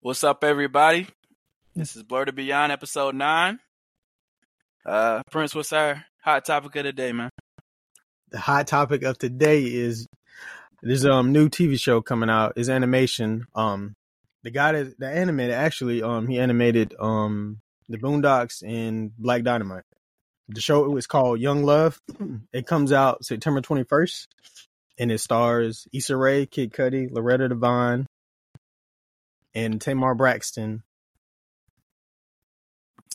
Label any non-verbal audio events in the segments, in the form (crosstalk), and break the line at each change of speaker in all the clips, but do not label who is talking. What's up, everybody? This is Blur to Beyond, episode nine. Uh, Prince, what's our hot topic of the day, man?
the hot topic of today is there's a um, new TV show coming out. Is animation. Um, the guy that the animated actually um he animated um the Boondocks and Black Dynamite. The show is called Young Love. (clears throat) It comes out September 21st, and it stars Issa Rae, Kid Cudi, Loretta Devine, and Tamar Braxton.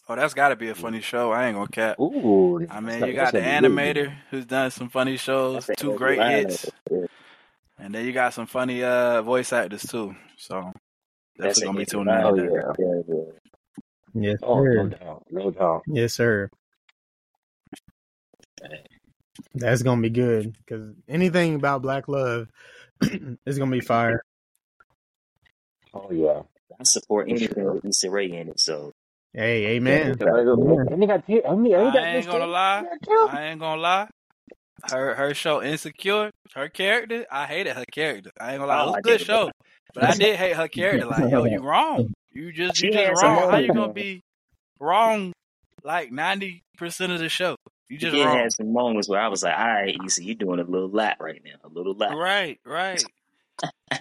Oh, that's got to be a funny show. I ain't gonna cap.
Ooh.
I mean, you got the animator who's done some funny shows,
That's a
two
good
great
lineup.
hits, and then you got some funny uh voice actors too. So
That's
definitely gonna be
a good
tuning in.
lineup. Oh,
today.
yeah. yeah, yeah.
Yes,
Oh, no
sir.
doubt. No doubt.
Yes, sir. That's gonna be good because anything about Black Love (clears throat) is gonna be fire.
Oh, yeah.
I support anything with Issa Rae in it, so
Hey, amen.
Yeah,
Yeah.
And they got, and they got, and they got
I ain't gonna lie. I ain't gonna lie. Her her show Insecure, her character, I hated her character. I ain't gonna lie, it
Oh,
was
I
a good
did.
show, but I did hate her character. Like, yo, you wrong. You just you
She had
just
some
wrong. How you
moments.
gonna be wrong? Like ninety percent of the show, you
she
just
did
wrong.
have some moments where I was like, "All right, Issa, you doing a little lap right now, a little lap."
Right, right.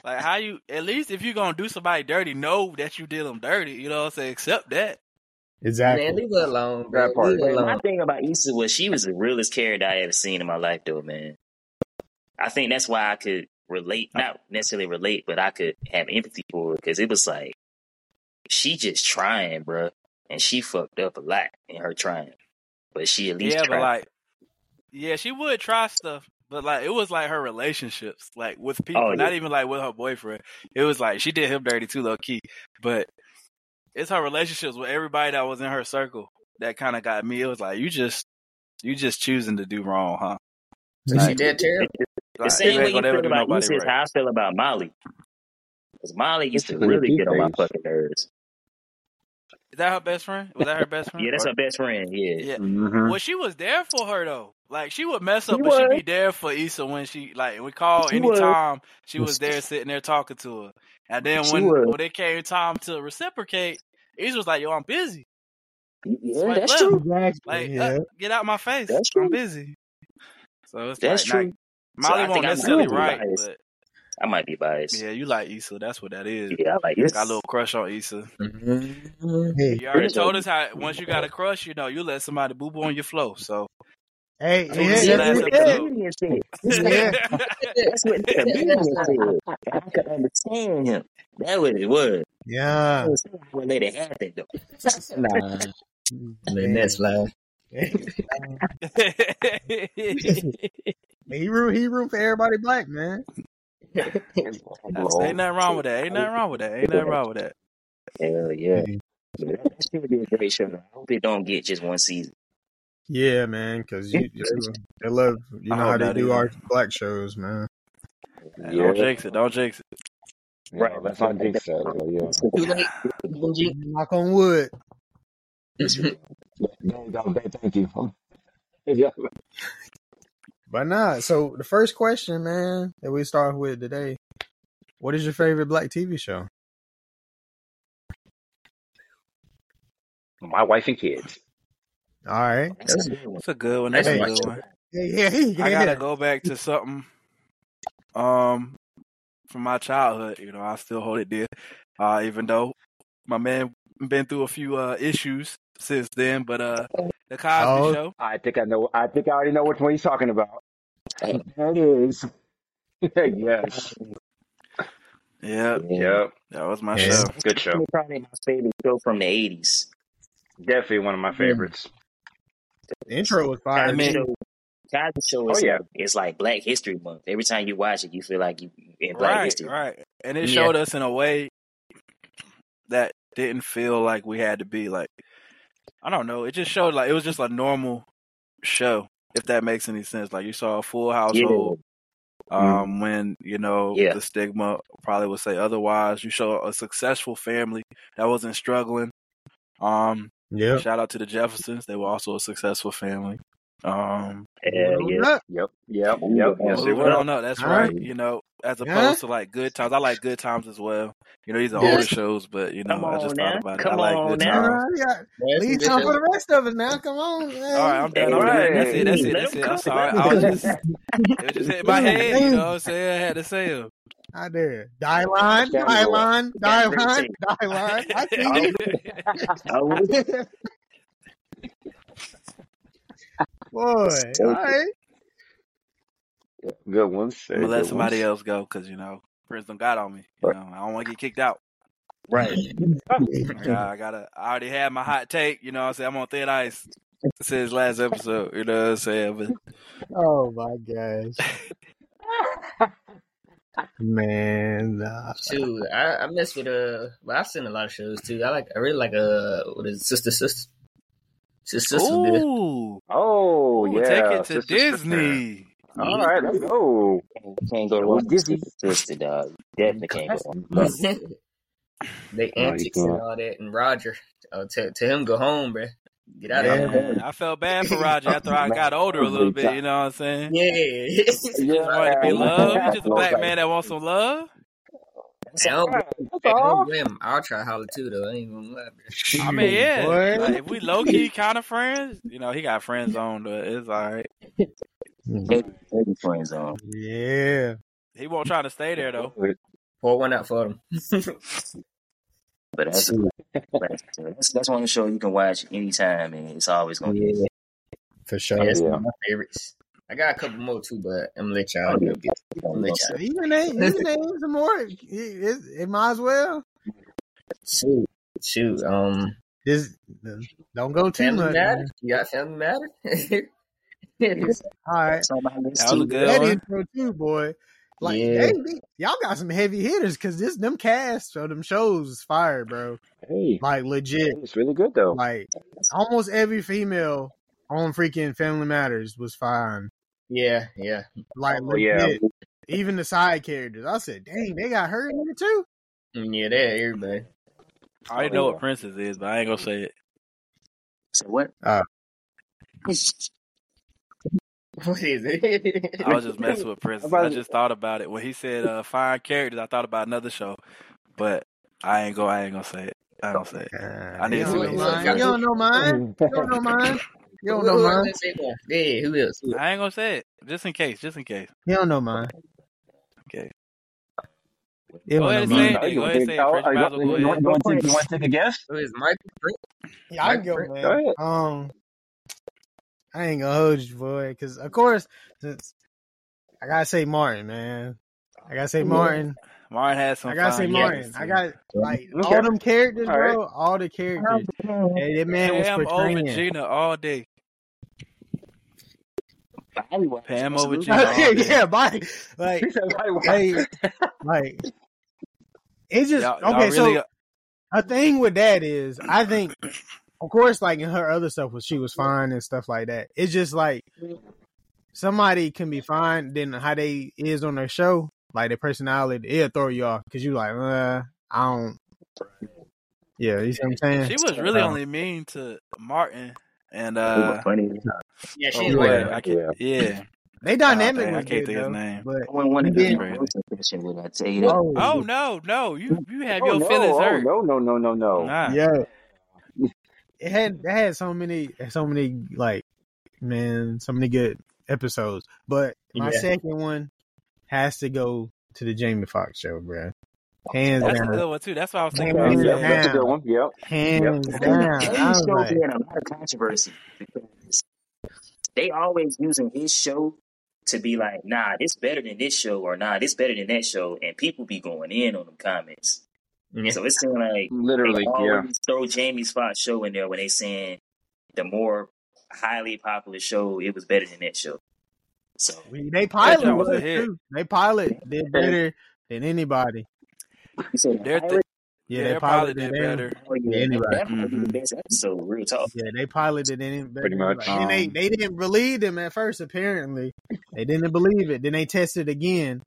like how you at least if you're gonna do somebody dirty, know that you did them dirty. You know what I'm saying? Accept that.
Man,
Exactly.
leave her alone, bro.
That part.
Leave her
But my
alone.
thing about Issa was she was the realest character I ever seen in my life, though, man. I think that's why I could relate, not necessarily relate, but I could have empathy for her because it was like she just trying, bro, and she fucked up a lot in her trying, but she at least
Yeah, but
tried.
like, yeah, she would try stuff, but like it was like her relationships, like with people,
Oh, yeah.
not even like with her boyfriend. It was like she did him dirty too, low key. But it's her relationships with everybody that was in her circle that kind of got me. It was like you just, you just choosing to do wrong, huh?
She did terrible.
the
Like,
same
ain't
way you
gonna ever
feel
do
about
nobody
Issa is
right.
how I feel about Molly. Because Molly used to
Basically,
really
these
get on my
days.
fucking nerves.
Is that her best friend? Was that her best friend?
Yeah, that's her best friend. Yeah.
Yeah.
Mm-hmm.
Well, she was there for her though. Like she would mess up,
She
but she'd
was.
be there for Issa when she like we call
She was.
anytime she was
(laughs)
there sitting there talking to her. And then
She
when
was.
when it came time to reciprocate, Issa was like, "Yo, I'm busy.
Yeah,
Swipe
that's
left.
true.
(laughs) Exactly.
Like,
yeah.
uh, get out my face.
That's
I'm
true.
busy." So it's
That's
like,
true.
like,
So I
Molly
think
won't
I might
necessarily
be
right,
biased.
but
I might be biased. Yeah,
yeah, you like Issa. That's what that is.
I like
You
this.
Got a little crush on Issa. uh,
Hey,
You already
Really?
told us how once you got a crush, you know you let somebody boo boo on your flow. So
hey,
So
yeah,
see
that's
that
what it
episode.
is.
comedian said.
(laughs)
Yeah.
(laughs) That's what the comedian said. I could understand him. That was it was. I
Yeah.
was saying I would let it happen though.
Nah, let that slide.
(laughs) he room, he room for everybody black, man.
Oh,
ain't nothing wrong with that. Ain't nothing wrong with that. Ain't nothing wrong with that.
Hell yeah. But That that should be a great show. though. I hope it don't get just one season.
Yeah, man, because you, they love, you
I
know,
hope
how they
not
do
either.
our black shows, man.
Hey, Don't jinx it. Don't jinx it.
Right. That's not Dick said. but Yeah.
Too late. Benji.
Knock on wood.
There you go. babe, Thank you. (laughs) Yeah.
But nah, so the first question, man, that we start with today, what is your favorite black TV show?
My wife and kids.
All right.
That's a good one.
It's a good one. That's a good one.
Yeah, yeah, yeah.
I gotta go back to something um from my childhood. You know, I still hold it dear. Uh even though my man been through a few uh issues since then, but uh the Cosby
Oh.
show.
I think I know. I think I already know which one he's talking about. There it is. (laughs) yes.
Yeah,
Yeah.
Yep.
that was my
Yeah.
show.
Good show.
It's Probably my favorite show from the eighties.
Definitely one of my favorites.
The intro was
I
fire.
Cosby
mean-
Show, Cosby Show is
Oh, yeah.
like, it's like Black History Month. Every time you watch it, you feel like you in Black
Right,
History.
right. And it
Yeah.
showed us in a way that didn't feel like we had to be like I don't know. It just showed like it was just a normal show, if that makes any sense. Like you saw a full household
Yeah, mm-hmm.
um, when you know
Yeah.
the stigma probably would say otherwise. You show a successful family that wasn't struggling. Um,
Yeah.
shout out to the Jeffersons; they were also a successful family. Um,
Yeah, yeah.
Yep, yep,
Ooh,
yep.
uh,
Yes, it
Moving
will.
on up. That's
Huh?
right. You know, as opposed to
Huh?
like good times. I like good times as well. You know, these are
Yeah.
older shows, but you know,
Come
I just
on
thought
now.
about it. I
Come
like
on
good
now.
times.
All right,
There's some
leave
good
time
shows.
for the rest of us now. Come on, man.
All right, I'm done.
Hey,
All right,
let
that's it. That's
him
it.
let
That's
him
it. I'm
cook. (laughs)
sorry. I was just it was just hitting my head. You know what I'm saying? I had to say it.
I dare. Die line,
Understandable.
die line, die
Got red
line,
tape.
die line.
(laughs)
I see you.
Oh,
(laughs)
(laughs)
Boy, all right.
Good ones.
I'm gonna let
Very good ones.
somebody else go because you know prison got on me. You know, I don't want to get kicked out.
right.
I got, I gotta. I already had my hot take. You know, what I'm saying I'm on thin ice since last episode. You know what I'm saying? But
Oh my gosh,
(laughs)
man. Nah.
(laughs) Shoot, I, I mess with uh, but I've seen a lot of shows too. I like, I really like uh, what is it, Sister Sister? Sister Sister's good.
ooh,
Oh
ooh, take
yeah,
it to
sister, sister.
Disney.
All right, let's go. That
Can't go
was
wrong with
dizzy.
Sister Sister, dog. Definitely can't go
Oh,
wrong.
No,
(laughs)
no,
they
you
antics and
can't.
all that, and Roger. Oh, to, to him, go home, bruh. Get out of
Yeah,
here.
Man, I felt bad for Roger after I
man,
got older a little
every
bit.
time.
You know what I'm saying?
(laughs) Yeah,
He just wanted to
Yeah,
be
man.
loved. He's just a
I was
black
like,
man that wants some love.
I don't blame.
that's
I don't
all.
blame. him. I'll try holler too, though. I ain't gonna lie,
I
Shoot,
mean, yeah.
boy.
Like if we low key kind of friends, you know, he got friend zoned, but it's all right.
Every, every friend zone.
Yeah.
He won't try to stay there though.
Pour one out for them.
But that's a
Shoot,
classic. That's, that's one show you can watch anytime, and it's always going to hit.
yeah,
For
yeah,
sure.
it's one
Oh, Yeah.
of my favorites. I got a couple more too, but I'm gonna let
Oh,
y'all
yeah.
get.
That's what
I'm gonna
I'm
let
saying.
y'all.
You can name, you can (laughs) name some more. It, it, it might as well.
Shoot, shoot. Um,
This don't go too
Family
much,
Matter.
man.
You got Family Matter. (laughs)
(laughs)
Yeah,
All right.
That's on my list,
That was a
too.
good
that
one.
intro too, boy. Like
yeah,
they, they- y'all got some heavy hitters because this them casts for them shows is fire, bro.
Hey,
Like legit.
it's really good though.
Like almost every female on freaking Family Matters was fine.
yeah, yeah.
Like
Oh yeah,
legit. Even the side characters. I said, dang, they got her in there too.
Mm, Yeah, that everybody. (laughs)
I
oh
already know what
yeah.
Princess is, but I ain't gonna say it.
So what?
Uh,
What is
I was just
it?
messing with
I'm
Princess. I
about to-
just thought about it when he said uh, fine characters. I thought about another show, but I ain't go. I ain't gonna say it. I ain't gonna say it. I
Uh, you
need to see
don't
what
know
he
Who else
said
mine. You
got?
first.
don't know mine. You don't know mine. (laughs) You
Who,
don't know
who else
mine.
didn't say one? Yeah, who else? Who else?
I ain't gonna say it just in case. Just in case.
You don't know mine.
Okay.
You
Go
don't
ahead and
know
you
say
mine.
it.
know,
Then
you
go
want
ahead
to
and
take
say it first.
oh,
You might as well
you want you
go ahead.
want you
Go
want to
for it.
you want to take a guess?
Who is Mike Brink?
Yeah, I
Mike
can go,
Brink.
Go
man.
ahead. (laughs)
Um, I ain't gonna hold you, boy, because of course, since I gotta say Martin, man. I gotta say
Yeah.
Martin.
Martin had some
I gotta say
fine
Yeah.
characters
Martin. I
too.
got like
Okay.
all them characters,
All right.
bro. All the characters, and that man was
Pam over
portraying. (laughs)
Gina all day.
I was
Pam over
(laughs)
absolutely.
Gina all day.
yeah, bye. Like,
He said, "Why- why?"
like, like it's just
Y'all, y'all
okay.
really.
So a thing with that is, I think, of course, like in her other stuff, when she was fine and stuff like that. It's just like somebody can be fine than how they is on their show. Like their personality, it'll throw you off because you like, uh, I don't. Yeah, you see what I'm saying?
She was really
So,
only mean to Martin and
It was
uh
funny.
Yeah, she
or
didn't like
yeah,
what? I
him.
can't.
Yeah.
(laughs)
Yeah.
they
Oh
dynamic
dang, I
was
can't
good
think of his
though,
name.
but
I wouldn't want to
you
That's
didn't.
do no
crazy.
Wilson impression with it, I tell you that.
Oh,
Oh no, no, you you have
Oh
your
no!
feelings
Oh
hurt.
no! No! No! No! No!
(laughs) Nah.
yeah, it had it had so many, so many like man, so many good episodes. But my
Yeah.
second one has to go to the Jamie Foxx show, bro. Hands
That's a
down,
good one too. That's what I was thinking
Okay.
about saying.
hands
Yep. That's a good
down,
one. Yep. Yep.
hands
The Jamie,
(laughs)
down. I
Jamie
was
show
like,
been a lot of controversy because they always using his show to be like, nah, this better than this show or nah, this better than that show, and people be going in on them comments.
Yeah.
So it seems like they
Literally. Yeah.
always throw Jamie Foxx show in there when they saying the more highly popular show, it was better than that show. So
we, they
That
pilot
show was a
was
hit.
too. They pilot did
And
better than anybody.
you said the
Their th-
pilot,
Yeah,
yeah,
they
their
pilot
pilot
did
did
better
better.
oh
than
yeah, that,
anybody.
that might be the
hmm
best episode, real talk.
Yeah, they piloted it in better
pretty
than anybody.
much.
Then they,
Um,
they didn't believe them at first, apparently. They didn't believe it. Then they tested again,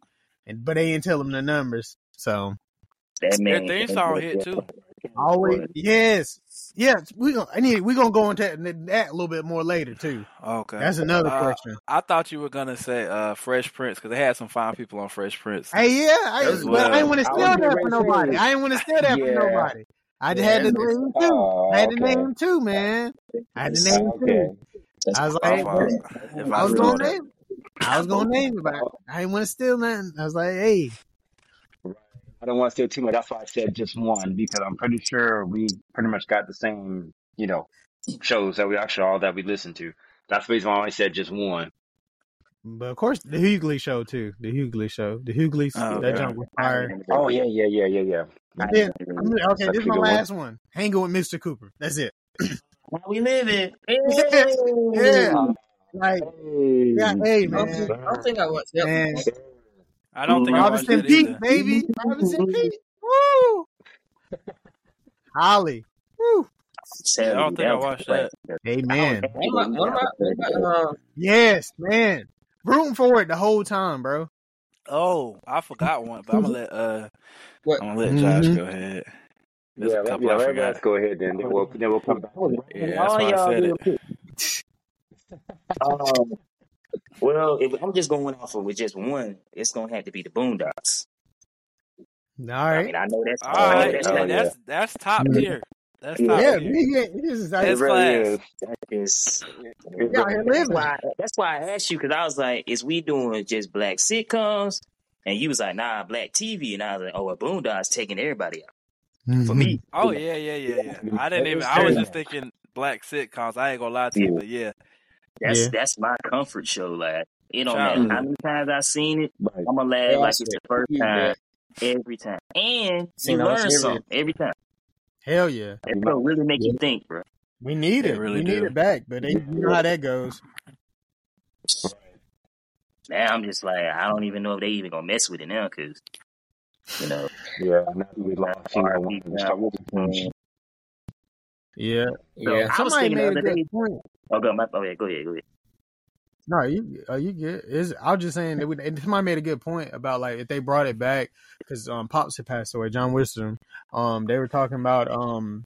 and but they didn't tell them the numbers. So
That
their
man
theme
came
song
with
hit
that
too.
part.
Always, yes, yes. We gonna, I need. We gonna go into that, that a little bit more later too.
Okay.
That's another
Uh,
question.
I thought you were gonna say uh, Fresh Prince because they had some fine people on Fresh Prince.
Hey, yeah, I,
That's
but I ain't want to steal
what- I
that
was getting
for
ready to
nobody.
say.
I ain't want to steal that
Yeah.
for nobody. I
Yeah,
had to
that's-
name too.
Oh,
I had to
okay. Ah,
name too, man. I had to
That's-
name
Okay.
too. I was
My
like,
fault.
bro,
If
I
I
was
saw
gonna
that,
name. I was gonna name it, but I, I didn't want to steal nothing. I was like, hey,
I don't want to say too much. That's why I said just one because I'm pretty sure we pretty much got the same, you know, shows that we actually all that we listen to. That's the reason why I said just one.
but of course the Hughley show too. The Hughley show. The Hughley
Oh,
that
okay.
junk was fire.
Oh yeah, yeah, yeah, yeah, yeah.
But then, I'm,
That's
okay, this is
actually a
my
good one.
last one. Hanging with Mr. Cooper. That's it.
How we living?
Yeah, yeah.
Um,
Uh,
Like,
hey,
yeah,
Mm-hmm.
hey,
I don't
man,
think I don't
sir.
think I watched that one.
man.
Sir.
I don't think I watched
Robinson
that
Pete,
either.
baby. Robinson Pete. Woo. Holly. Woo.
Yeah, I
Tell you,
don't think I watched that.
Amen.
One of my one of my, one of my uh,
Yes, man. Rooting for it the whole time, bro.
Oh, I forgot one, but I'm gonna let uh,
what
I'm gonna let Josh
Mhm.
go ahead. There's a
Yeah, let,
couple
yeah,
I
let everybody else
forgot.
go ahead then. Then we'll, then we'll come back to it.
Yeah, that's
All
why I
y'all
said
real
it.
quick. Um, well, if I'm just going off of with just one, it's gonna have to be the Boondocks.
All
I
right.
mean, I know that's
All
I know
right,
that's
yeah,
Oh,
like
yeah.
that's that's top
Yeah,
tier. That's
yeah,
top
yeah,
tier.
yeah. It is like,
It
That's
really
class.
is.
that is.
It
we out here
really
That's
is.
living.
why. That's why I asked you because I was like, "Is we doing just black sitcoms?" And you was like, "Nah, black TV." And I was like, "Oh, well, Boondocks taking everybody out."
Mm-hmm.
For me,
Oh yeah, yeah, yeah, yeah. I didn't even. I was
Everybody.
just thinking black sitcoms. I ain't gonna lie to
yeah,
you, but yeah,
that's
yeah.
that's my comfort show. Like it don't matter
child.
how
Mm,
many times I've seen it,
right.
I'm gonna laugh
yeah, I
like it's
said
the first
you
time
did.
every time, and you
Seen almost
learn
every
something every time.
Hell yeah.
That show really make
Yeah.
you think, bro.
We need
They
it.
really
We need
do.
it back. But they,
Yeah.
you know how that goes.
Now I'm just like, I don't even know if they even gonna mess with it now, cause you know,
Yeah, now that we lost, you know,
RP
when we
now.
start looking for
And
Yeah.
so
Yeah.
I was
Somebody
thinking the
made a
other
good
day.
point.
Oh, go, my, oh yeah, go ahead, go ahead.
No, you uh, you get. It's, I was just saying that we, and somebody made a good point about like if they brought it back because um pops had passed away, John Wisdom. Um, they were talking about um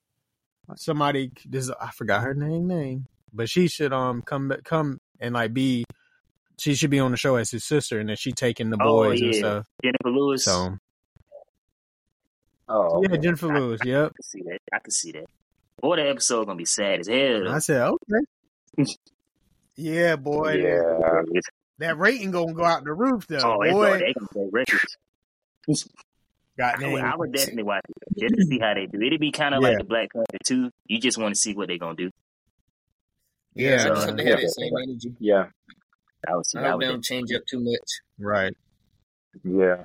somebody. This I forgot her name name, but she should um come back- come and like be. She should be on the show as his sister, and then she taking the
Oh
boys and
yeah,
stuff.
Jennifer Lewis.
So
Oh,
yeah,
okay.
Jennifer
I, I
Lewis. Yep.
can see that. I can see that. Boy, the episode gonna be sad as hell
I
though.
said okay. (laughs) Yeah, boy, it is.
Yeah.
That rating gonna go out the roof though,
Oh, it's going.
boy.
They gonna break records. I would,
Goddamn.
I would definitely watch it just to see how they do. It'd be kind of
Yeah.
like the Black Panther too. You just want to see what they're gonna do.
Yeah,
Yeah,
I just
So
hope
man.
they
Yeah.
have that same energy.
Yeah.
I would see.
I
I
hope
would
they
definitely.
don't change up too much.
Right.
Yeah.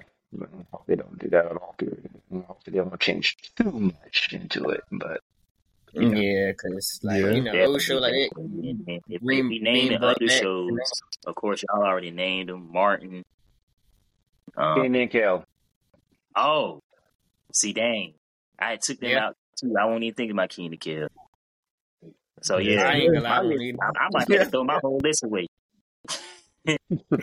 They don't do that at all. Period. You know, Hopefully, they don't change too much into it. But you know,
Mm, Yeah, cause like
Yeah.
you
Most
know, old show
definitely.
like that
And, and, and if if
being
we naming
being brought
other
back. You know?
shows, of course y'all already named them. Martin. Um.
Kane and Kel.
Oh, see, dang, I took them
Yeah,
out too. I won't even think about King to Kill. So
Yes,
yeah,
I ain't
sir.
gonna lie, I
my
don't
list.
either.
I, I
(laughs)
might have to
Yeah,
throw my whole list away.
Hey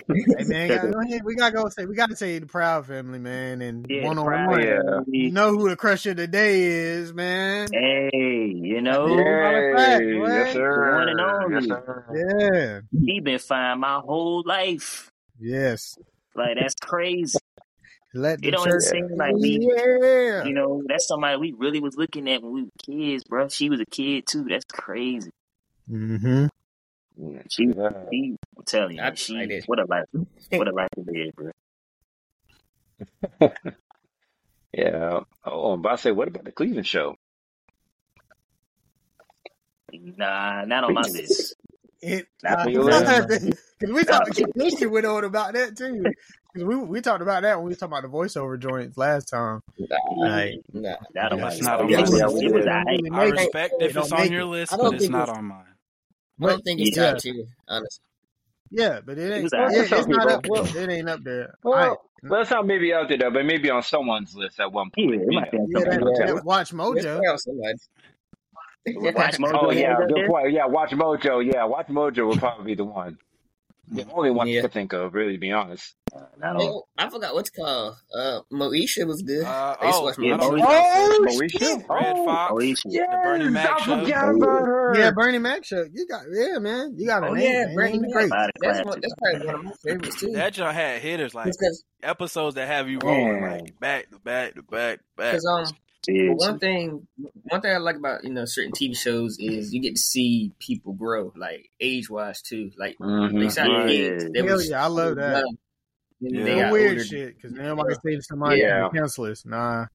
man, gotta go ahead. we gotta go say we gotta say the Proud Family, man, and
yeah,
one on
Proud
one.
Yeah.
You
Family.
know who the crush of the day is, man.
Hey, you
That's just
know,
another fact,
Hey. Yes,
boy.
the one and
sir. Yes,
only.
sir.
Yeah.
He been fine my whole life.
Yes.
Like that's crazy.
Let the
It don't even
church.
Yeah.
seem like we,
Yeah.
you know, that's somebody we really was looking at when we were kids, bro. She was a kid too. That's crazy.
Mm-hmm.
Yeah.
She, she, I'm telling you,
I
man,
be like
she,
that.
what a life, what a life it is, bro.
Yeah. Oh, but I say, what about the Cleveland show?
Nah, not on my list.
It
Not
uh,
On
on
your
my list.
list?
because we
Not (laughs)
talked
on
because Christian went on about that too. Because we we talked about that when we were talking about the voiceover joints last time.
Nah,
Like
nah,
Not on
yeah,
my
That's
list.
not
Oh
on
yeah,
yeah,
it
Oh,
my
was
yeah,
it
we
list.
it
it
was
I
don't really
did.
alright.
make
I,
it.
respect
It
if
don't
it's on
make it.
your
I
list, but
don't
it's
think
not
it's,
on mine.
I
But
don't think it's
Yeah,
top tier, honestly.
yeah, but it
it
ain't.
was
Well,
alright.
Yeah,
for some
it's not
people.
up.
Well,
It ain't up there. I.
well, well, it's not maybe out there, though, but maybe on someone's list at one
Yeah,
point,
it
you
might be
know.
on
Yeah,
some
You
that
know what
people's
I'm
Yeah,
saying?
that
it's,
Watch Mojo.
Watch
it's probably somebody.
Oh
Mojo ain't
yeah,
up
good
there.
point. Yeah, Watch Mojo. Yeah, Watch Mojo would probably be the one. The only one
Yeah.
I could think of, really, to be honest.
Not all.
Oh, I forgot what's called. Uh, Moesha was good.
Uh,
I used to
oh,
watch
yeah,
Moesha.
Oh,
Red Fox,
Moesha.
the Bernie Mac show.
Oh,
Yeah, Bernie Mac show. You got yeah, man. You got a
Oh
name.
yeah,
man.
Bernie
Name
Mac.
great.
Body
That's one.
classic.
That's probably one of my favorites too.
That joint had hitters like
Because
episodes that have you rolling
Man.
like back to back to back to back.
because um
Seriously.
one thing one thing I like about you know certain TV shows is you get to see people grow like age wise too. Like they
Mhm.
sounded
Yeah.
kids. They
Hell
was
yeah, I love that.
young, and
Yeah.
they
The
got
weird
older.
shit because nobody says somebody
Yeah.
yeah. counselors. Nah,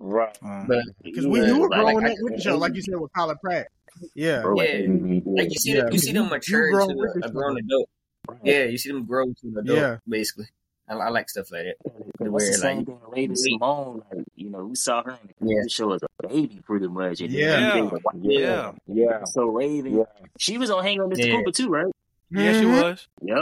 Right.
Um,
But
because we
Yeah,
you were
like-
growing
like,
up with the show, like you said with Colin Pratt. Yeah,
Bro,
Yeah.
Mhm.
like you see
Yeah,
them, you see them
you- you
mature
grow
into
with
a,
each
a grown
other.
adult. Yeah, you see them grow to an adult.
Yeah.
Basically, I, I like stuff like that.
Because what's the
Where, like,
same thing with Raven
we-
Simone? Like, you know, we saw her in the
Yeah.
TV show as a baby, pretty much, and then
Yeah.
she
yeah,
was a white
yeah,
girl.
Yeah.
So Raven,
Yeah.
she was on Hang on Mr.
Yeah.
Cooper too, right?
yeah. She
Mhm.
was.
Yep.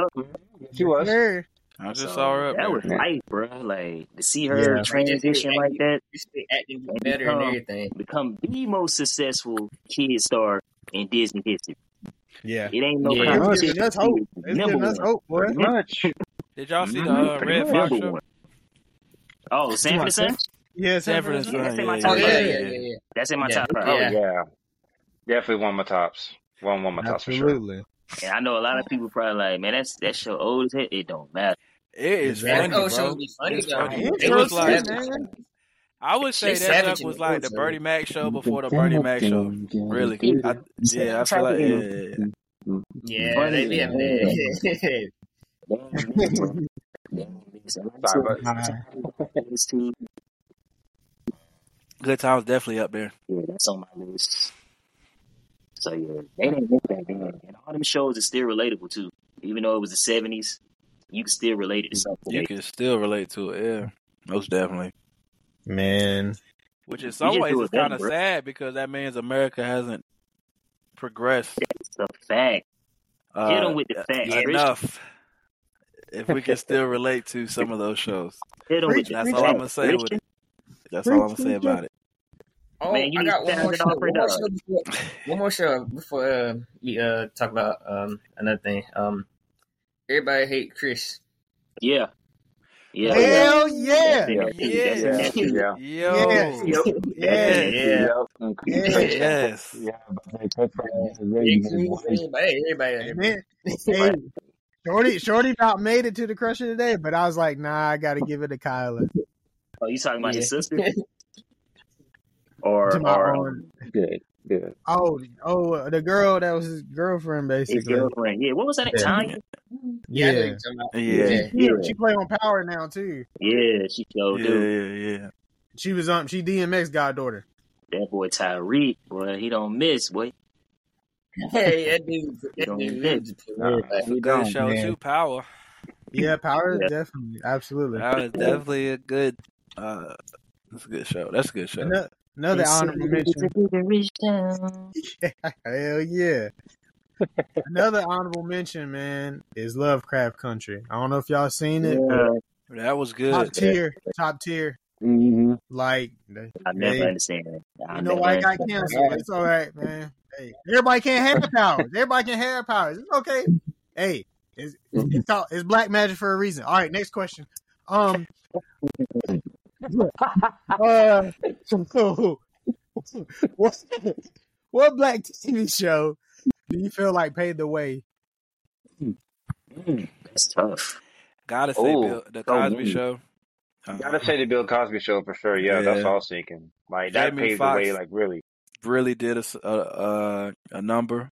She was.
Yeah.
I just
So
saw her up
that
there.
was life, bro. Like to see her
Yeah.
Like, just
transition
acting,
like that
just they acting
and
better and
become
everything.
become the most successful kid star in Disney history.
Yeah.
It ain't no
Yeah.
No, it's
competition.
giving us
She
hope.
was
It's
number
giving us
one. Mm-hmm.
hope, boy.
Pretty much.
Did y'all see the
Mhm,
uh,
pretty
Red
much.
Fox
Number
show?
one. Oh,
You
Sanford
want
and Son?
Sanford? Yeah,
Sanford
Sanford
and
is
Yeah,
Son.
that's in
Yeah,
my
yeah,
top
Oh
yeah,
five.
yeah, yeah,
yeah.
yeah,
yeah.
yeah.
That's in my
Yeah.
top five.
Oh,
Yeah.
yeah. Definitely one of my tops. One, one of my tops for sure.
Absolutely.
And I know a lot of people probably like, man, that's that show old as hell. It don't matter.
It is
Exactly.
That
funny,
old shows
bro.
be funny
It's
though.
funny.
The
They
It
be
intro
was
shit,
like
savage.
man.
I would
They
say that
savage
junk
in the
was like
old
the
shows.
Bernie Mac
Mm-hmm.
show before the Bernie Mac show. Really,
Yeah,
I yeah, I feel
same type of
like yeah,
thing.
yeah, yeah.
Yeah,
Funny
they be
and
having
hell.
that.
They ain't miss, bro. They ain't miss. And like I
Sorry, but
said, that's
Nah.
on my list too.
Good times definitely up there.
Yeah, that's on my list. So yeah, they didn't miss that man. And all them shows are still relatable too. Even though it was the seventies, you can still relate it to something
You
today.
can still relate to it, yeah, most definitely.
Man.
Which in
We
some
just
ways
do
is
it better,
kind of
bro.
sad because that means America hasn't progressed
It's a fact. Hit
uh,
them with the facts, Christian.
enough. If we can still relate to some of those
(laughs)
shows,
Hit them with
Preach,
the
that's
preach,
all I'm
facts,
gonna say with
Christian.
it. That's all
preach,
I'm gonna say
preach.
about it.
(laughs) Oh,
Man, you
I
need
got
to
one more
sound it
show.
off for dog.
One more show before. One more show before uh, we uh talk about um another thing. Um, everybody hate Chris.
Yeah, yeah, yeah.
Hell
That's
yeah.
it right there. That's
Yes,
yeah,
Yes.
yeah,
that's it.
(laughs)
yo,
Yep.
That's it
Yes.
yes,
yeah.
right there.
Yeah.
And Chris
Yeah.
Pratt,
(laughs) yes.
yeah, but they Chris Pratt
Yeah.
did really
Hey,
Mm-hmm.
good,
Chris,
boy.
everybody, everybody out here, bro.
Amen.
(laughs)
Hey, Shorty, Shorty about made it to the crusher today, but I was like, nah, I gotta give it to Kyler.
Oh, you talking about
Yeah.
(laughs)
his sister
yeah.
or
To my
or
own.
um,
Good, good.
Oh, oh, the girl that was his girlfriend,
his
basically.
girlfriend? Yeah, what was that?
Yeah.
Tanya?
I know what
Yeah.
you're talking about.
Yeah,
Yeah,
she
Yeah.
yeah,
Yeah,
she play on Power now too.
yeah. She
yeah,
sure do.
yeah, yeah.
She was um, she DMX goddaughter.
That boy Tyreek, boy, he don't miss, boy.
(laughs) Hey, that dude,
He
that
don't
dude
miss.
really just put
Nah,
everybody.
It's a
he
good
don't.
show
Man,
too. Power.
(laughs)
yeah, Power is
Yeah,
definitely absolutely
That was definitely a good. uh That's a good show. That's a good show.
another, another
They say
honorable
it's a
mention.
bigger rich town.
Hell yeah, another honorable mention, man, is Lovecraft Country. I don't know if y'all seen it, but
Yeah,
That was
top
good.
yeah.
tier, top tier.
Mm-hmm.
Like they,
I never
they
understand that. I
you know
never
why it got
understand that.
canceled. It's all right, man. Hey, everybody can't have powers. Everybody can have powers. It's okay. Hey, it's it's it's, all, it's black magic for a reason. All right, next question. Um, (laughs) uh, (laughs) what what black TV show do you feel like paved the way?
Mm, that's tough.
Gotta say,
Oh,
Bill, the
so
Cosby
many.
Show. Uh,
Gotta say the Bill Cosby Show for sure. Yeah, that's
yeah,
all I was thinking. Like that
Jamie
paved the way,
Foxx
like really.
really did a s- a, a, a number.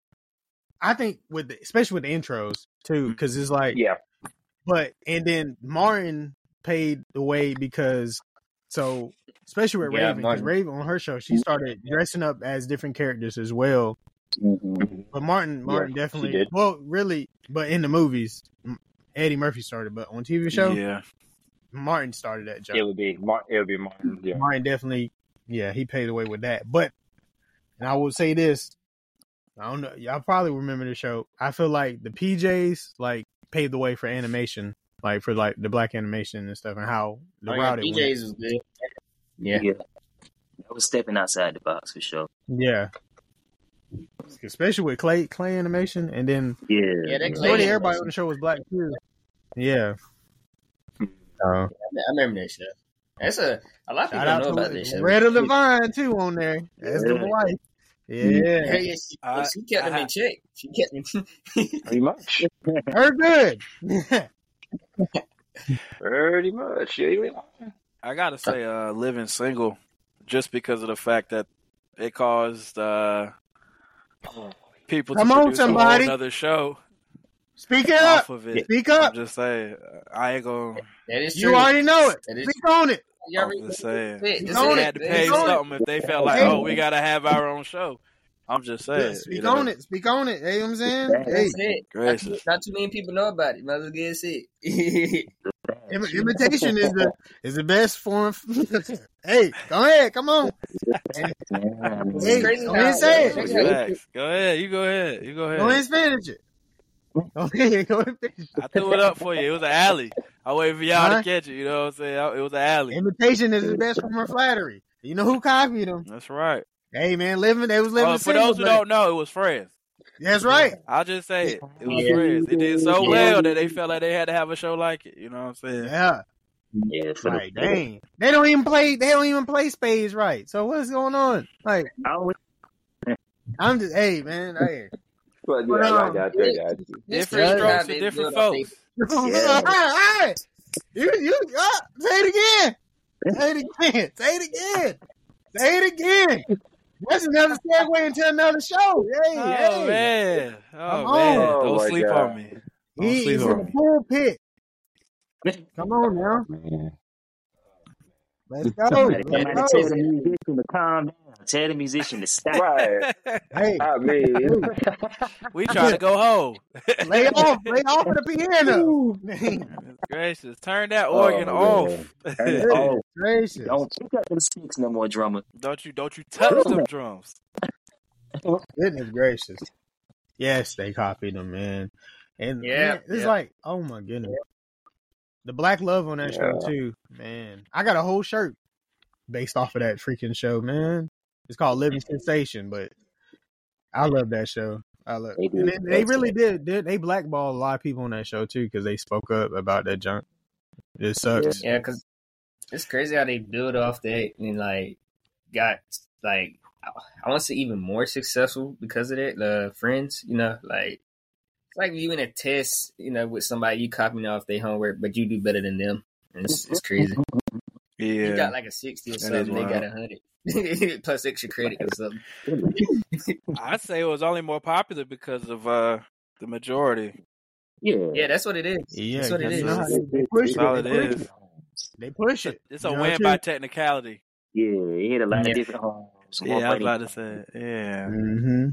I think with the, especially with the intros too, because it's like,
Mm-hmm. Yeah,
but and then Martin paid the way because so especially with
Yeah,
Raven because
Martin.
Raven on her show she started
Mm-hmm.
dressing up as different characters as well.
Mm-hmm.
Mhm.
But Martin,
yeah,
Martin
she
definitely.
did.
Well, really, but in the movies, M- Eddie Murphy started, but on TV show,
Yeah,
Martin started that
It
job.
would be Mar- it would be Martin. (laughs) Yeah,
Martin definitely, yeah, he paid the way with that. But and I will say this, I don't know, y'all probably remember the show. I feel like the PJs like paved the way for animation, like for like the black animation and stuff, and how the
Oh yeah,
route it went.
PJs was good. Yeah.
Yeah, that was stepping outside the box for sure.
Yeah, especially with clay clay animation, and then
Yeah.
Yeah, that clay
majority
animation.
everybody on the show was black too. Yeah. Uh,
I remember that show. That's a a lot of people
shout
don't
out
know about
to
this show. (laughs)
Red of the Vine too on there. That's the
Yeah.
wife. Yeah,
(laughs) Yeah, yeah, she,
I-
she kept him
I-
in check. She kept (laughs) him.
Pretty much.
her good.
Pretty much. Yeah, you ain't lying.
I gotta say, uh, living single, just because of the fact that it caused uh, people to
Come on,
produce
somebody.
a whole other show
Speak it up.
off of it.
Speak
I'm
up.
just saying, I ain't gonna.
That is true.
You already know it.
That is
Speak on it.
Y'all
I'm
read
just
what
saying,
they said.
You
They
they
It's own
said-
it.
had to
they
pay
said-
own it.
something if they felt like,
Hey.
oh, we gotta have our own show. I'm just saying,
Speak
you know,
on it. Speak on it. Hey, you know what I'm saying?
That's
Hey,
That's it. Not too,
Gracious.
not too many people know about it. Might as well get (laughs) it.
im- imitation is the is the best form. of- (laughs) hey, go ahead. Come on.
Damn.
Hey,
crazy
go
how-
ahead and say it.
Check it out.
Facts. Go ahead, you go ahead, you go
Go ahead
ahead.
and finish it. Go ahead. Go ahead and finish it.
I threw it up for you. It was an alley. I waited for y'all
Huh?
to catch it. You know what I'm saying? I- It was an alley.
Imitation is the best form of flattery. You know who copied them?
That's right.
Hey man, living they was living
Uh, for
single.
those who
but-
don't know, it was Friends.
that's right.
I'll just say it. It was
Yeah.
Friends. It did so
Yeah.
well that they felt like they had to have a show like it. You know what I'm saying?
Yeah.
Yeah, for
Like
the
dang, they don't even play. They don't even play spades right. So what's going on? Like
I always-
I'm just hey man. Hey.
But
But,
yeah, I
um,
got that, guys.
Different
Yeah.
strokes for different folks.
Yeah.
Oh, Hey, You you uh, say it again. Say it again. Say it again. Say it again. That's another segue into another show. Hey,
Oh
hey.
man! Oh
Come on.
man!
Oh,
Don't
my
sleep
God.
on me. (laughs) Don't
He-
sleep
he's in
on
the
me.
pulpit. Come on now.
Man.
Let's go.
Somebody,
Let's
somebody tell
go.
the musician to calm down. Tell the musician to stop.
Right.
Hey,
(laughs) I mean,
hey.
we trying to go home.
lay off, lay off the piano. Man,
Gracious, turn that
oh,
organ
man.
off.
Turn it
goodness
oh,
off.
(laughs) gracious.
Don't pick up them sticks no more, drummer.
(laughs) don't you? Don't you touch them drums.
Goodness gracious. Yes, they copied them, man. And
Yeah,
man, it's
yeah.
like, oh my goodness. The black love on that show
Yeah.
too, man. I got a whole shirt based off of that freaking show, man. It's called Living
Mm-hmm.
Sensation, but I love that show. I love,
They do.
and they, they really did, did. They blackballed a lot of people on that show too because they spoke up about that junk. It sucks.
Yeah, because it's crazy how they build off that and like got like I want to say even more successful because of that. The friends, you know, like it's like you in a test, you know, with somebody you copying off their homework, but you do better than them. It's, it's crazy. You got
Yeah,
like a sixty or
is
something. They
wild.
got a hundred (laughs) plus extra credit or something.
I'd say it was only more popular because of uh the majority.
Yeah.
Yeah, that's what it is.
Yeah,
that's what it
because
is.
you know how
It's-
they, they push
it's
it.
all
They
it
push
is.
it. They push it.
It's
You
a
know
win
what
by
I'm
technicality.
Yeah, he hit a lot
Yeah.
of different homes. One
Yeah, I was
fighting.
about to say. Yeah.
saying?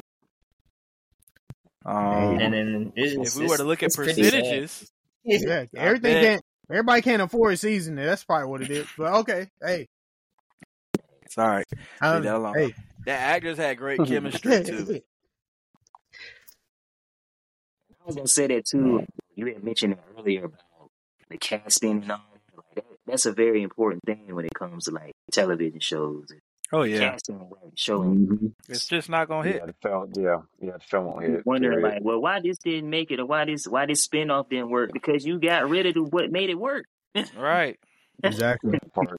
Um,
And then it's
if
just,
we were to
it's-
look at
it's pretty sad.
percentages,
hmm Yeah,
(laughs) I
everything
bet.
can't. Everybody can't afford season. That's probably what it is. But okay, hey,
sorry, leave
um,
that alone.
hey,
The actors had great chemistry too.
(laughs)
I was gonna say that too. You had mentioned it earlier about the casting and all. that. Like that, that's a very important thing when it comes to like television shows, and
Oh yeah,
casting and like, showing.
Mhm.
it's just not gonna
Yeah,
hit.
the film. Yeah, yeah, the film won't
You
hit.
wondering
Period.
like, well, why this didn't make it, or why this why this spinoff didn't work? Because you got rid of the, what made it work.
Right.
exactly.
That part.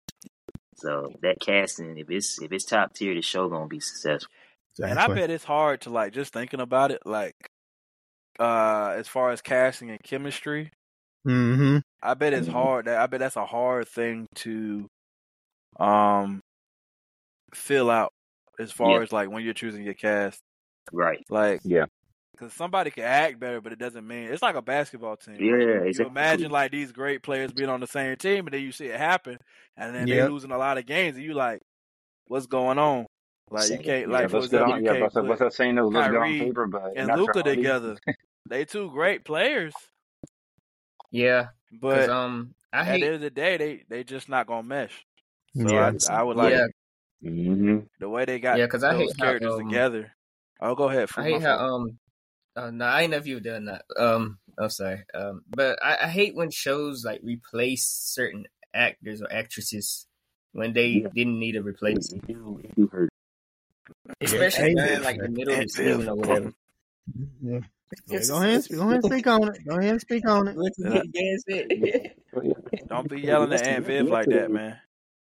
So that casting, if it's if it's top tier, the show gonna be successful.
And I
Exactly.
bet it's hard to like just thinking about it, like uh as far as casting and chemistry.
Mm-hmm.
I bet it's hard. That I bet that's a hard thing to um fill out as far
Yeah.
as like when you're choosing your cast.
Right.
Like,
Yeah.
because somebody can act better, but it doesn't mean it's like a basketball team.
Yeah,
Like, you, you
exactly.
imagine like these great players being on the same team, and then you see it happen, and then
Yep.
they losing a lot of games, and you like, what's going on? Like you
Same.
can't
Yeah,
like for
that's good
example,
on.
you
Yeah,
can't
what's that? What's
put
that saying? That looks good on
Kyrie
paper, but in
and Luca
actuality, (laughs)
together. They two great players,
Yeah, because
but
um,
at
I
the
hate
end of the day, they they just not gonna mesh. So
Yeah.
I I would like
yeah,
mm-hmm.
the way they got
yeah, because I hate
those
how
characters
um,
together. Oh, go ahead,
I
fool my
hate how
fault.
um uh, no, I ain't know if you've done that. Um, I'm sorry. Um, but I, I hate when shows like replace certain actors or actresses when they
Yeah.
didn't need a
It,
replacement.
it do it do hurt.
Especially
Yeah,
during like the middle of the season or whatever.
Yeah. Yeah, go ahead, and
(laughs)
speak- go ahead, and speak on it. Go ahead, and speak
(laughs)
on it.
What's the
Yeah.
big man (laughs) said? um,
Don't be yelling at Aunt Viv like that, man.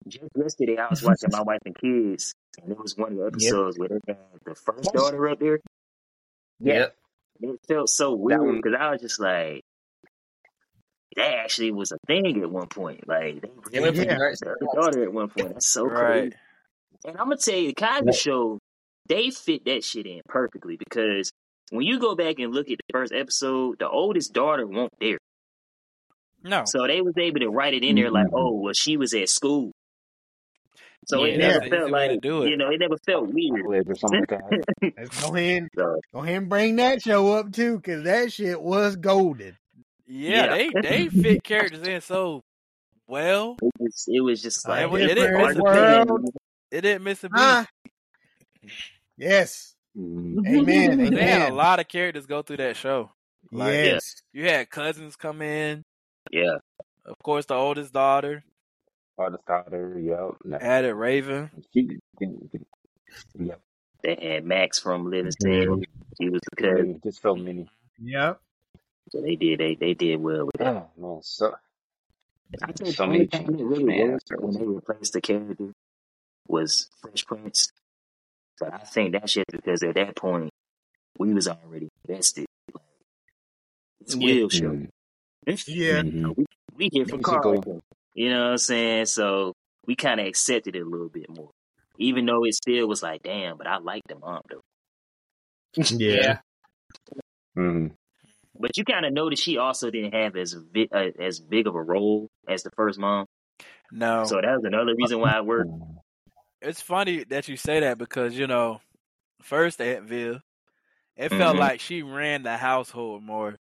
Just yesterday, I was watching my wife and kids, and it was one of the episodes where they had the first daughter up there.
Yep.
It felt so
one-
weird because I was just like, that actually was a thing at one point. Like they
It
really
went from
Yeah.
dark
had
to
a
light.
daughter at one point. That's so crazy.
Right.
And I'm gonna tell you, the Cosby Show, they fit that shit in perfectly because when you go back and look at the first episode, the oldest daughter won't there,
No.
so they was able to write it in there like,
Mm-hmm.
Mhm.
oh, well, she was at school, so
Yeah,
it
that's
never
the
felt
easy way
like
to do it.
you know, it never felt weird.
or something like that. (laughs)
Go ahead,
So,
go ahead, and bring that show up too, because that shit was golden.
Yeah,
Yeah.
they they fit characters in so well.
it was, it was just
I
like
would- it didn't
hard
miss
to
a
pin.
world.
It didn't miss a beat.
Ah,
Huh? Yes,
Mm-hmm.
amen,
But they had a
amen.
lot of characters go through that show. Like,
yes,
You had cousins come in.
Yeah,
Of course, the oldest daughter
All the starter, yep. No.
had it. Raven.
She didn't- didn't- Yep.
they had Max from
Mhm.
Livingston. He was the cousin.
Really, Just so many.
yep.
So they did. They they did well with that.
Oh, man, so
I think
So
the
many
only thing that really
changes, man.
worked when they replaced the character was Fresh Prince. But I think that's just because at that point we was already invested. It's
Yeah.
Will show.
Mhm.
Yeah,
Mhm.
we here for
Basically.
Carl. You know what I'm saying? So we kind of accepted it a little bit more, even though it still was like, damn. But I like the mom though.
yeah.
Yeah.
Mhm.
But you kind of noticed she also didn't have as vi- uh, as big of a role as the first mom.
No,
So that was another reason why it worked.
Mhm.
it's funny that you say that because you know, first Aunt Viv, it felt
Mhm.
like she ran the household more.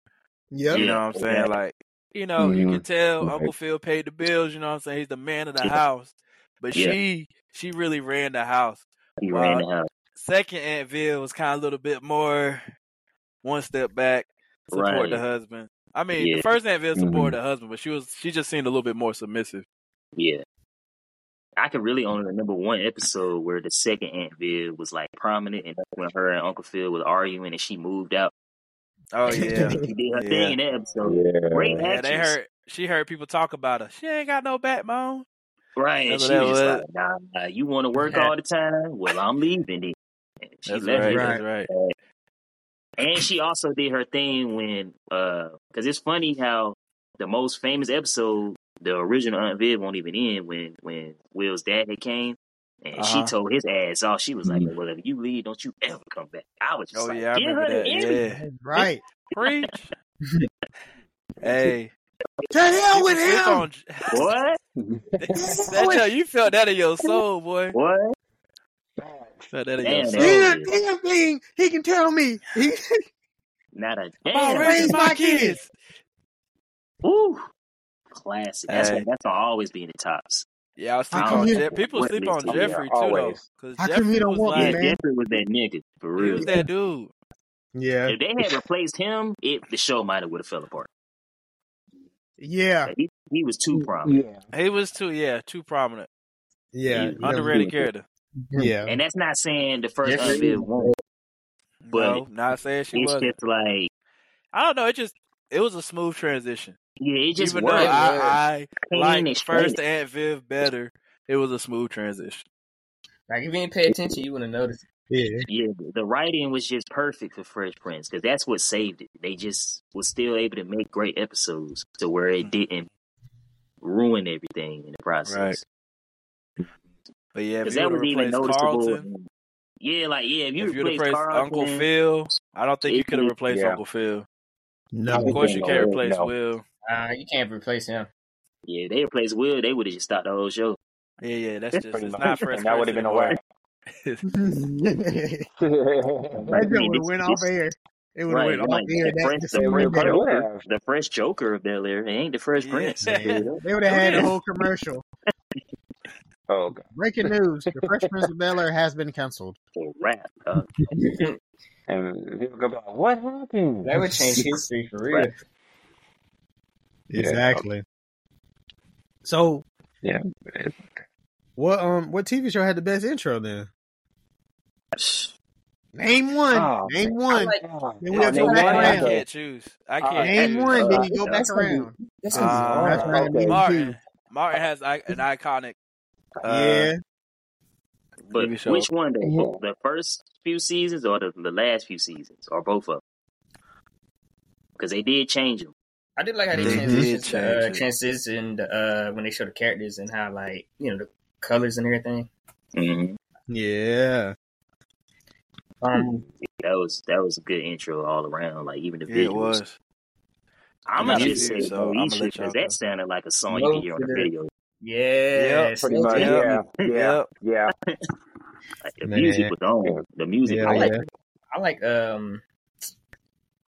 Yep.
You
Yeah,
know what I'm saying?
exactly. Mm-hmm.
Like, you know, you
Mhm.
can tell
Right.
Uncle Phil paid the bills. You know what I'm saying? He's the man of the
Yeah.
house, but
Yeah.
she she really ran the house.
He ran
Well,
the house.
Second Aunt Viv was kind of a little bit more one step back, support the
Right.
husband. I mean,
Yeah. Mm-hmm.
the first Aunt Viv
Mhm.
supported the husband, but she was she just seemed a little bit more submissive.
Yeah. I can really only remember one episode where the second Aunt Viv was like prominent, and that's when her and Uncle Phil was arguing, and she moved out. (laughs)
Oh yeah,
She did her
Yeah.
thing in that episode. Great
Yeah.
yeah. They
actress.
heard she heard people talk about her. She ain't got no backbone.
Right. And
That's
she
what
was just
that
like, nah, nah, you want to work all the time? Well, I'm leaving then. And she
That's right.
left. it.
That's right.
And she also did her thing when, because it's funny how the most famous episode, the original Aunt Viv won't even end when when Will's dad had came. And she
Uh-huh. Mm.
told his ass off. She was like,
Mhm.
"Well, if you leave, don't you ever come back." I was just
Oh
like,
yeah, I
"Give
remember
her the
that.
end."
Yeah.
Right.
(laughs)
Preach. hey.
To hell with
People sleep
him.
on
What?
that show, you felt that in your soul, boy.
What?
Felt that in your
Damn,
soul.
that-
Ain't a damn thing he can tell me. He, (laughs)
Not a
I'm all
damn.
raising
raise
my
my
kids.
Ooh, classic. That's
Hey.
why that's why I always be in the tops.
Yeah, I sleep
come
on
here?
Je- people
What
sleep
is
on
he?
Oh, yeah,
Jeffrey too though,
always.
because
How come
Jeffrey
he don't
was
want me,
Yeah,
like
man?
Jeffrey was that nigga for
he
real.
was that dude.
yeah.
If they had replaced him, it the show might have would have fell apart.
Yeah.
He, he was
Mm,
too prominent.
Yeah.
He was too yeah too prominent,
Yeah.
He-
Yeah.
underrated character.
Yeah.
And that's not saying the first
Jeffrey-
unveil won't.
No, not saying she
It's
wasn't.
just like
I don't know. It just it was a smooth transition.
yeah, it just
Even
worked.
though I,
I
I
can't even
like
explain
first
it.
Aunt Viv better, it was a smooth transition.
Like if you didn't pay attention, you wouldn't notice.
Yeah.
Yeah, the- the writing was just perfect for Fresh Prince because that's what saved it. They just was still able to make great episodes to where it didn't ruin everything in the
Mm. Right.
process.
But yeah, if
Because
you
that
would
was
have
even
replaced
noticeable.
Carlton,
Yeah, like yeah, if you
if you'd
replace
replaced
Carlton,
Uncle Phil, I don't think you
it
could have
would-
replaced
Yeah.
Uncle Phil.
No.
Of course, you can't
No,
replace
no.
Will.
Uh, you can't replace him.
yeah, if they replaced Will, they would have just stopped the whole show.
Yeah, yeah, that's just
Pretty
it's
much.
not first
And that would
Prince
have been a
anymore.
wrap.
that
(laughs)
I
joke
mean,
would have
this-
went
this-
off air. It would have
Right,
went off
like
air
the
that
fresh,
the
the
same
fresh
It
day.
would
Joker,
have.
the fresh Joker of Bel Air. It ain't the fresh
Yeah.
Prince.
They
It
would have had a
is.
whole commercial.
Oh, God.
Breaking news: The Fresh Prince of Bel Air has been canceled.
For rap,
(laughs)
uh,
And people go, like, what happened?
That would change history for real.
Right. Yeah.
Exactly. So,
Yeah.
what um, what TV show had the best intro then?
much.
Name one.
Oh,
name
man.
one.
like-
Then we
Oh,
have to
name
go back
one.
I
around.
can't choose. I
Uh,
can't.
Name
choose.
one. Then you
Uh,
go back
That's gonna be-
around.
That's gonna be
Uh,
hard.
That's right.
okay.
Martin.
Martin. Martin has I- an iconic.
yeah.
Uh,
But
TV show.
which one though?
Yeah.
The first few seasons or the, the last few seasons or both of them? Because they did change them.
I did like how they
They
did
transitioned
change
uh,
it.
transitioned uh, when they show the characters and how like you know the colors and everything.
Mm-hmm.
Yeah.
Um,
That was that was a good intro all around. Like even the
Yeah, it
visuals.
was.
I'm
I
gonna
got a
just
few,
say
so I'ma let
Moesha
y'all
because
go.
that sounded like a song you could hear on the
Moesha.
video.
yeah,
Pretty much.
Yep.
Yeah. Yeah.
(laughs) Yep.
Yeah.
Like the
Man.
music was on. The music
Hell
I
was
like
yeah.
I like um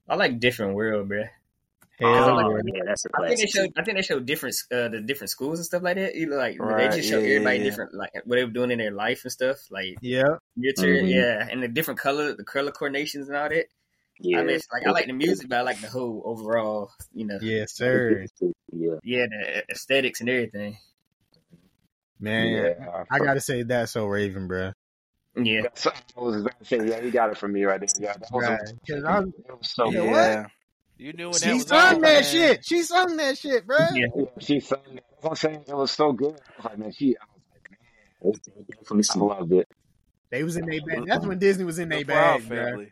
I like different world, bruh.
Hell
feel like-
Oh
yeah.
yeah, that's a
I think they
classic.
show.
too.
I think they show different uh, the different schools and stuff like that. You know, like
Right,
they just show
yeah, yeah,
everybody
yeah.
different, like what they were doing in their life and stuff. Like
Yeah.
your
Mm-hmm.
turn,
Mhm.
yeah, and the different color, the color coordinations and all that.
Yeah,
I mean, it's like I like the music, but I like the whole overall, you know,
Yeah, sir.
yeah.
yeah, the aesthetics and everything.
Man,
Yeah.
I gotta say that's so Raven, bruh.
Yeah,
(laughs) That's I was about to say, yeah, he got it from me right there. Yeah, that was,
Right. Cause I,
it was so
Yeah,
good.
what?
Yeah. You knew when that
she
was on,
sung that
man.
shit. She sung that shit, bruh.
yeah,
Yeah, she sang that. That's what I'm saying. It was so good. I was like, man, she, I was like, man,
They they
I
definitely
Oh.
some
loved it.
They was in their
I
bag.
loved
That's when Disney was in
The
their
Proud
bag, bruh.
Family.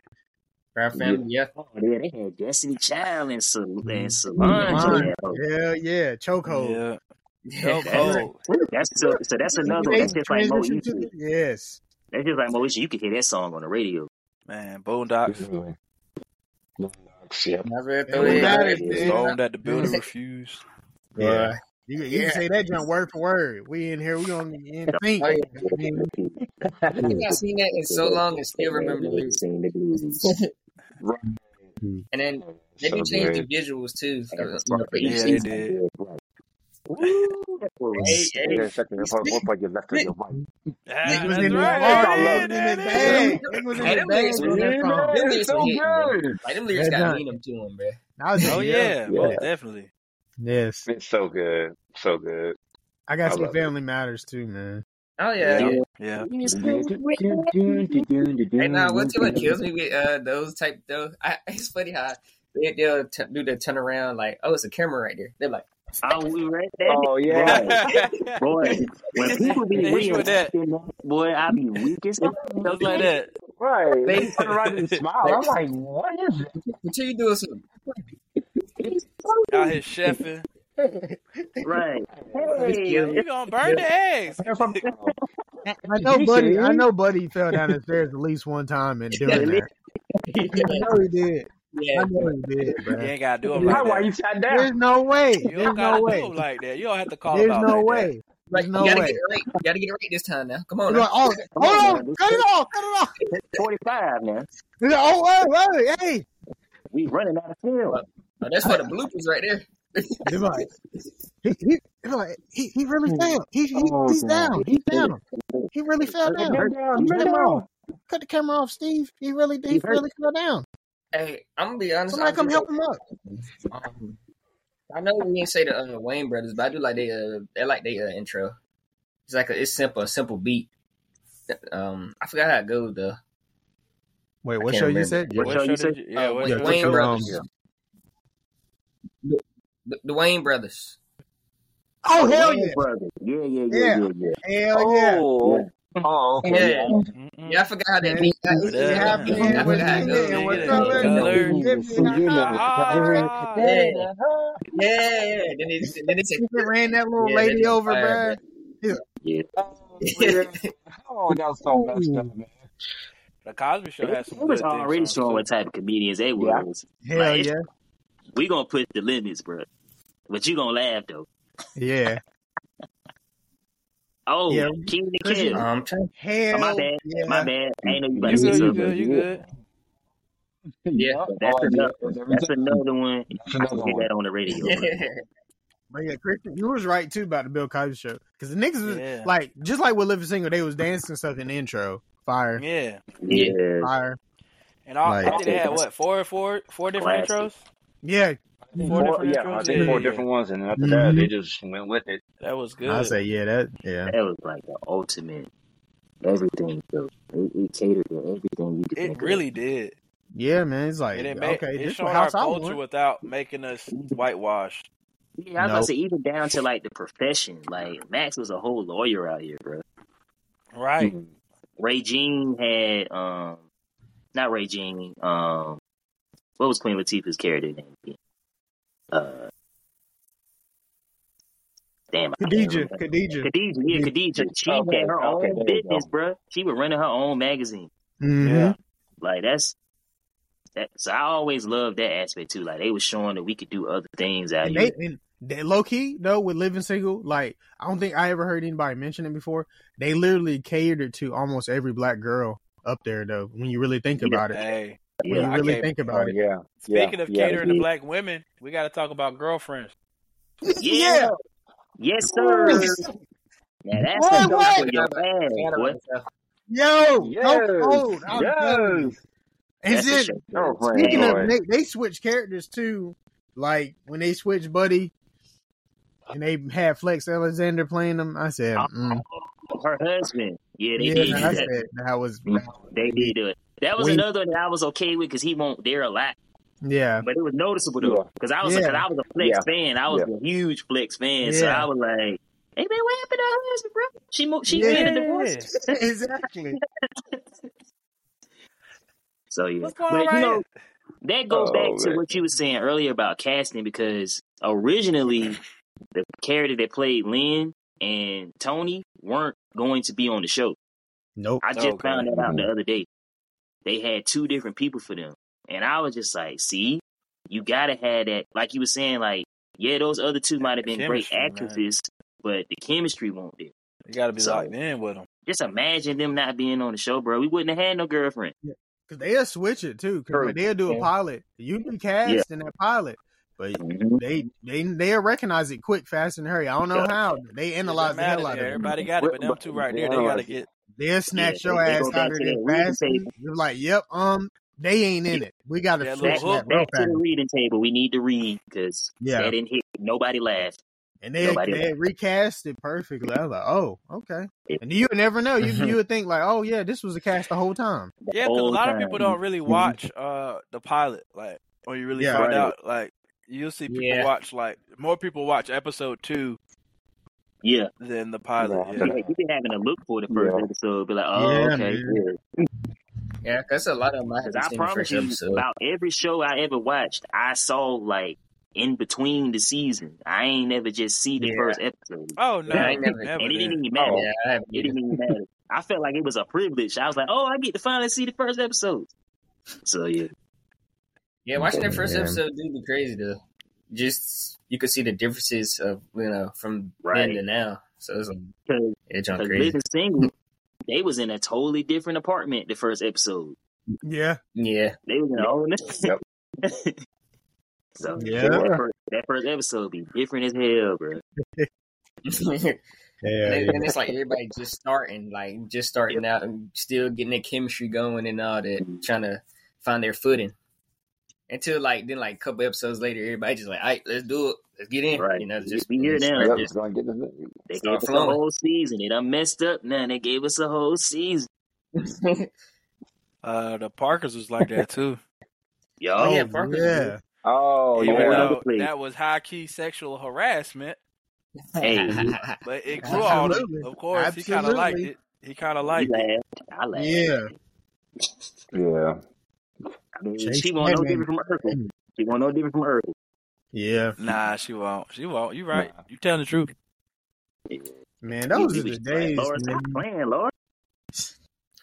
Proud
it.
Family. Yeah,
Oh, yeah, they had Destiny Child and, Sol- and Solange in
Solange.
that hoe.
Hell yeah. Chokehold.
Yeah.
yeah,
Yo,
Right.
That's
cold.
that's so, so that's
When
another.
they
That's just like
transition to the
Moesha.
yes.
That's just like Moesha. You could hear that song on the radio.
Man,
Yeah.
Boondocks.
Really. No, yeah.
I was
It
ready to throw
don't
Yeah,
that.
matter,
Like,
yeah.
man.
Storm that the building
Mm.
refused.
Yeah.
boy,
You, you can
yeah.
say that jump word for word. We in here, we on the in sync.
Oh yeah.
You know what I mean?
I think I've seen that in so long and still remember the lyrics.
Sing the blues.
Right.
And then they
So
do change the
good.
visuals too,
I
uh,
got the
you know,
spark
for
of
each
Yeah, they
season.
did.
youth. Woo, that (laughs) boy
Hey,
was
hey,
Wait a second.
we
What,
split,
what part you left on
split,
your wife?
Nick
Ah,
was
that's
in his
right.
bag.
I
Nick
They
was
love
did. They did.
in his
it.
them.
bag. Nick was in
Hey,
his
them lyrics
bag
were
on that
Yeah,
song.
them
it's
lyrics were
so
hitting, bro.
good.
Like them lyrics
That
got
jump.
meaning to them, bro.
That was a
Oh
yeah.
yeah,
Yeah.
most definitely.
Yes.
It's so good. So good.
I
I
gotta say
love it.
Family Matters too, man.
Oh yeah,
Yeah,
yeah.
yeah.
Here's
Do,
the
do, do, do, do,
record.
do, do,
Hey, nah, what what
do,
kills me with uh those type though? I, (laughs) it's funny how they, they'll t- do the turnaround like, oh, it's a camera right there. They're like,
Oh, we right there,
Oh, yeah.
boy. Boy, when people be
they hit you with that,
reenacting that, boy, I be weak as hell.
(laughs) just (laughs) like that.
Right.
they,
They turn around and smile.
they
I'm like, what is it?
until you doing some,
Out here
(laughs)
chefing.
Right.
it's
Hey,
like,
Yo,
yo.
we gonna burn
yeah,
the eggs.
I I know
You
Buddy. I
serious?
know Buddy fell down the stairs at least one time in
yeah,
doing that. I know he did.
(laughs) yeah,
I know he did,
You
bruh.
ain't gotta do them
Why?
like
Why
that.
you sat down?
There's no way.
You
There's
don't
no
gotta do
way.
them like that. You don't have to call them
There's
out
no
like that.
way.
right.
There's
You
no
gotta get
way.
it right. You gotta get it right this time now. Come on
You're
now.
like, oh,
Come on
hold
now,
on,
this
cut it
is
off, cut it off.
45 now.
He's like, oh, wait, wait, hey.
We running out of film.
Well, oh, that's
I,
for the bloopers right there.
they're like, he, he, they're like, he, he really fell. He, he,
Oh
he's
god.
down. He's down. He really fell
He
down.
bent down.
Cut
He
the
bent
camera off.
down.
Cut the camera off, Steve. He really,
He
he
hurt.
really fell down.
Hey, I'm gonna be honest. I
Somebody
do
come
like.
help him up.
Um, I know we didn't say the uh, Wayne brothers, but I do like they uh, they like they uh, intro. It's like a, it's simple, a simple beat. Um, I forgot how it goes though.
Wait,
I
what
can't
show you
remember.
said?
What
What
show
show
you say?
did you? Yeah,
Uh,
what
Wa-
Yeah,
show
what
did you
Wayne
show?
say?
Um,
brothers, the, the, the Wayne brothers.
oh
Oh, the
hell
Wayne
yeah,
brothers. Yeah, yeah, yeah,
yeah,
yeah, yeah.
hell yeah.
Oh.
Yeah.
Oh. Okay.
Yeah,
Yeah.
yeah. I
Mm-mm.
forgot how that
And
beat. I,
it
it's just how
Yeah.
it goes.
happened
I
was
forgot how it
singing,
goes and
and what
everything.
Singing
color
in colors.
is
But no,
the
See
difference?
you
Ha
now.
Ah,
ha ha.
yeah,
Yeah.
yeah. Then they then they said,
He done ran that little
yeah, they
lady
did
over,
fire, bro.
bruh. He's
Yeah.
Oh yeah.
(laughs) yeah,
Oh, that was so messed up, man.
The Cosby Show
They,
has
they
some
was
good theme
already
songs
showing
too.
what type of comedians they
Yeah.
was.
like, hell
Like, it's,
yeah,
we gonna push the limits, bro. But you gonna laugh though.
yeah,
Oh,
yeah.
King to
Richie,
Kill.
um, trying,
Oh, my
hell
bad. Oh, My
yeah.
bad. I ain't know you about to
You
say
good? You
something.
good? You good?
yeah,
Yep.
But
Oh,
that's
I did.
another.
It's every
That's
time.
another one.
That's
I can
another
hear
one.
that on the radio, bro.
yeah.
But yeah, Christian, you was right too about the Bill Cosby show because the niggas was
Yeah.
like just like with Living Single, they was dancing stuff in the intro. Fire,
Yeah.
(laughs) yeah.
Yeah,
fire.
And all,
Like
I
that's
think
a
they had
that's
what four, four, four different
classic.
intros.
yeah,
I think
Four
mm-hmm.
four.
different
Yeah. I
intros. Yeah,
think four
yeah, yeah.
different ones, and after that,
Mm-hmm.
they just went with it.
That was
I
good.
say yeah, that yeah.
That was like the ultimate. everything, though. It, it catered to everything you could think
It
of.
really did.
Yeah, man. It's like
And it made,
okay,
it
this is
showed
what
our
house I
culture
want.
without making us whitewashed.
Yeah, I was about
Nope.
to say, even down to like the profession. Like Max was a whole lawyer out here, bro.
Right.
Mhm. Ray Jean had um, not Ray Jean. Um, what was Queen Latifah's character name? again? Uh, damn, I can't
Khadija,
remember.
Khadija.
Khadija, yeah, Khadija. She
Okay,
had her
okay,
own
there you go.
business, bruh. She was running her own magazine.
hmm
Yeah.
Like that's that. So I always loved that aspect too. Like they was showing that we could do other things out
And
here.
they, and they low key though with living single, like I don't think I ever heard anybody mention it before. They literally catered to almost every black girl up there though. When you really think
Yeah.
about it,
Hey.
when you
yeah,
I
really
can't-
think
Oh
about it,
yeah, yeah,
Speaking of
yeah.
catering
they
to
did.
black women, we got to talk about girlfriends.
Yeah. Yes, sir. Now that's
Boy,
a go
what?
for your ass, boy.
yo,
Yes,
so cold. I'm telling you.
yes.
And
That's
then
a show.
Girlfriend,
Speaking
boy.
of, they, they switch characters too. Like when they switched Buddy, and they had Flex Alexander playing them. I said, mm,
her husband. Yeah, they
yeah,
did do
I
that.
said that was
They did do it. That was
We-
another one that I was okay with because he won't dare a lot,
(laughs) yeah, (laughs)
but it was noticeable though. Because I was
Yeah.
because I was a flex fan. I was
Yeah.
a huge flex fan, so
Yeah.
I was like, "Hey man, what happened to her husband, bro? She moved. She
Yeah.
made a divorce."
exactly.
So yeah,
What's going on
but you
right
know
here?
that goes back
Oh
to
man.
what you were saying earlier about casting because originally the character that played Lynn and Tony weren't going to be on the show.
Nope.
I just
Okay.
found that out
Mhm.
the other day. They had two different people for them. And I was just like, see, you gotta have that like you were saying, like, yeah, those other two might have been great
Chemistry, man.
actresses, but the chemistry won't be.
You got to be
So-
locked in with them.
Just imagine them not being on the show, bro. We wouldn't have had no girlfriend.
Cause they'll switch it too. Cause
True.
when they'll do a
Yeah.
pilot, you can cast in that pilot, but they they they'll recognize it quick, fast, and hurry. I don't know
Yeah.
how they
It
analyze
doesn't
the hell
matter.
out of
Yeah,
it.
everybody got it,
But-
but them
but-
two right
yeah,
there, they got to get.
They'll
Yeah,
snatch
they,
your
they go
ass
back
out
to
of there
that reading
fast.
table.
You're like, yep, um, they ain't in it. We got to
That
switch
little
that
Back
hook.
real
back to
fast.
the reading table. We need to read because
Yeah.
that didn't hit. Nobody laughed.
And they
Nobody
they recast it perfectly. I was like, oh, okay.
Yeah.
And you would never know. You
(laughs)
you would think like, oh yeah, this was a cast the whole time.
the
Yeah, because a
whole
lot of
time.
people don't really
Mhm.
watch uh the pilot, like when you really
Yeah.
find
Right.
out. Like you'll see people
Yeah.
watch like more people watch episode two
Yeah,
than the pilot.
Yeah.
Yeah,
yeah. You've been having to look for the first
Yeah.
episode, be like, oh,
Yeah,
okay.
man.
Yeah, that's a lot of them I
Because
haven't
I
seen the
promise
first
you,
episode.
about every show I ever watched, I saw like in between the season. I ain't never just see the
Yeah.
first episode,
Oh
Yeah, I
no,
ain't never.
never
and it
did.
didn't even matter.
Oh,
Yeah, I haven't
It
either.
didn't even matter. I felt like it was a privilege. I was like, oh, I get to finally see the first episode. So yeah,
Yeah, watching that first
Yeah.
episode, dude, was crazy though. Just you could see the differences of you know from then
right.
to now. So it's like,
Because
it's on crazy.
living single, they was in a totally different apartment the first episode.
Yeah.
Yeah, (laughs)
They was in a whole
Yep.
(laughs) So
Yeah.
that, first, that first episode be different as hell, bro.
and,
Yeah.
it- and it's like everybody just starting, like just starting out and still getting their chemistry going and all that, trying to find their footing. Until like then, like a couple episodes later, everybody just like, all right, let's do it, let's get in.
Right.
You know,
We-
just
we here
and
now.
start
Yep.
just
Gonna get the
They gave
start
us a
flowing.
whole season. They done messed up now. They gave us a whole season.
Uh, the Parkers was like that too.
oh
Yo,
yeah,
Oh
Parker's
yeah.
Oh
Even
over
yeah.
the
though
place.
that was high key sexual harassment,
Hey, you
but it grew on him.
Absolutely.
Of course, he kind of liked
Absolutely.
it. He kind of
you
liked it.
laughed. I laughed.
Yeah.
Yeah.
I mean,
Chase
she won't
that
no
man.
different from Urkel. She won't no different from Urkel.
Yeah.
Nah, she won't. She won't. You right.
Nah.
You telling the truth.
Man,
We,
those
we
are
was
the
just like,
days,
Laura,
man.
stop playing, Laura.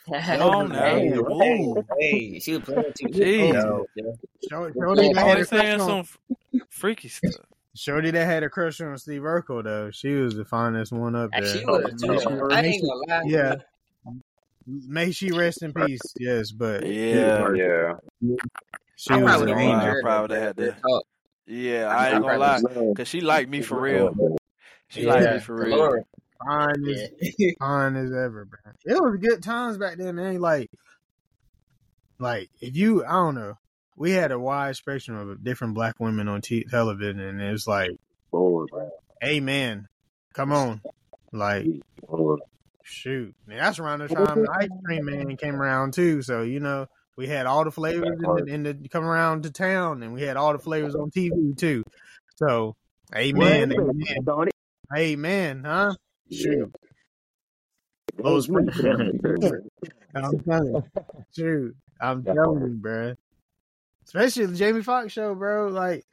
Come
Those
on
are
now.
hey,
the days.
Right.
Woo.
hey, she was playing too
Jeez.
close.
No.
yo.
Shorty,
We're
Shorty
playing
that
She
had
too
a
was
crush
saying
on
some f- freaky stuff.
Shorty that had a crush on Steve Urkel though. She was the finest one up
And
there.
she
Oh,
was
May
too.
she,
I
may
ain't
she,
gonna lie.
yeah. May she rest in peace. Yes, but
Yeah.
Yeah.
she
I
I
was
ain't
probably would
the
have
gonna
named
lie. I
one.
her though,
probably
bro.
had
Real
to.
talk.
Yeah,
I
I ain't gonna
probably
lie.
would.
Cause she liked me for real. She liked me
Yeah,
for real.
Laura.
Fine as
Yeah. (laughs)
fine as ever, bro. It was good times back then, man. Like, like if you, I don't know, we had a wide spectrum of different black women on t- television, and it was like,
Bored, bro.
hey, man, come on, like
We bored.
shoot, man, that's around the time the ice
(laughs)
cream man came around too. So you know, we had all the flavors in the, in the come around to town, and we had all the flavors on TV too. So, amen, amen,
Don't it?
amen, huh? Shoot,
Those
I'm telling you, shoot, I'm
Yeah.
telling you, bruh. Especially the Jamie Foxx show, bro. Like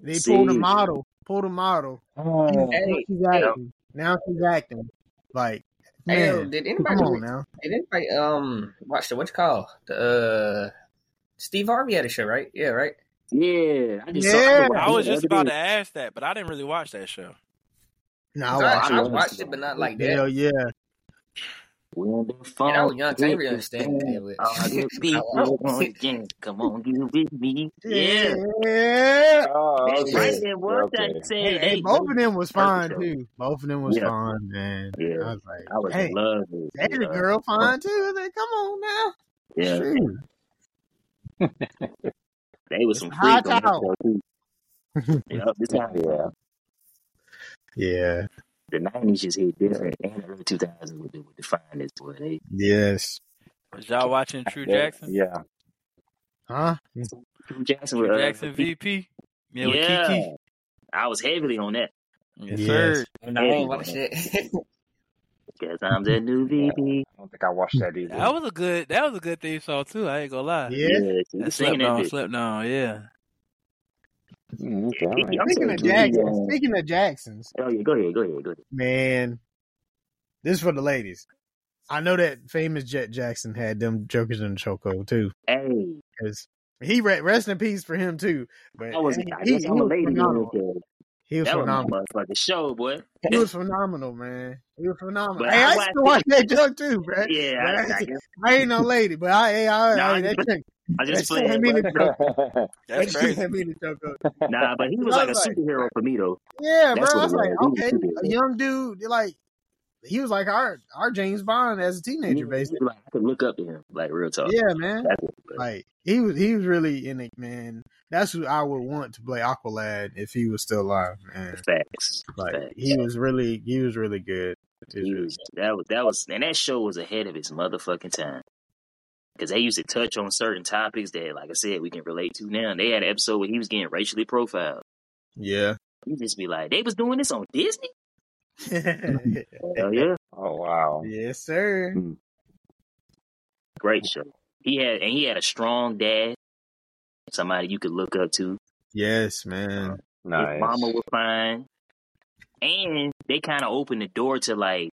they pulled a
See.
model, pulled a model.
Oh,
Hey,
now she's
you know.
acting. Now she's acting. Like,
Hey, yo,
man,
did
come
anybody
on now.
did anybody um watch the what you call the uh Steve Harvey had a show right? Yeah, right.
Yeah, I just
Yeah.
saw.
I was just about
(laughs)
to ask that, but I didn't really watch that show.
No,
I,
I
watched,
watched
I
it.
watched it, but not like that.
Hell yeah.
(laughs)
When the phone
And I was young, so I didn't really understand that. But
All
(laughs)
the
I
people
watched
want
it.
again. Come on, you with me? Yeah,
Oh,
Yeah.
that right
okay.
there was that
Okay.
say.
Hey,
Hey,
hey, both of them was fine
Perfect show.
too. Both of them was
Yeah.
fine, man.
Yeah.
I was like,
I was in
hey,
love with
that
with,
the
uh,
girl fine too. I was like, come on now.
Yeah,
Shoot.
they was
It's
some
a high
freak on that
tower.
show
(laughs)
too. Yeah, this time, yeah.
yeah.
The nineties just hit different, and the early two thousands with the with the finest boy. They
Yes.
Was y'all watching True
Yeah.
Jackson?
yeah.
Huh?
True Jackson,
True
with, uh,
Jackson VP? Yeah, with
yeah.
Kiki.
I was heavily on that.
Yes,
Yes.
sir.
And I
Heavy
ain't
on
watched
that.
it. (laughs)
Cause I'm the new
Yeah,
VP.
I don't think I watched that either.
That was a good. That was a good theme song too. I ain't gonna lie.
Yeah.
Yeah, she
That
was singing
slept
that
on,
bitch.
slept on. Yeah.
Mm, okay, all
Kiki,
right.
I'm
Speaking
sorry,
of
Kiki.
Jackson,
Uh,
speaking of Jacksons,
oh yeah, go ahead, go ahead, go ahead.
man, this is for the ladies. I know that famous Jet Jackson had them jokers in the chokehold too.
Hey,
Because he re- rest in peace for him too. But
I was.
he,
I
he,
guess
he
I'm a
was
lady then.
phenomenal.
'cause
He was
That was my
phenomenal.
motherfucking show, boy.
He was phenomenal, man. He was phenomenal.
But
Hey,
I
I used
watched
to
it.
watch that joke too, bro.
Yeah,
But
I, I
I,
just,
I ain't no lady, but I, hey,
nah,
I,
I
hey,
just,
that
play-
shit,
I
that
just
shit had
played,
me in
but
the
(laughs)
choke.
That's
That shit
crazy.
had me in the choke.
nah, but he was
I
like
was
a
like,
superhero for me though.
yeah, bro.
That's
I
what it
was like,
was. He was
okay,
a
a
superhero.
young dude, like he was like our our James Bond as a
Yeah, he
teenager,
was
basically.
like I could look up to him, like real talk.
Yeah, man.
Mm-hmm. That's what it was.
Like he was he was really in it, man. That's who I would want to play Aqualad if he was still alive, man.
Facts,
Like
facts.
he was really he was really good. He was
He
really
was that was that was, and that show was ahead of its motherfucking time. Because they used to touch on certain topics that, like I said, we can relate to now. And they had an episode where he was getting racially profiled.
Yeah. (laughs)
You just be like, they was doing this on Disney? Hell
yes,
yeah.
oh wow.
sir.
Mm.
Great show. He had and he had a strong dad, somebody you could look up to.
Yes, man.
His mama
Nice.
was fine. And they kind of opened the door to like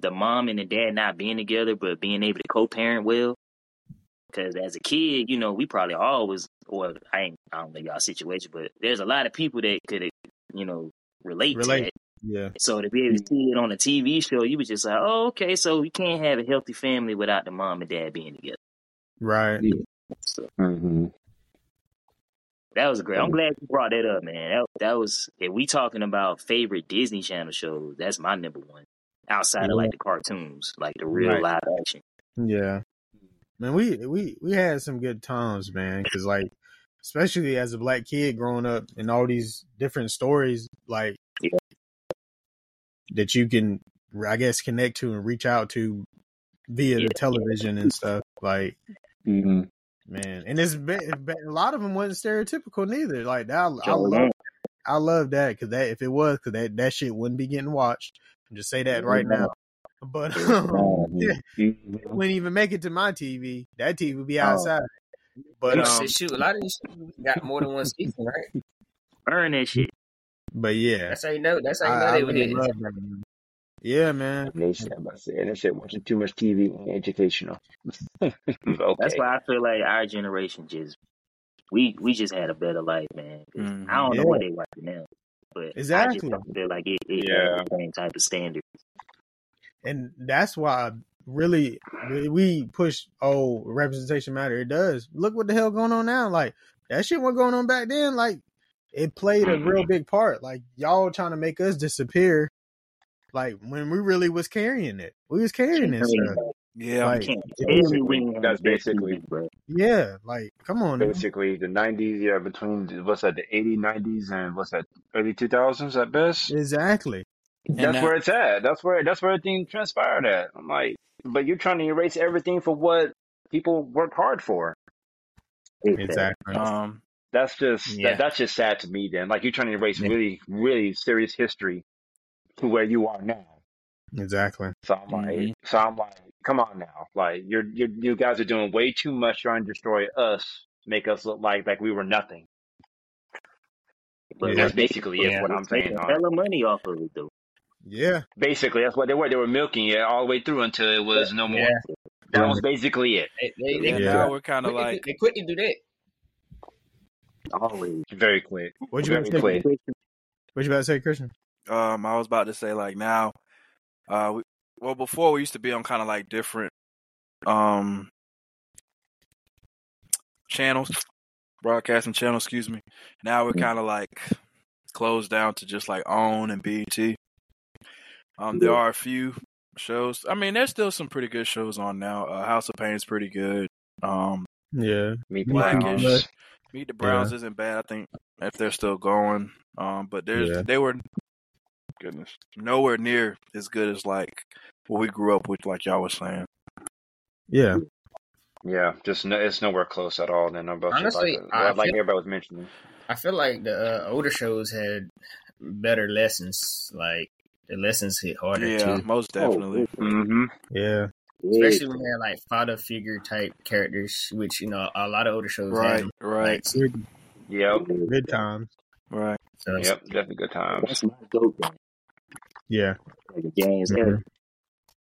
the mom and the dad not being together, but being able to co-parent well. Because as a kid, you know, we probably always, or I ain't, I don't know y'all situation, but there's a lot of people that could, you know, relate to
Relate.
that.
Yeah.
So to be able to see it on a TV show, you was just like, oh, okay, so you can't have a healthy family without the mom and dad being together.
Right.
Yeah.
So
Mm-hmm.
that was great. I'm glad you brought that up, man. That, that was, if we talking about favorite Disney Channel shows, that's my number one. Outside of
Yeah.
like the cartoons, like the real
Mm-hmm. Right.
live action.
Yeah. Man, we we we had some good times, man, cuz like especially as a black kid growing up and all these different stories like
Yeah.
that you can I guess connect to and reach out to via
Yeah.
the television and stuff like
Mm-hmm.
man and it's been, it's been- a lot of them wasn't stereotypical neither like I, I
Joe
love I love that because that if it was because that that shit wouldn't be getting watched. just say that right now. But
(laughs)
um, (laughs) yeah, it
Mm-hmm.
wouldn't even make it to my TV. That TV would be
Oh,
outside. But
I'm about to
um,
say, shoot, a lot of these shows got more than one season, right?
burn that shit.
but yeah,
That's how you know. That's
I,
how you know
I
they were
really
hitting.
love that. Man. Yeah, man.
Nation, I'm about to say that shit watching too much TV and educational. (laughs)
That's
okay.
why I feel like our generation just we we just had a better life, man. 'Cause I
hmm
don't know
Mm-hmm. Yeah,
what they watching now, but I just
exactly.
don't feel like it, it has
Yeah.
the same type of standard.
and that's why really we- we push oh representation matter it does look what the hell going on now like that shit was going on back then like it played a real big part like y'all trying to make us disappear like when we really was carrying it we was carrying
Can't
this
tell me,
stuff
bro.
Yeah.
You
like
can't
if
tell
you
me we
Basically,
ain't have
that's
the best
basically
TV, bro.
yeah like come on now
basically the 90s yeah between the- what's that the 80s 90s and what's that early 2000s at best
exactly
That's
that-
where it's at. That's where that's where everything transpired at. I'm like, but you're trying to erase everything for what people worked hard for.
Exactly.
Um,
That's just
Yeah.
that, that's just sad to me. Then, like, you're trying to erase
Yeah.
really, really serious history to where you are now.
Exactly.
So I'm like,
Mhm.
so I'm like, come on now, like you're, you're you guys are doing way too much trying to destroy us, make us look like like we were nothing.
Yeah.
But
That's
what they
basically is
Yeah.
what I'm saying.
making
on it.
hella money off of it though.
Yeah.
Basically, that's what they were. They were milking it all the way through until it was no more.
Yeah,
That
Right.
was basically it.
they, they, they
yeah,
Yeah.
now we're kind of
quickly-
like,
they quickly do that.
Always.
Very quick.
What you about
Very
to say?
quick.
What you about to say, Christian?
um, I was about to say like now, uh, we, well before we used to be on kind of like different, um, channels, broadcasting channel, excuse me. Now we're kind of like closed down to just like OWN and BET. Um, there are a few shows. I mean, there's still some pretty good shows on now. Uh, House of Pain is pretty good. Um,
Yeah.
Meet the
Wow.
Browns.
Meet the Browns isn't bad. I think if they're still going, um, but there's
Yeah.
they were goodness nowhere near as good as like what we grew up with, like y'all was saying.
Yeah.
Yeah, just no, it's nowhere close at all. Then about
Honestly,
like,
I
like
feel-
everybody was mentioning.
I feel like the uh, older shows had better lessons. Like the lessons hit harder
Yeah,
too,
most
Oh,
definitely.
Mm-hmm.
Yeah.
especially when they had like father figure type characters, which you know a lot of older shows
Right,
had.
right,
Like,
Good,
Yep.
good times.
right.
so it's-
Yep. Definitely good times.
That's my go game.
Yeah.
Like the games.
Mhm.
ever.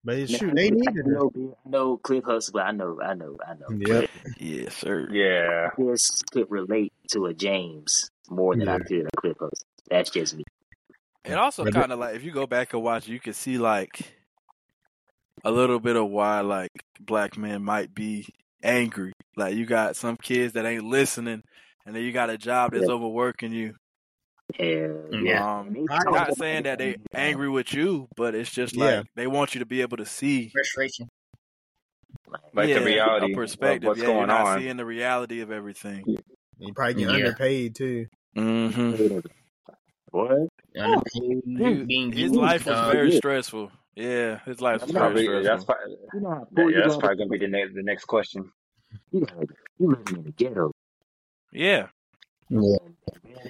But it's,
Man,
shoot,
I
they
know-
needed
I
it.
know, I know Cliff Huxtable. I know, I know, I know.
Yep.
Yeah, sir.
Yeah.
This could relate to a James more than I
Yeah.
could a Cliff Huxtable. That's just me.
And also,
But it-
kind of like if you go back and watch, you can see like a little bit of why like black men might be angry. Like you got some kids that ain't listening, and then you got a job that's
Yeah.
overworking you.
Hell
Yeah.
yeah.
Um, not saying that they angry with you, but it's just like
Yeah.
they want you to be able to see
frustration.
Like
yeah,
the reality
a
of
perspective.
what's
yeah, you're
going
not
on.
seeing the reality of everything.
You probably get
Yeah.
underpaid too. (laughs)
Mm-hmm.
Boy,
Underpaid, being
his
used,
life was
uh,
very
yeah.
stressful. Yeah, his life was
That's
No,
very
probably
stressful.
that's probably,
you know how poor
yeah,
you
that's
are.
probably gonna be the next the next question.
You know, you living in the ghetto.
Yeah,
Yeah,
Man,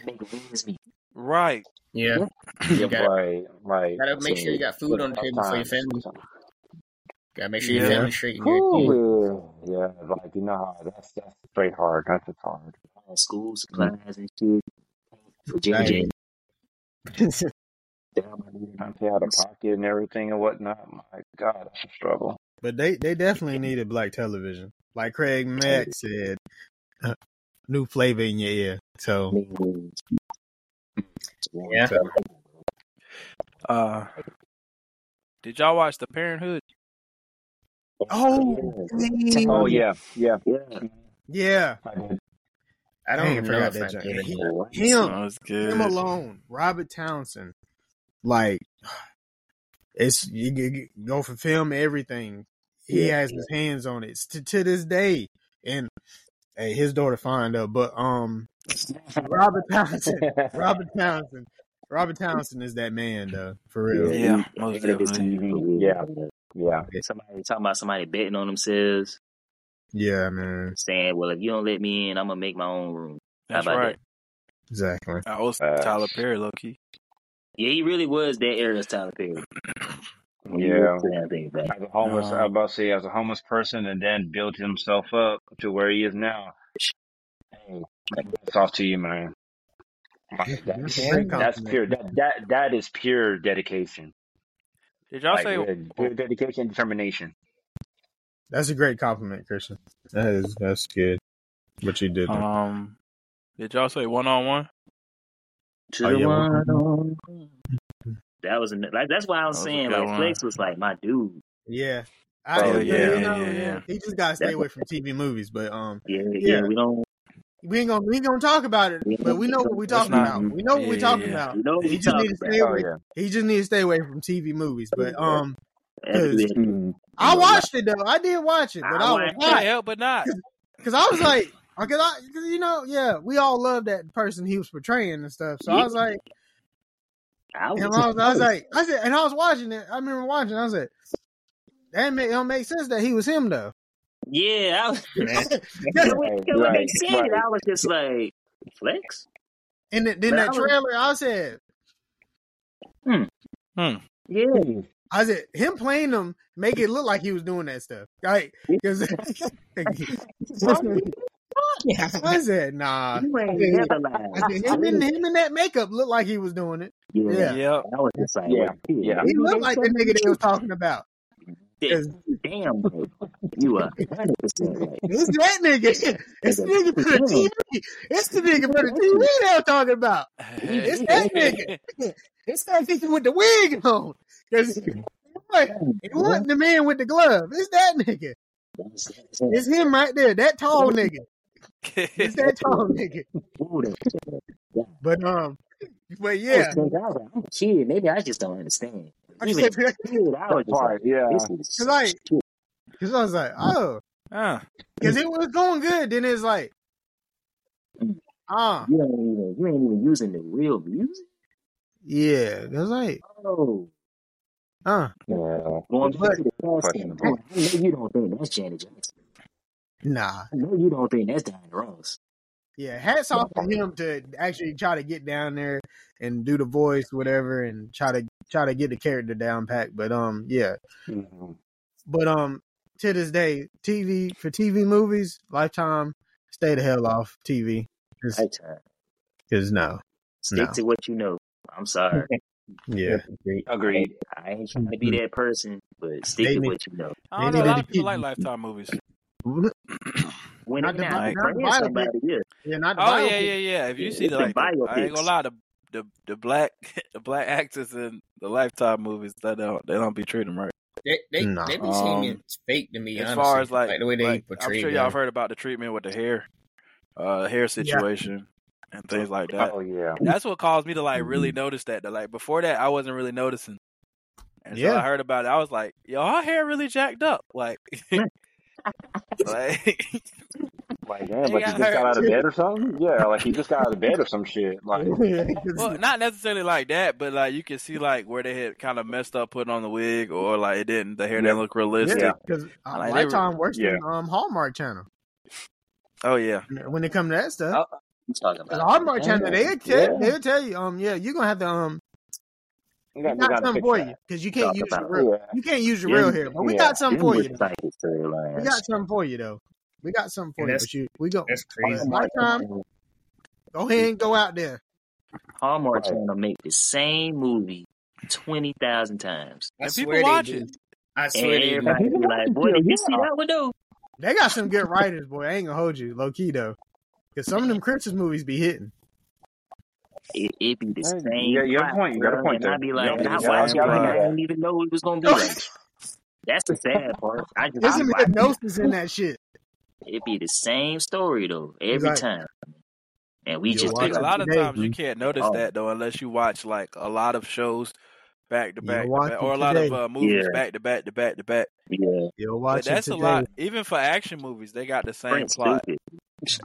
make ends meet.
right.
yeah.
Yeah,
(laughs) You got
like like
gotta make sure you got food on the
tough
table for your
times.
family. Gotta make sure your
Yeah.
family straight. and your kids.
Whew, yeah, like you know how that's that's straight hard. That's just hard.
All School supplies and shit. For Jimmy
Dang.
James.
Trying to pay out of pocket and everything and whatnot. My God, that's a struggle.
But they, they definitely needed black television. Like Craig Mack said, uh, new flavor in your ear. So,
Yeah.
so-
Uh, did y'all watch The Parenthood?
Oh, dang.
Oh yeah, yeah.
Yeah.
yeah.
I did.
I don't
Dang, I
know
forgot
if
that
I
joint.
did.
Him,
Oh, it's
him
good.
alone, Robert Townsend. Like, (sighs) it's you, g- g- go for film everything. He
Yeah.
has his hands on it to, to this day, and hey, his daughter find out. But um, Robert
(laughs)
Townsend, (laughs) Robert Townsend, Robert Townsend is that man though, for real.
Yeah.
Yeah, most
Ahead of his
definitely.
TV. Yeah, yeah.
Somebody talking about somebody betting on themselves,
Yeah, man,
saying, "Well, if you don't let me in, I'm gonna make my own room."
That's
How about
right.
exactly.
I was
Uh,
Tyler Perry, low key.
Yeah, he really was that era's Tyler Perry. When you
Yeah. Uh-huh.
look at that thing back.
As a homeless,
No.
I was about to say, as a homeless person, and then built himself up to where he is now. Hey, that's off to you, man.
That's
Like, that's,
a great
that's
compliment.
pure. That that that is pure dedication.
Did y'all
like
say?
really, pure dedication and determination.
That's a great compliment, Christian. That is that's good. What you did. there.
Uh,
Um, did y'all say one on one?
To
Oh,
the
yeah,
one.
well- (laughs)
on- That was a, like that's why I was,
That was a
saying
good
like
one.
Flex was like my dude.
Yeah.
Oh,
I, you
yeah,
yeah,
know,
yeah.
man, he just gotta stay away from TV movies, but um,
Yeah, yeah.
Yeah.
we don't.
we ain't gonna we ain't gonna talk about it.
We
But we know what we're
That's
talking
not-
about. We know what we're
yeah,
talking
yeah.
about.
we know what
He
we
just need
talking
to
about.
stay
Oh
away.
yeah.
He just need to stay away from TV movies. But um,
After we-
Mm.
I
I'm gonna
watched it though. I did watch it, but
I
I was
watched
Can't
hot
help but not.
because I was like, because I, cause, you know, yeah, we all love that person he was portraying and stuff. So I was like,
I was,
And I was, I was like, I said, and I was watching it. I remember watching. It, I was like, that make, it don't make sense that he was him though.
yeah, I was,
(laughs)
Man.
That's-
when,
Right,
when they
right,
said it,
right.
I was just like, flex.
and then, then
Man, I
that
was-
trailer, I said,
Yeah,
I said, him playing him make it look like he was doing that stuff, right? Because I said, nah.
you ain't
Yeah.
never lied.
I said, him in him in that makeup looked like he was doing it.
Yeah,
Yeah.
Yep.
I was just like,
Yeah,
well,
yeah.
He
you know
looked
they
like the
said
nigga they was talking about.
that-
'Cause
Damn, mate. you are hundred percent right.
It's that nigga. It's the nigga for the TV. It's the nigga for the TV they were talking about. It's that nigga. It's that nigga with the wig on. 'Cause
"Oh,
it wasn't the man with the glove. It's that nigga. It's him right there. That tall nigga.
(laughs)
It's that tall nigga. But um, but yeah.
I'm a kid. Maybe I just don't understand.
I
Even as
said, (laughs)
a kid, I
That
was just
part,
like,
yeah.
this is
Cause like, cause I was like, oh,
Huh.
cause it was going good. Then it's like, ah,
You don't even you ain't even using the real music.
yeah. It was like,
Oh,
ah,
Yeah.
going back
But-
to the past. and- Oh, I know you don't think that's Janet Jackson.
nah.
I know you don't think that's Diana Ross.
Yeah, hats off to him to actually try to get down there and do the voice, whatever, and try to try to get the character down pat. But um, yeah,
Mhm.
but um, to this day, TV for TV movies, Lifetime, stay the hell off TV. Cause,
Lifetime.
'cause no,
Stick
No.
to what you know.
(laughs)
I'm sorry.
yeah,
Agreed.
I ain't trying to be that person, but stick
They
to
need-
what you know.
I don't
They
know. A
needed
lot of
to
people
keep-
like Lifetime movies.
When
Not
they
the
bi-
not
not
the
praying somebody, yeah.
(laughs) yeah, not the
Oh
biopic.
yeah, yeah, yeah. If you
Yeah,
see
it's
the,
the
like, the, I ain't
biopics.
gonna lie, the the, the black (laughs) the black actors in the Lifetime movies, they don't they don't be treating them right.
They they,
Nah.
they be seeming
Um,
fake to me.
as
honestly.
far as like,
the way they
like,
portray.
I'm sure y'all have heard about the treatment with the hair, uh, hair situation, and things like that.
Oh yeah.
That's what caused me to like really
Mm-hmm.
notice that. That like before that, I wasn't really noticing. And so
Yeah.
I heard about it. I was like, "Yo, her hair really jacked up." Like, (laughs) like They
Like damn, like he
got
just got
her-
out of bed or something? Yeah, like he just got out of bed or some shit. Like
(laughs)
Well, not necessarily like that, but like you can see like where they had kind of messed up putting on the wig, or like it didn't. The hair didn't
Yeah.
look realistic.
yeah, because uh,
Like, they were-
Lifetime works
yeah.
than um Hallmark Channel
Oh yeah,
when it comes to that stuff.
You talking
Cause
about?
Hallmark Channel, they
Yeah.
tell they'll tell you, um, yeah, you're gonna have to um,
we
we
got, we
got
got to
something
fix
for you
that.
because you can't
Talk
use your
about-
real,
Yeah.
you can't use your
Yeah.
real hair. But we got something
Them
for
was
you. Though.
like the storylines.
We got something for you though. We got something for
And
you.
that's-
But you, we go.
That's
But
crazy.
my time, go ahead and go out there.
Hallmark
Right.
Channel make the same movie twenty thousand times.
I
and
swear
people
they
watch
do.
it.
I swear they do.
And
Everybody
people
(laughs)
be like,
watch
"Boy,
it,
did you
yeah.
see that one though?"
They got some good writers, boy. I ain't gonna hold you, low key though. Cause some of them Christmas movies be hitting.
It, it be the
Hey,
same.
yeah, you got a
plot,
point. You got a
bruh,
point
And
there.
I be
You
like,
got-
and I
yeah,
watch it,
I'll give
and I
you
didn't even know it was gonna
(laughs)
be like. that. That's the sad part. I just
There's
I'm
some
watching.
hypnosis in that shit.
It be the same story though every
Exactly.
time, and we
You
just be
See,
watch
a
like,
lot of
today,
times you
man.
can't notice
"Oh,
that though, unless you watch like a lot of shows back to
You'll
back, to
watch
back
it
or a lot of
today.
uh, movies
Yeah.
back to back to back to back.
yeah,
You'll
But
watch it
that's a
today.
lot. Even for action movies, they got the same
Prince
plot.
stupid."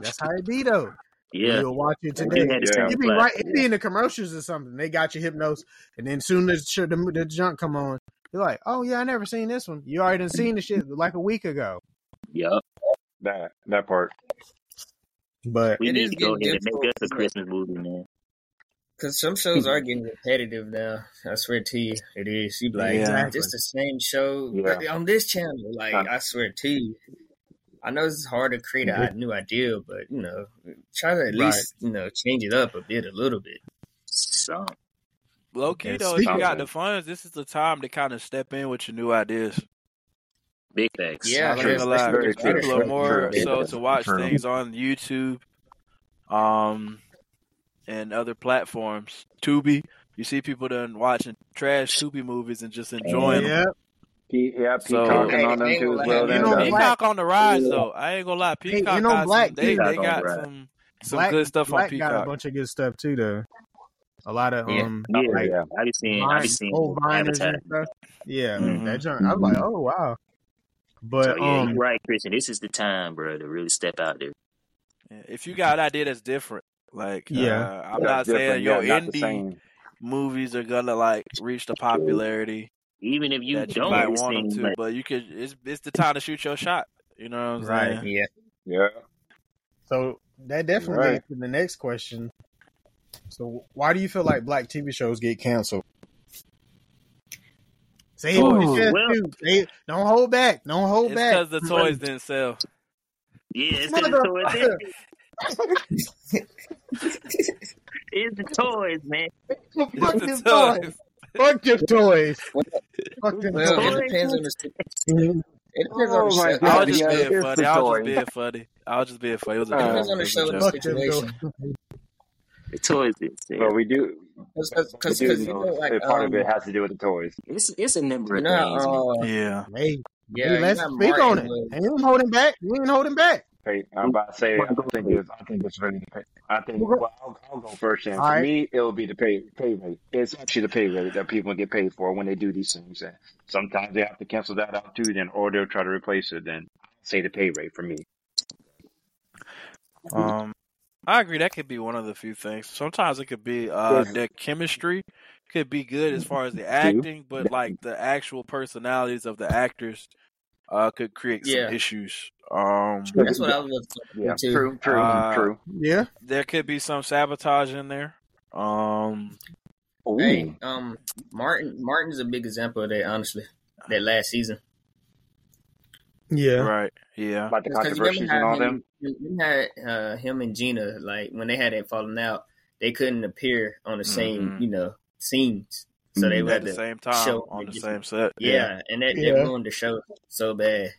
That's how it be though.
Yeah,
You'll watch it
they
today.
do have the
Yeah.
same
You be
plot.
right. It be in the commercials or something. They got your hypnosis, and then soon as the, the, the junk come on, you're like, "Oh yeah, I never seen this one." You already done seen the shit like a week ago.
Yeah,
That that part.
But
we
It
need
is
to go
getting
ahead and make
difficult
us a Christmas movie, man.
because some shows are getting repetitive now. I swear to you, it is. You be like
Yeah.
exactly,
just the same show
Yeah.
but on this channel. Like
Kinda.
I swear to you, I know it's hard to create a new idea, but you know, try to at
right?
least you know change it up a bit, a little bit.
So
Low key
And
though, if you
speaking,
got the
Something.
funds, this is the time to kind of step in with your new ideas.
big facts.
yeah,
I'm not
True.
gonna
because like
lie,
with
Very
the
true.
writer
people are
Very
strike,
more
true.
Big
so
facts.
to watch
True.
things on YouTube, um, and other platforms. Tubi, you see people done watching trash Tubi movies and just enjoying them.
Yeah,
Pe- yeah, Peacock
So
and
hey,
on
I
them
ain't
too
gonna
as
lie,
well.
and,
They
and
done
on
done.
black,
Peacock on the rise though. I ain't gonna lie,
and,
Peacock
and on
got
black
some. They
too.
they
Peacock on the
got
rise.
some some
Black
good stuff on
black got a
Peacock.
bunch of good stuff too, though. A lot of
Yeah.
um,
Yeah,
like
Yeah.
I be seeing, I be
vine,
seeing
old viners and
advertising.
stuff. Yeah,
hmm
that junk. I was like, oh wow.
Mm-hmm. So
But
yeah,
um,
you're right, Christian. This is the time, bro, to really step out there.
If you got an idea that's different, like uh,
Yeah.
I'm
That's
not saying
different. Yeah,
yo
not the
indie
same.
movies are gonna like reach the popularity
Even if you
that you
don't
might
it's
want them
things
to,
like-
but you could. It's it's the time to shoot your shot. You know what I'm
Right.
saying?
Yeah.
Yeah.
So that definitely
Right.
leads to the next question. So why do you feel like black TV shows get canceled? Say it
Toys.
with your chest,
Well-
too. Say it. Don't hold back. Don't hold
It's
back.
because the toys didn't sell.
Yeah, it's the toys. It's the toys, man.
(laughs) Fuck
It's
them
the toys.
toys. Fuck your toys.
Well-
Fuck them
Well,
toys.
it depends on the. It depends
Oh
on the.
I
my
se-
was
God,
it
just
(laughs) yeah,
being
it is
funny.
the
I was
toy.
just being funny. I was just being funny. It was a
Uh,
joke.
depends
It
on the
was a
show and
joke.
the
Fuck them
situation.
toys.
The toys didn't
But
sell.
we do, we
Because
do
you know,
know
like,
that part of it
um,
has to do with the toys.
It's it's a number
you
of
know, how,
things, man.
uh,
Yeah.
Hey,
yeah,
hey,
you
let's
know, how
speak on
Martin
it.
was.
Ain't even holding back. You ain't holding back.
Hey, I'm about to say, I think it was, I think it's really, the pay- I think,
All
well, I'll, I'll go first. And for
right.
me, it will be the pay pay rate. It's actually the pay rate that people get paid for when they do these things. And sometimes they have to cancel that out too, then or they'll try to replace it. Then I'll say the pay rate for me.
Um, I agree. That could be one of the few things. Sometimes it could be uh
Yeah.
their chemistry could be good as far as the
Two.
acting, but like the actual personalities of the actors uh could create some
Yeah.
issues. Um,
That's what I was
Yeah,
going to too.
true, true,
Uh,
true.
Yeah.
there could be some sabotage in there. Um,
Hey,
Ooh.
um, Martin Martin's a big example of that. Honestly, that last season.
Yeah.
right. Yeah.
About the
Because you remember
controversies and
how
all them?
him, you remember how uh, him and Gina, like when they had that falling out, they couldn't appear on the same,
Mhm.
you know, scenes. So they
Mhm.
would
At
have
the
to
same time
show
on the
just-
same set.
yeah, and that,
Yeah.
that ruined the show so bad.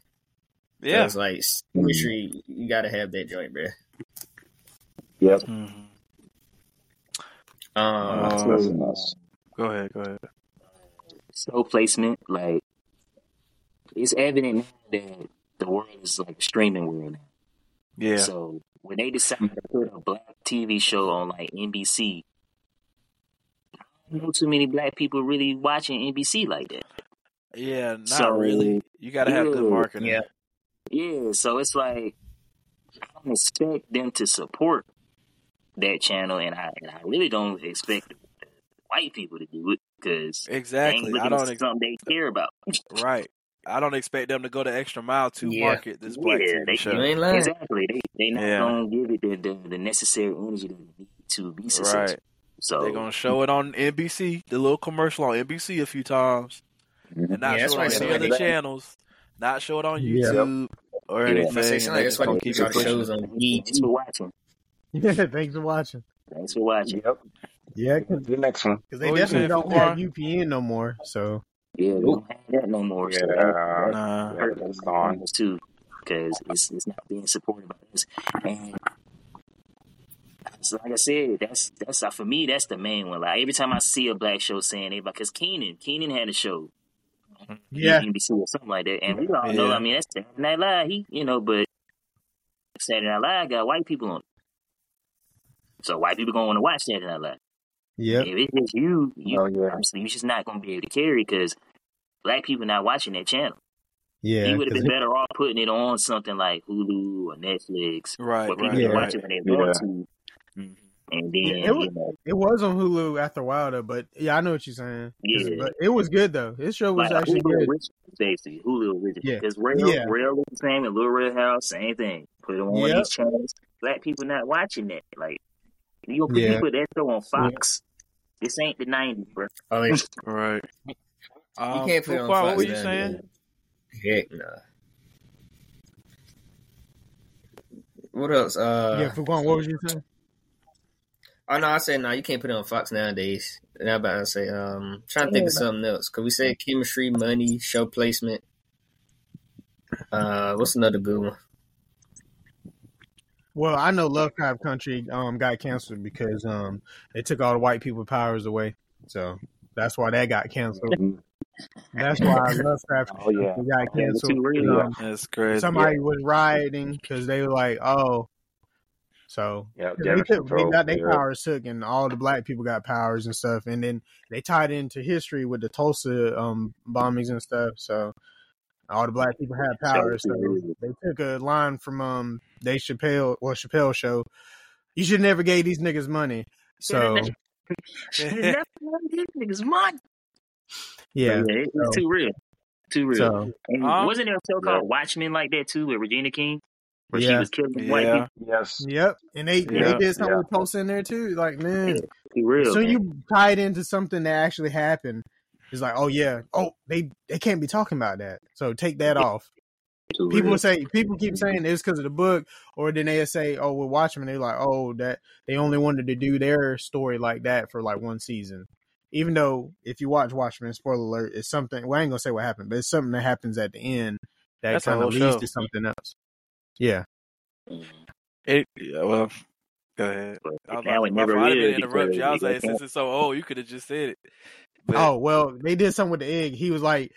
Yeah.
Because like chemistry, you gotta have that joint, bro.
Yep.
Mhm.
Um,
Uh,
Um,
Go ahead. Go ahead.
Show placement, like it's evident now that the world is like a streaming world now.
Yeah.
So when they decided to put a black TV show on like NBC, I don't know too many black people really watching NBC like that.
Yeah, not
So-
really. You gotta have good
Yeah.
marketing.
yeah,
Yeah, so it's like I don't expect them to support that channel, and I and I really don't expect the white people to do it because they ain't
Exactly. I
looking at
don't ex-
something they care about.
right. I don't expect them to go the extra mile to
Yeah.
market this black
Yeah,
TV
they-
you
show.
ain't lying.
Exactly, they they not
Yeah.
gonna give it the, the, the necessary energy that it need to be successful.
Right.
So
They're gonna show it on NBC, the little commercial on NBC a few times, and not
Yeah, that's
show
why
it
it
on
seems
any
like
other
they,
channels, not show it on
Yeah.
YouTube or
Yeah.
I'm gonna say it
anything,
seems
and
like
they
that's
just
why they
gonna
put
keep
all
it
the
pushing.
shows on
thanks
BET.
for watching.
(laughs) Yeah. Thanks for watching.
Thanks for watching.
Yep.
Yeah, because
What's The next one.
they
What were you
definitely
saying,
don't have
Fuqua?
UPN no more. So
Yeah, we
Nope.
don't have that no more. So that,
Yeah.
that
Nah.
Yeah,
hurt
that's
the
gone.
numbers too, because it's it's not being supported by us. And so like I said, that's that's uh, for me. That's the main one. Like every time I see a black show saying it, because Keenan Keenan had a show on
Mm-hmm. yeah,
NBC or something like that, and we all know. I
Yeah.
mean, that's Saturday Night Live. He, you know, but Saturday Night Live got white people on. it. So white people gonna want to watch Saturday Night Live.
yep,
If it's just you, you
Oh, yeah.
obviously you're just not gonna be able to carry because black people not watching that channel.
yeah,
he would have
'cause
been better off putting it on something like Hulu or Netflix,
Right.
where people
Right.
Yeah.
can watch
Right.
it when they
Yeah.
want to,
Mhm.
and
it, yeah, it
then
was
you know,
it was on Hulu after a while though. But yeah, I know what you're saying. 'Cause-
yeah,
but it was good though. This show was
like
actually
Hulu
good.
original, basically Hulu original,
Yeah,
because Real
yeah,
Real is the same and Little Red House, same thing. Put them on one of
yep,
these channels. Black people not watching that. Like you gonna put you
yeah.
put that show on
Yeah.
Fox? This ain't the '90s, bro.
Oh, yeah.
Right.
you
Um,
can't put
Fuqua,
it on
what were
Fox
you
now.
saying?
dude. Heck no. What else?
Yeah,
Uh,
Fuquan, what was you saying?
oh no, I said no. You can't put it on Fox nowadays. And I'm about to say, um, trying to think of something else. Could we say chemistry, money, show placement? Uh, what's another good one?
Well, I know Lovecraft Country um got canceled because um they took all the white people powers away. So that's why that got
(laughs)
canceled.
Mhm.
That's why Lovecraft
Oh,
Country
yeah.
got
Oh, yeah.
Yeah, the
canceled.
two real.
Yeah.
Um,
That's crazy.
somebody was rioting because they were like, "Oh, So
Yeah.
'cause they took
Damage
they
control.
got their
Yeah.
powers took, and all the black people got powers and stuff, and then they tied into history with the Tulsa um, bombings and stuff. So all the black people had
Show the
powers.
two
So
real.
they took a line from um Dave Chappelle, well Chappelle show, "You should never gave these niggas money." So
That's what it is, man.
Yeah.
Yeah, it- it's
So-
too real. Too real.
So
And
Um,
wasn't there a show called Watchmen like that too with Regina King? Where she
Yeah.
was killing white
Yeah.
people?
Yes.
yep, and they
Yeah.
they did something
Yeah.
with Tulsa in there too. Like man,
Too real.
so
man.
you tie it into something that actually happened. It's like, oh yeah, oh they they can't be talking about that. So take that off.
Too
People
real.
say people keep saying it's because of the book, or then they say, oh, with Watchmen, they're like, oh, that they only wanted to do their story like that for like one season. Even though if you watch Watchmen, spoiler alert, it's something. Well, I ain't gonna say what happened, but it's something that happens at the end that
That's a
kind of
whole
leads
show.
to something else. Yeah,
It, yeah, well, go ahead.
Mm, But
I was
now
about
it
to
never
never I
will
didn't interrupt
because
you. I was
they
like,
can't-
since it's so old, you could have just said it. But,
Oh well, they did something with the egg. He was like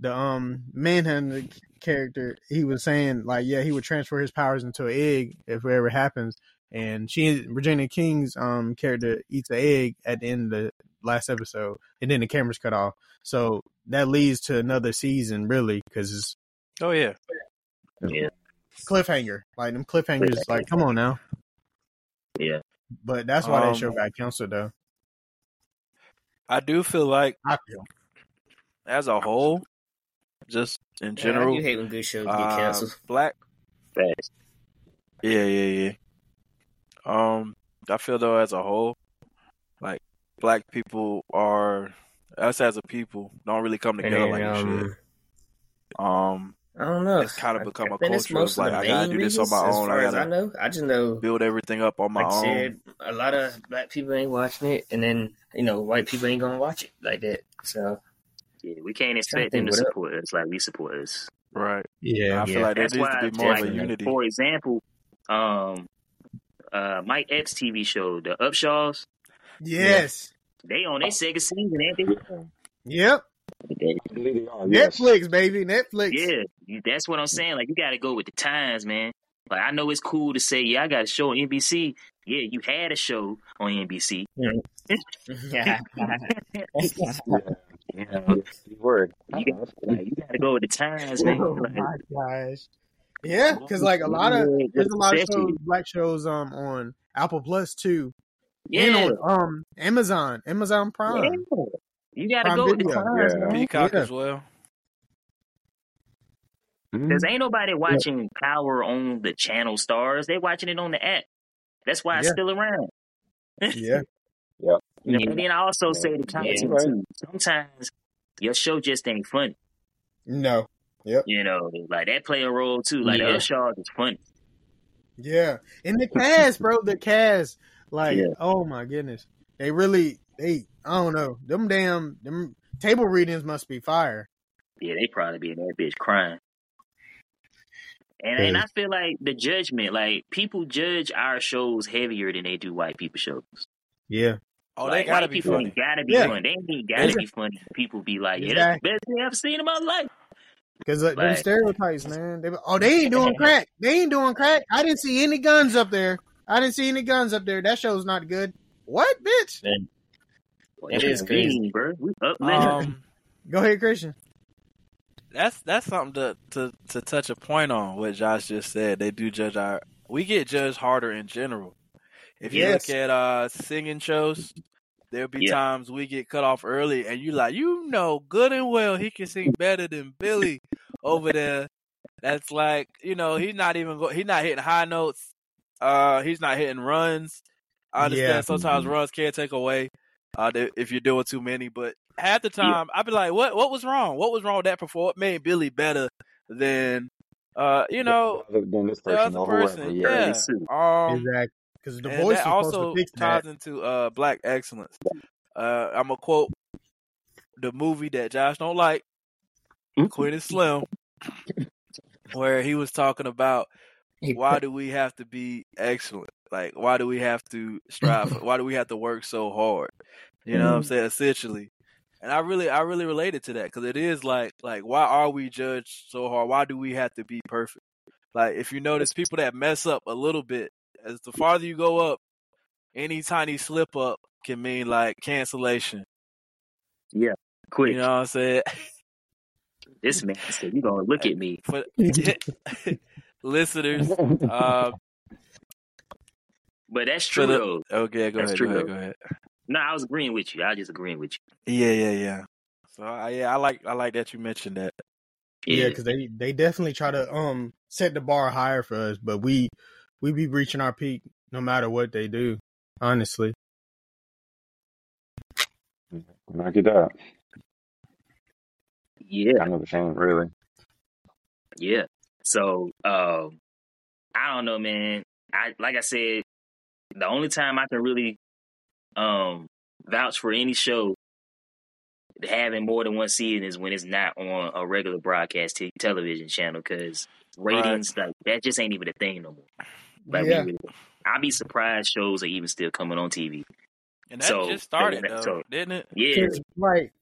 the um manhunter c- character. He was saying like, yeah, he would transfer his powers into an egg if it ever happens. And she, Virginia King's um character, eats an egg at the end of the last episode, and then the cameras cut off. So that leads to another season, really, because it's
oh yeah,
yeah,
cliffhanger. Like them cliffhangers, like come on now.
yeah.
But that's why
Um,
that show got canceled, though.
I do feel like
I feel.
as a whole, just in
Yeah,
general,
I do hate when good shows get
uh,
canceled.
black.
Facts.
Yeah, yeah, yeah. Um, I feel though as a whole, like black people are us as a people don't really come
And
together
then,
like we should.
um,
Um,
I don't know.
It's kinda
I-
become
I
a
think it's
culture of,
most of
like,
the
I gotta
main
do this on my
reasons,
own, I
As far as I
gotta
know, I just know
build everything up on my
like I
own.
said, a lot of black people ain't watching it, and then you know, white people ain't gonna watch it like that. So
Yeah, we can't
Trying to
expect
think
them to
what up.
support us like we support us.
Right.
Yeah,
I feel
Yeah.
like there
That's
needs
why,
to be
it's
more of
like,
a unity.
for example, um, uh, Mike Epps' TV show, The Upshaws,
yes,
they on their second season, ain't
yep.
they?
I believe they are, yes.
Netflix, baby, Netflix.
Yeah, you- that's what I'm saying. Like, you got to go with the times, man. Like, I know it's cool to say, yeah, I got a show on NBC. Yeah, you had a show on NBC.
(laughs) Yeah.
Yeah.
You
(laughs)
yeah.
know,
Good Word.
you got, like, you got to go with the times, man.
(laughs) Oh
Like,
(laughs) my gosh. Yeah, because like a lot of
Yeah,
there's a lot of
especially-
shows, black shows, um, on Apple Plus too, and
Yeah,
on um Amazon, Amazon
yeah.
Prime.
You got to
Prime
go with the
Video.
times,
Yeah.
man.
Peacock
Yeah.
as well.
Because
Mm-hmm.
ain't nobody watching Power on the channel stars. They watching it on the app. That's why it's
Yeah.
still around.
(laughs) Yeah,
You know, and then I also
Yeah.
say the
Yeah,
content
you're right.
too. Sometimes your show just ain't funny.
no, yep,
You know, like that play a role too. Like
Yeah.
the Upshaws is funny.
yeah, and
(laughs)
the cast, bro, the cast, like,
Yeah.
oh my goodness, they really, they, I don't know, them damn, them table readings must be fire.
Yeah, they probably be in that bitch crying. And and I feel like the judgment, like people judge our shows heavier than they do white people shows.
Yeah,
Oh, they
like,
gotta
white
be
people
funny.
ain't gotta be
Yeah.
funny. They ain't gotta be funny. People be like, yeah, that's the best thing I've seen in my life.
Because like, uh, them
Like-
stereotypes, man. They, be- oh, they ain't doing crack. They ain't doing crack. I didn't see any guns up there. I didn't see any guns up there. That show's not good. What, bitch?
Well,
It
that's
is
what I
crazy.
mean, bro. We uplifting.
Um,
Go ahead, Christian.
that's that's something to, to to touch a point on what Josh just said. They do judge our we get judged harder in general. If you
Yes.
look at uh singing shows, there'll be
Yeah.
times we get cut off early and you like, you know good and well he can sing better than Billy over there. That's like, you know, he's not even go- he's not hitting high notes. Uh he's not hitting runs. I understand
Yeah.
sometimes runs can take away uh th- if you're doing too many, but half the
Yeah.
time I'd be like, What what was wrong? What was wrong with that performance? What made Billy better than uh, you know,
Other than this
the
person
other
or
person.
whoever, yeah.
Yeah.
Curly suit.
Um
Exactly. Because the
and
voice
that
was supposed to
also
fix that.
ties into uh black excellence. Uh I'm gonna quote the movie that Josh don't like, Queen is Slim, where he was talking about
He
why do we have to be excellent? Like why do we have to strive?
(laughs)
For, why do we have to work so hard? You know what
Mm-hmm.
I'm saying? Essentially. And I really, I really related to that because it is like, like, why are we judged so hard? Why do we have to be perfect? Like, if you notice, people that mess up a little bit, as the farther you go up, any tiny slip up can mean like cancellation.
Yeah. Quick.
You know what I'm saying? (laughs)
This man said, you gonna look at me.
For
(laughs)
(laughs) listeners, uh,
But that's
for
true
the
though.
okay, go
That's
ahead,
true,
go ahead,
though.
go ahead.
No, I was agreeing with you. I was just agreeing with
Yeah, yeah, yeah. So I, yeah, I like I like that you mentioned that.
you.
Yeah, because they they definitely try to um set the bar higher for us, but we we be reaching our peak no matter what they do. Honestly,
Knock it out.
yeah,
Kind of the same, really.
yeah. So, um, I don't know, man. I like I said, the only time I can really um vouch for any show having more than one season is when it's not on a regular broadcast te- television channel because ratings like that just ain't even a thing no more. Like, we
Yeah.
really- I'd be surprised shows are even still coming on TV.
And that
So-
just started though,
so-
didn't it?
Yeah,
'Cause, like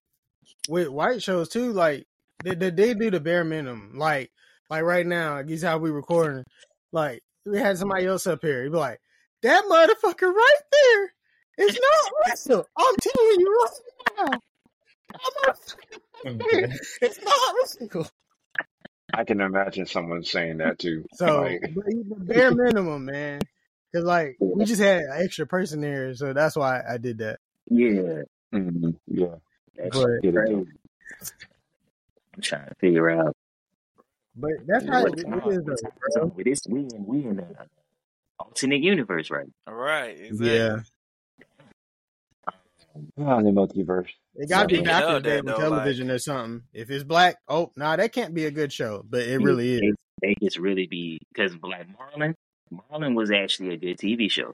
with white shows too, like they, they they do the bare minimum. Like like right now, like, this is how we recording. Like we had somebody else up here, he'd be like, "That motherfucker right there is not Russell." I'm telling you right now, that motherfucker there is not Russell.
I can imagine someone saying that too.
So
Like,
but even the bare minimum, man. Cause like we just had an extra person there, so that's why I did that.
yeah.
mm, yeah,
That's
But
get it.
crazy. I'm trying to figure out
but that's how it
What's
is.
going on?
though,
What's
bro.
up with this. We in we in an alternate universe, right?
All right, exactly.
Yeah,
Ah, the multiverse.
it got to be
Speaking of
Doctor's Day
that,
on
though,
television or something. If it's black, oh nah, that can't be a good show. But it really
They,
is.
(laughs) they just really be because like Marlon, Marlon was actually a good TV show.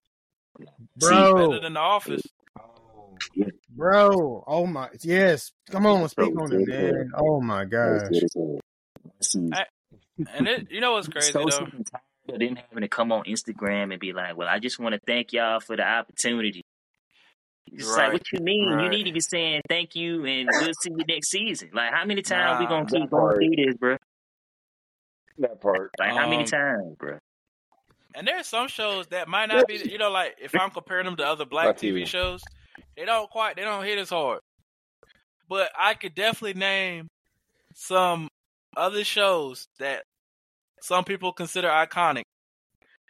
Better
Bro,
than The Office.
Oh,
bro, oh my, yes. Come on,
Bro,
speak on it,
good
man. Oh my
That was
gosh,
good as hell. See,
I- And it, you know what's
I'm
crazy
(laughs) so
though?
sick and tired of them having to come on Instagram and be like, "Well, I just want to thank y'all for the opportunity." It's just like,
Right,
what you mean? You
right.
need to be saying thank you and we'll see you next season. Like, how many times we gonna
Nah.
keep
That
going
part.
through this, bro?
That part.
Like, how many
Um,
times, bro?
And there's some shows that might not be, you know, like if I'm comparing them to
(laughs)
other black
Fuck
TV
you.
shows, they don't quite, they don't hit as hard. But I could definitely name some other shows that some people consider iconic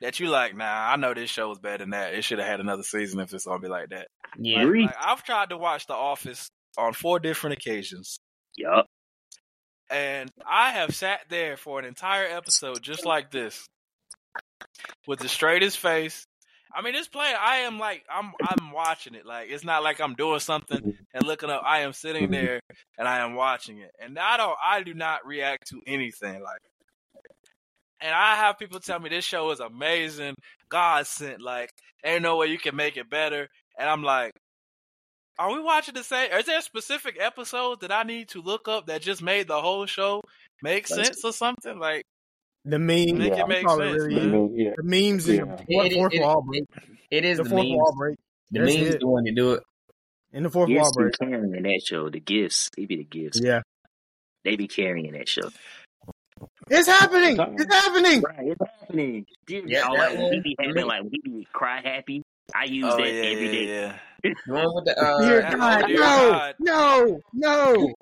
that you like. Nah, I know this show is better than that. It should have had another season if it's gonna be like that.
Yeah,
Like,
Agree.
like, I've tried to watch The Office on four different occasions,
Yup.
and I have sat there for an entire episode just like this, with the straightest face. I mean, this play, I am like, I'm, I'm watching it. Like, it's not like I'm doing something and looking up. I am sitting there and I am watching it, and I don't, I do not react to anything. Like, and I have people tell me this show is amazing, God sent. Like, ain't no way you can make it better. And I'm like. Are we watching the same? Is there specific episodes that I need to look up that just made the whole show make
That's-
sense or something? Like
the meme.
make it
Yeah.
You
make
call it
sense,
really
I
man.
is.
mean, yeah,
The memes and
yeah.
the
It-
fourth,
it-
fourth
it-
wall break.
it is
The
the
fourth
memes.
wall break.
The
That's
memes
it.
the one to do it.
In the fourth
Gifts
wall
be
break.
carrying that show. The gifts, they be the gifts.
Yeah,
They be carrying that show.
it's happening.
Something.
It's happening.
Right, it's happening. Dude,
Yeah,
oh,
that
like when he
one.
be
The,
having
meme,
like when he be cry happy. I use
Oh
that
yeah,
every
yeah,
day.
yeah.
the one with the
Dear
uh,
That
the
oh
God,
one with
dear
the,
no,
god,
no, no.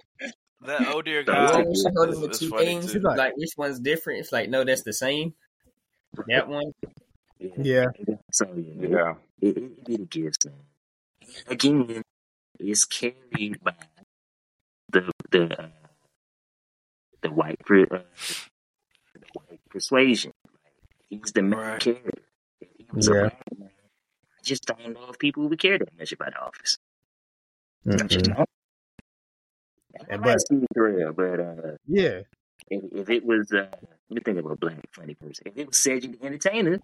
that oh dear
So
the
it's
god
one where she
Exactly.
hold
is
him with
is
two
funny
things.
She's
too.
like,
Like which one's different? It's like no, that's the same. That one.
yeah.
yeah,
So yeah, man,
Yeah.
it, it, it be the gifts, man. Again, it's carried by the the uh, the white per, uh, the white persuasion. He's the main
Right.
character. If he was a
yeah.
black man, I just don't know if people would care that much about the office. I just
Mm-mm.
don't. I
And
like
but
Steve Carell, but uh,
yeah,
if, if it was, uh, let me think of a black funny person. If it was Cedric the Entertainer,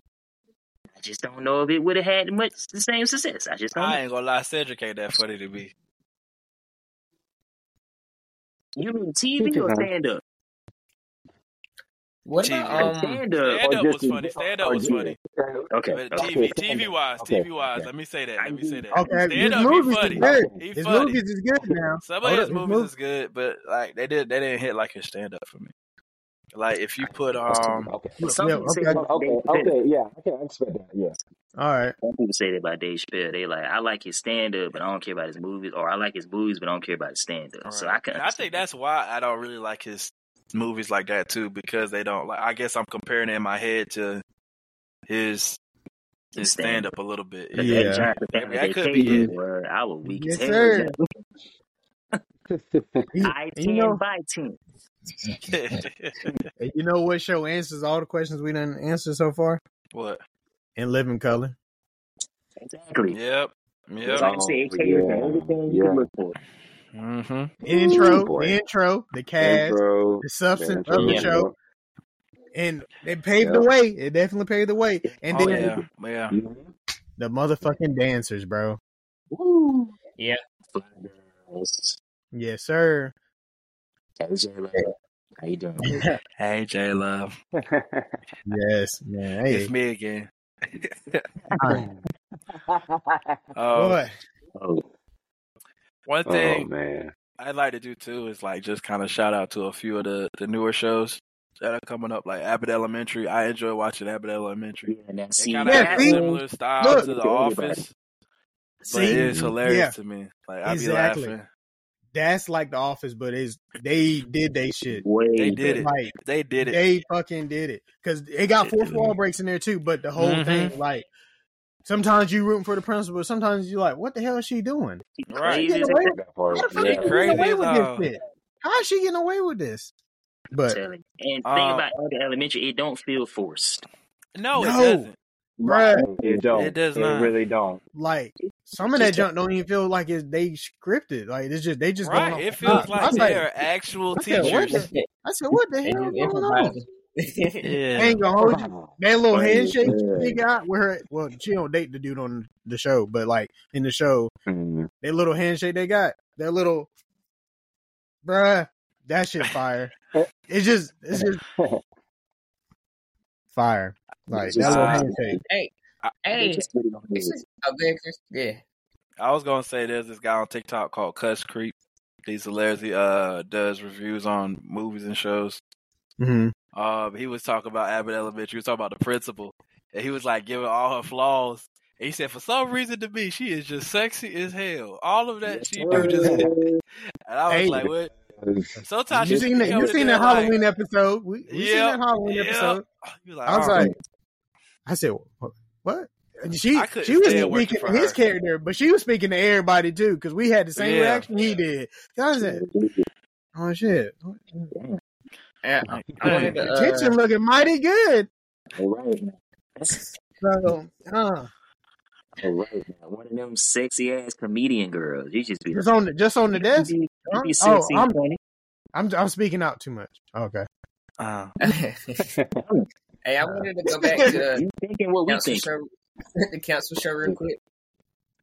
I just don't know if it would have had much the same success. I just don't know.
I ain't gonna lie, Cedric ain't that funny to me.
You mean
He
TV
just
or
don't.
stand up?
What
TV.
Because
about um?
stand up,
Stand
Or
up
just
was funny. Stand up
or
was
just
funny.
okay,
But
okay,
okay,
TV
stand
TV
up.
wise,
Okay,
TV wise,
okay,
let me say that.
I
Let me say
agree.
that.
okay.
Stand
His
up, he
movies is
funny.
good.
okay.
He
His
funny.
movies is good now.
Some of
Hold
his
up, his
movies
movie.
is good, but like they did they didn't hit like his stand up for me. Like if you
I
put
that's true.
um
Okay.
Look,
Some
yeah,
people say
okay,
that
Well,
about Dave
okay,
Chappelle.
okay, yeah, okay, I expect that, yeah. (laughs)
all right.
Some people say that about Dave Chappelle. They like, I like his stand up, but I don't care about his movies, or I like his movies, but I don't care about his stand up. So I
Right.
can
And I think
understand that.
that's why I don't really like his movies like that too, because they don't like I guess I'm comparing it in my head to his and stand up a little bit.
But
Yeah.
That Jonathan
Maybe that
Family
could be
Vacation,
it.
boy, I was weak
Yes,
as hell.
sir.
yo.
You-
I
and you
ten
know,
by ten.
and you know what show answers all the questions we didn't answer so far?
(laughs) what?
In living color.
Exactly.
Yep. Yep.
It's like I said, it
Oh,
caters
yeah,
to everything you
yeah.
can look for.
Mm-hmm.
The intro,
boy.
the intro, the cast,
Intro.
the substance
intro,
of the
Yeah.
show, and it paved the
Yeah.
way. It definitely paved the way. And
Oh
then
yeah. Yeah.
(laughs) Mhm.
the motherfucking dancers, bro.
Woo.
Yeah.
Fly girls.
Yes, sir.
AJ Love. How you doing?
Hey J Love.
Yes, man.
It's
Hey,
me
(laughs)
again.
Alright.
Uh,
boy.
Oh,
one
Uh-huh.
oh
thing
man.
I'd like to do too is like just kind of shout out to a few of the, the newer shows that are coming up, like Abbott Elementary. I enjoy watching Abbott
yeah,
Elementary.
now
It
see,
kind of
Yeah,
has
see?
similar style
Look.
to The
To everybody.
Office, but
See,
it's hilarious
Yeah.
to me. Like I
Exactly.
be laughing.
that's like the office, but it's they did they shit.
way
They did it.
Like
They did it.
they fucking did it because it got fourth wall breaks in there too. But the whole
Mm-hmm.
thing, like, sometimes you rooting for the principal, sometimes you like, what the hell is she doing?
right.
Crazy as
Right.
hell.
That part.
How the fuck
Yeah.
is she
Crazy
getting away
as
with
hell.
this shit? How is she getting away with this? But
Telling. And thing
Uh,
about Abbott Elementary, it don't feel forced.
No, it
No.
doesn't.
bruh,
It don't.
It does
It
not.
really don't.
like some of that junk don't even feel like it's they scripted. Like it's just they just going off
Right.
the
It feels
top. I
like
was like,
they are actual
I said, what
teachers.
the, I said, what the
They
hell
just
is going on?
improvise. (laughs)
I
Yeah.
ain't gonna
Oh,
hold you. That little
Funny as
handshake she
hell.
got with her, well, she don't date the dude on the show, but like in the show,
(laughs) Mhm.
that little handshake they got, that little bruh, that shit
(laughs)
fire. It's just, it's just fire. Like
It's
that little
Uh,
handshake.
hey,
I-
They
hey,
just put it on (laughs)
this
the
is oh, go ahead, Chris. Yeah,
I was gonna say there's this guy on TikTok called Cuss Creep. He's hilarious. He uh does reviews on movies and shows.
Mm-hmm.
Um, he was talking about Abbott Elementary. He was talking about the principal, and he was like giving all her flaws. And he said, for some reason to me, she is just sexy as hell. All of that she do just, and I was
Hey.
like, what? Sometimes
You
she
seen that? You
coming in
seen
there
that
like,
Halloween episode? We, we seen
Yeah,
that Halloween
yeah.
episode.
you like,
I was
oh,
like, I said, "Wha- what? And she
I couldn't
she was
stand working
speaking
for
his
her.
character, but she was speaking to everybody too because we had the same
Yeah.
reaction he did. So I said, oh shit,
Damn.
And Uh, I,
Like,
I wanted
dang.
to.
(laughs) kitchen
Uh,
looking mighty good.
All right, man. That's
So uh,
all right, man. One of them sexy ass comedian girls. You just be
just on the, just on the
you
desk.
be, you be
Oh,
sexy
I'm
and funny.
I'm I'm speaking out too much. Okay,
Uh,
(laughs) hey, I wanted to go back to the
You thinking what we
council
think.
show, (laughs) the council show, real quick.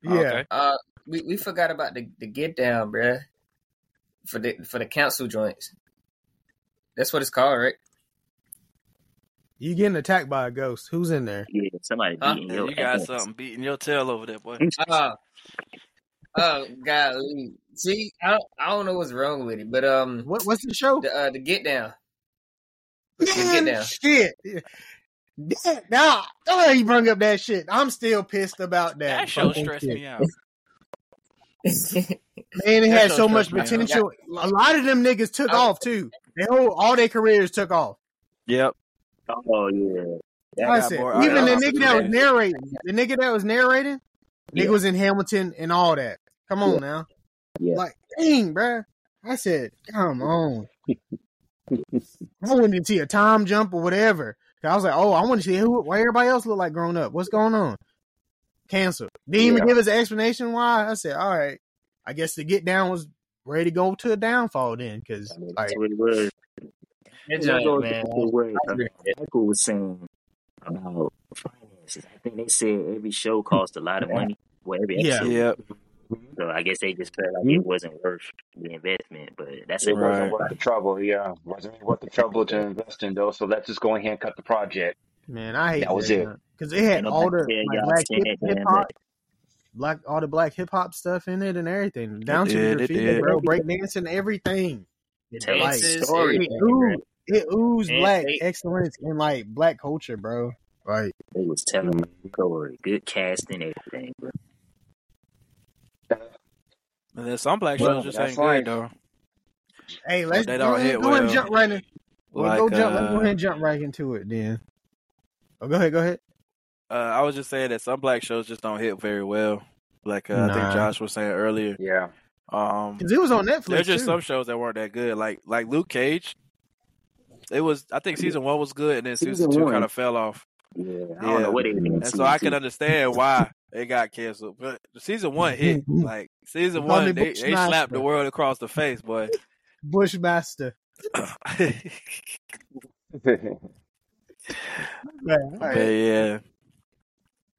yeah,
Oh, okay.
Uh, we, we forgot about the, the get down, bruh. for the for the council joints. That's what it's called, right?
you getting attacked by a ghost? Who's in there?
Yeah, somebody
Huh?
beating
Yeah,
your
you got
ass.
something beating your tail over there, boy.
Oh, oh, golly. See, I don't, I don't know what's wrong with it, but um,
What what's the show?
the uh, the get (laughs) down, the get
Man,
down.
shit. That, nah, oh, you bring up that shit. I'm still pissed about that.
That show
fucking
stressed
shit.
me out.
Man, it
That
had
show
so much
stressed me out.
potential. A lot of them niggas took off too. They whole all their careers took off.
Yep.
Oh yeah,
I
I
got
said,
more- I
even
got
the
more
nigga that was
opportunities.
narrating, the nigga that was narrating, nigga
yeah,
was in Hamilton and all that. Come on now,
yeah.
like dang, bruh. I said, come on. I wanted to see a time jump or whatever. 'Cause I was like, oh, I want to see who, why everybody else look like grown up. What's going on? Cancel. Didn't even
Yeah.
give us an explanation why. I said, all right, I guess the get down was ready to go to a downfall then, because
I mean,
like.
that's what it was.
That
And that
joint,
goes
man.
back to what
I
uh,
agree with
Michael was saying about finances. I think they said every show cost a lot of money. Well, every
Yeah. Mm-hmm.
episode.
Yep.
So I guess they just felt like
Mhm.
it wasn't worth the investment. But that's
It
it.
wasn't
Right.
worth the trouble. Yeah, wasn't worth the trouble to invest in though. So let's just go ahead and cut the project.
Man, I hate
That was
that
it.
junk because it had
Ain't
all
nobody
the
tell
like
y'all to
black
spend
hip
that
hip
damn
hop,
money.
black all the black hip hop stuff in it and everything,
It
down to the
did. It
graffiti,
did.
bro, breakdancing, everything.
you. The
Tell a
Like
dances,
it
story.
everything, bro.
ooze, it ooze
And
black
they,
excellence and like black culture, bro. Like
They was telling
Mhm.
a story. Good casting, everything. Bro.
And then some black
Well,
shows just
that's
ain't good
life.
though.
hey,
Or
let's
they
go
don't
ahead
hit
go ahead and
well.
jump right in. Well, go
Like
jump. Let's go ahead
uh
and jump right into it then. Oh, go ahead, go ahead.
Uh, I was just saying that some black shows just don't hit very well. Like uh, I
Nah.
think Josh was saying earlier.
(laughs) Yeah.
Um,
Because it was on Netflix.
there's just
too.
some shows that weren't that good. Like like Luke Cage. It was I think season one was good and then season,
Season
two
one.
kind of fell off.
Yeah.
I don't
Yeah.
know what they
And
And so I can understand why it got canceled. But season one hit. Like season
Tommy
one Mm-hmm. they,
Bush
they
Nice,
slapped the
bro.
world across the face, (laughs) boy.
Bushmaster.
Oh,
Right,
But
right.
yeah.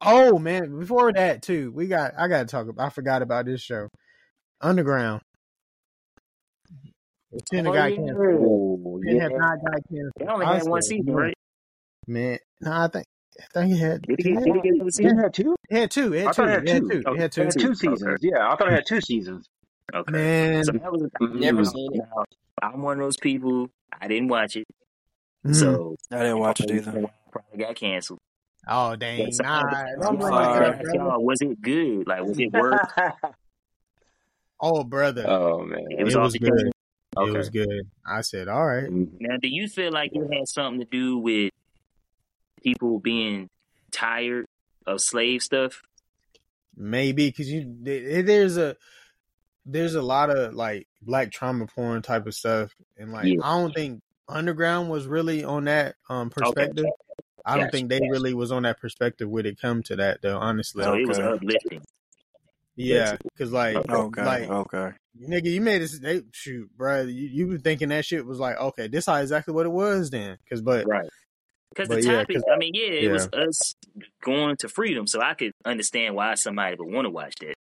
Oh man! Before that too, we got I got to talk. About, I forgot about this show, Underground. It shouldn't have got canceled.
oh,
It
yeah.
have not got canceled.
They only had one
Honestly,
season,
man.
right?
Man, no, I think I think it had.
Did it
did
get,
it-
did it get another
Didn't
season?
it have two?
It had two. It
I
had two.
thought it
It
had
had
two.
two.
Oh,
It had
it
two.
had two seasons. Yeah, I thought it had two seasons.
Okay.
Man,
So
Mm-hmm.
that was
Never
Mm.
seen it.
now, I'm one of those people. I didn't watch it,
Mm.
so
I didn't watch it either.
probably got canceled.
oh dang!
That's-
Nah,
I'm
don't blame
I
sorry.
yourself,
gotta ask
brother.
y'all, was it good? Like, was
(laughs)
(laughs)
it worth?
Oh brother,
oh man.
Uh, It was
it
off
was
the
good.
chain.
It was good. I said, all right.
Mhm.
Now, do you feel like it had something to do with people being tired of slave stuff?
maybe because you there- there's a there's a lot of like black trauma porn type of stuff and like
Yeah.
i don't think underground was really on that um
Okay.
perspective i don't
Gotcha.
think they really was on that perspective when it come to that though honestly
So Oh, it was
Okay.
uplifting.
yeah because like
Okay.
like
Okay.
nigga you made this they shoot bro you, you were thinking that shit was like okay this how exactly what it was then because
(laughs)
but
Right. Because the
But yeah,
topic,
'cause-
I mean, yeah, it was us going to freedom, so I could understand why somebody would want to watch that.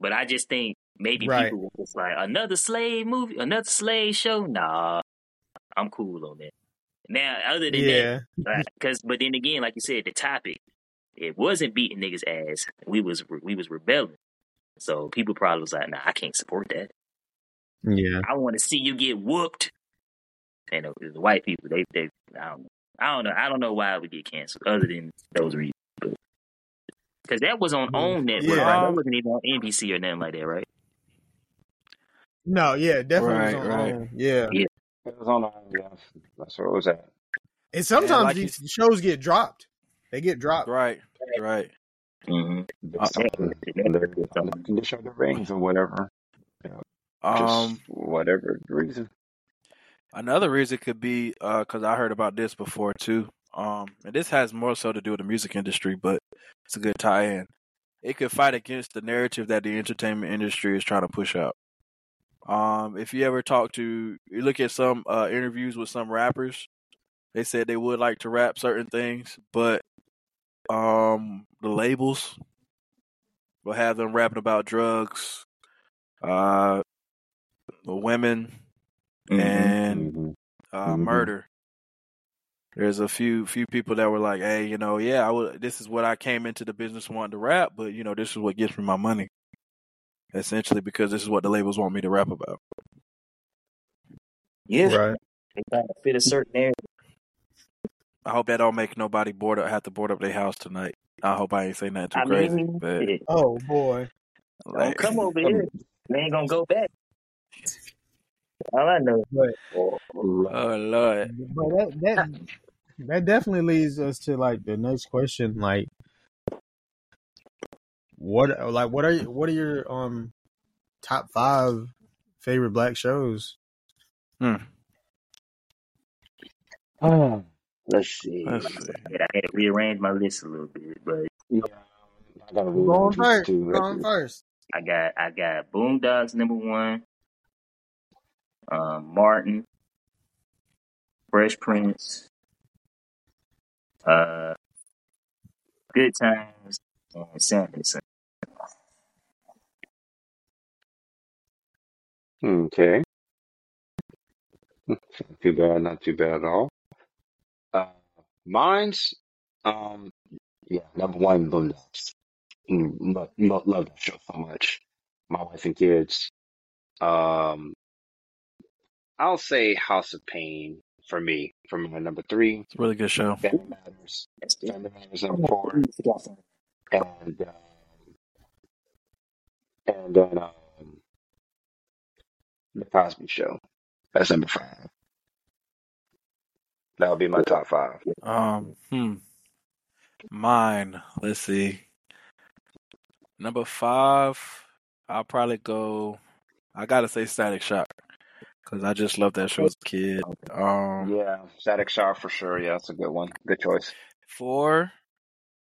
But I just think maybe
Right.
people were just like, another slave movie, another slave show? Nah, I'm cool on that. Now, other than that,
yeah
because but then again, like you said, the topic it wasn't beating niggas ass. We was we was rebelling. So people probably was like, nah, I can't support that.
yeah
I want to see you get whooped. And the, the white people, they they I don't know. I don't know. I don't know why it would get canceled other than those reasons. Because that was on
Yeah.
OWN network,
Yeah.
right? That wasn't even on NBC or nothing like that, right?
no yeah definitely was
Right,
on
right.
own. yeah
It was on. uh, Yeah, that's where it was at.
and
And
sometimes
like you
these shows get dropped they get dropped
Right. Right.
Mm-hmm.
Uh,
Based on the, the, on the condition of the rings or whatever. Just
Um
whatever reason.
Another reason could be because I heard about this before too, um, and this has more so to do with the music industry, but it's a good tie-in. It could fight against the narrative that the entertainment industry is trying to push out. Um, if you ever talk to, you look at some uh, interviews with some rappers, they said they would like to rap certain things, but um, the labels will have them rapping about drugs, uh, women,
Mm-hmm.
and
Mhm.
uh,
Mhm.
murder. There's a few few people that were like, "Hey, you know, yeah, I would. This is what I came into the business wanting to rap, but you know, this is what gets me my money, essentially, because this is what the labels want me to rap about."
Yeah,
right
they trying to fit a certain narrative.
I hope that don't make nobody board up, have to board up their house tonight. I hope I ain't say nothing too
I
crazy,
mean,
but
shit,
oh boy
like,
don't come over here. They ain't gonna go back. All I know.
but
Oh, Lord.
(laughs) oh
(laughs)
lord,
But that that that definitely leads us to like the next question, like what like what are you, what are your um top five favorite black shows?
Oh, let's see.
let's see.
I had to rearrange my list a little bit, but
Yeah, I gotta
Go on
rearrange this
first.
too.
Go on
That's-
first.
I got I got Boondocks number one, um, Martin, Fresh Prince, uh, Good Times, and Sanderson.
Okay. (laughs) Not too bad. Not too bad at all. Uh, mine's um yeah number one Boondocks. Mm, Lo- lo- love that show so much. My wife and kids. Um, I'll say House of Pain for me for my number three.
It's a really good show.
Family Matters.
That's it.
Family Matters number four, and um, and then um, the Cosby Show. That's number five. That'll be my top five.
Um, hmm. Mine. Let's see. Number five, I'll probably go. I gotta say Static Shock because I just loved that show as a kid. Um,
Yeah, Static Shock for sure. Yeah, that's a good one. Good choice.
four.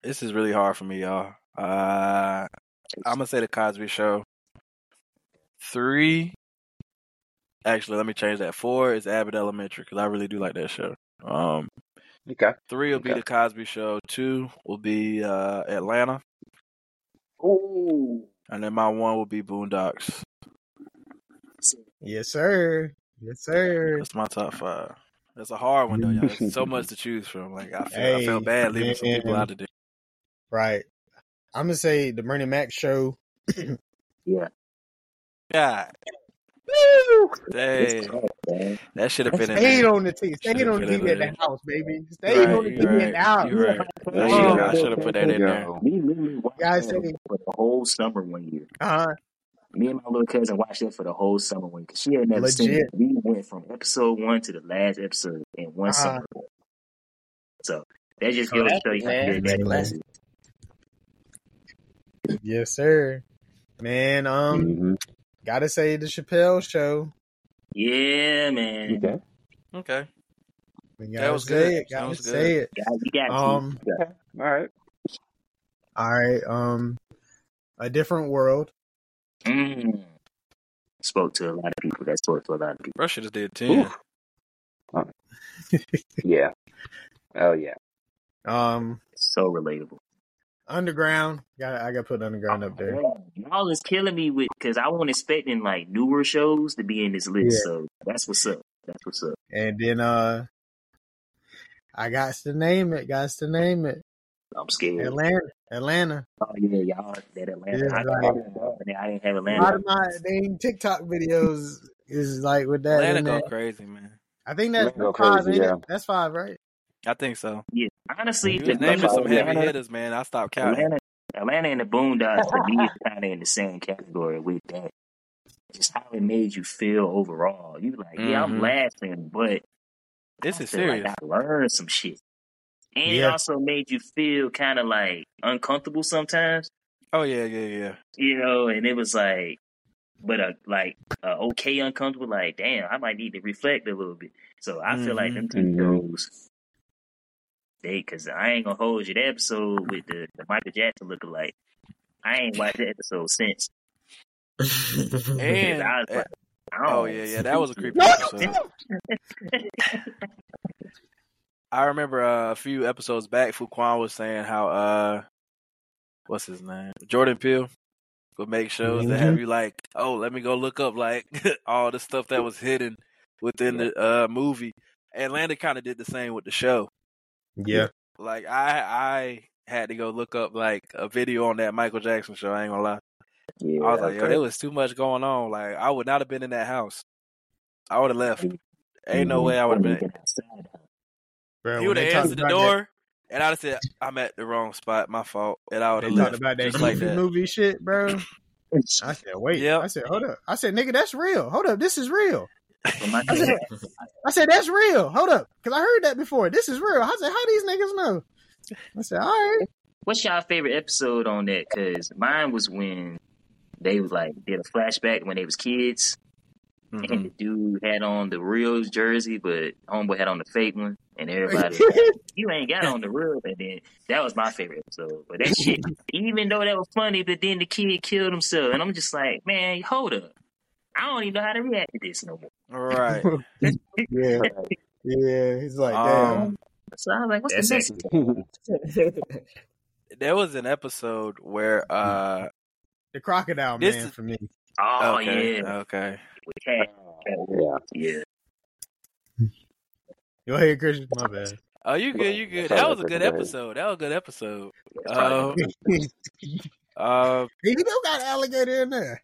This is really hard for me, y'all. Uh, I'm gonna say the Cosby Show. Three. Actually, let me change that. Four is Abbott Elementary because I really do like that show. Um,
Okay.
three will be
Okay.
the Cosby Show. Two will be uh, Atlanta,
Ooh.
and then my one will be Boondocks.
Yes, sir. Yes, sir.
That's my top five. That's a hard one though, y'all. There's so much to choose from. Like I feel, I feel
Hey,
bad leaving some people
man.
out of there.
Right. I'm gonna say the Bernie Mac show.
Yeah.
God,
Woo!
It's
dang,
tough, man.
that should have
I
been in
stayed
there.
on the TV. Stayed
Should've
on the
put it
TV at
in.
the house, baby. Stayed
Right,
on the
you're
TV at the
right,
house.
you're right. That
There you
should
Oh,
I
go.
should have put that
There
in
you
there.
go.
Me and me and me watched
guys
that
say
for the whole summer one year.
uh
Me and my little cousin watched that for the whole summer one because she had never seen
legit.
it. We went from episode one to the last episode in one
Uh
summer. So that just
Oh,
goes to
that's
show
a
you how
classic.
good
That's
that
a
man.
classic.
Yes, sir. Man, um,
hmm
gotta say the Chappelle show.
Yeah, man.
Okay.
Okay,
We
that
gotta
was
say
good.
it.
That
Gotta
was
say
good.
it.
Yeah, you got to.
Um,
Yeah.
Okay. All right.
all right. Um, a different world.
Mm. Spoke to a lot of people. That spoke to a lot of people.
Bro, should have did
Ooh.
ten.
Yeah. Oh yeah.
Um,
So relatable.
underground. Got I got to put underground up there.
Oh, man. Y'all is killing me with because I wasn't expecting like newer shows to be in this
Yeah.
list. So that's what's up. That's what's up.
And then uh, I got to name it. Got to name it.
I'm scared.
Atlanta. Atlanta.
Oh yeah, y'all that Atlanta.
It's
I,
like
I, I didn't have
a
Atlanta.
lot of my dang TikTok videos is like with that
Atlanta
in there.
go crazy, man.
I think
Let
that's
go
that's five,
crazy.
ain't
Yeah.
it? That's five, right?
I think so.
Yeah, honestly,
You
the
was
Yep, that's
naming
Atlanta,
some
all. Yeah.
heavy
Atlanta,
hitters, man. I stopped counting.
Atlanta, Atlanta, and the Boondocks to
(laughs)
me is kind of in the same category with that. Just how it made you feel overall. You like, yeah, I'm
Mm-hmm.
laughing, but
This
I
is
feel like
serious.
I learned some shit, and it
Yeah.
also made you feel kind of like uncomfortable sometimes,
Oh yeah, yeah, yeah.
you know. And it was like, but a like a okay uncomfortable. Like, damn, I might need to reflect a little bit. So I feel like
Mm-hmm.
them two
hmm
shows they because I ain't gonna hold you. The episode with the, the Michael Jackson lookalike, I ain't watched the episode since because
And
I was
eh,
like, I
oh
don't
yeah, yeah. That
see
was a
it.
creepy episode.
yeah,
I remember uh, a few episodes back, Fuquan was saying how uh, what's his name, Jordan Peele would make shows that
hmm
have you like, oh, let me go look up like (laughs) all the stuff that was hidden within the uh, movie. Atlanta kind of did the same with the show.
Yeah.
Like I, I had to go look up like a video on that Michael Jackson show. I ain't gonna lie.
(laughs) yeah,
I was like,
that was
yo, there
crazy.
was too much going on. Like I would not have been in that house. I would have left. Ain't no
Mm-hmm.
way I
I
would have
wouldn't (laughs)
been.
even get outside.
Bro,
He
when
would
they
have
talked
answered the
about that
door, and I'd have said, "I'm at the wrong spot. My fault," and I would
they
have
talked
left
about that
just like
goofy
that.
movie shit, bro. I said, wait.
Yep.
I said, hold up. I said, nigga, that's real. Hold up, this is real.
But
(laughs)
my
I
thing,
said, I said, that's real. Hold up. Cause I heard that before. This is real. I said, how these niggas know? I said, all right.
what's y'all favorite episode on that? Because mine was when they was like did a flashback when they was kids, and
hmm
the dude had on the real jersey, but homeboy had on the fake one, and everybody
(laughs)
was like,
yeah,
"You ain't got on the real." And then that was my favorite episode. But that shit, even though that was funny, but then the kid killed himself, and I'm just like, "Man, hold up! I don't even know how to react to this no
(laughs)
(laughs)
Right.
more."
Right.
yeah. He's like, damn.
Um,
so I was like, "What's the
That's
best?"
accurate.
(laughs)
there was an episode where uh,
The crocodile
this
man
is
for me.
Mm-hmm. Oh
okay, uh,
yeah,
okay.
we
(laughs)
had that one.
(laughs) yeah.
(laughs)
yeah.
Go ahead, Christian. My bad.
Oh, you
Go
good?
ahead.
You
That's
good?
all
That
right,
was a
Christian.
good
Go ahead.
episode. That was a good episode.
That's probably
Uh,
the
he (laughs)
uh,
don't got an alligator in there.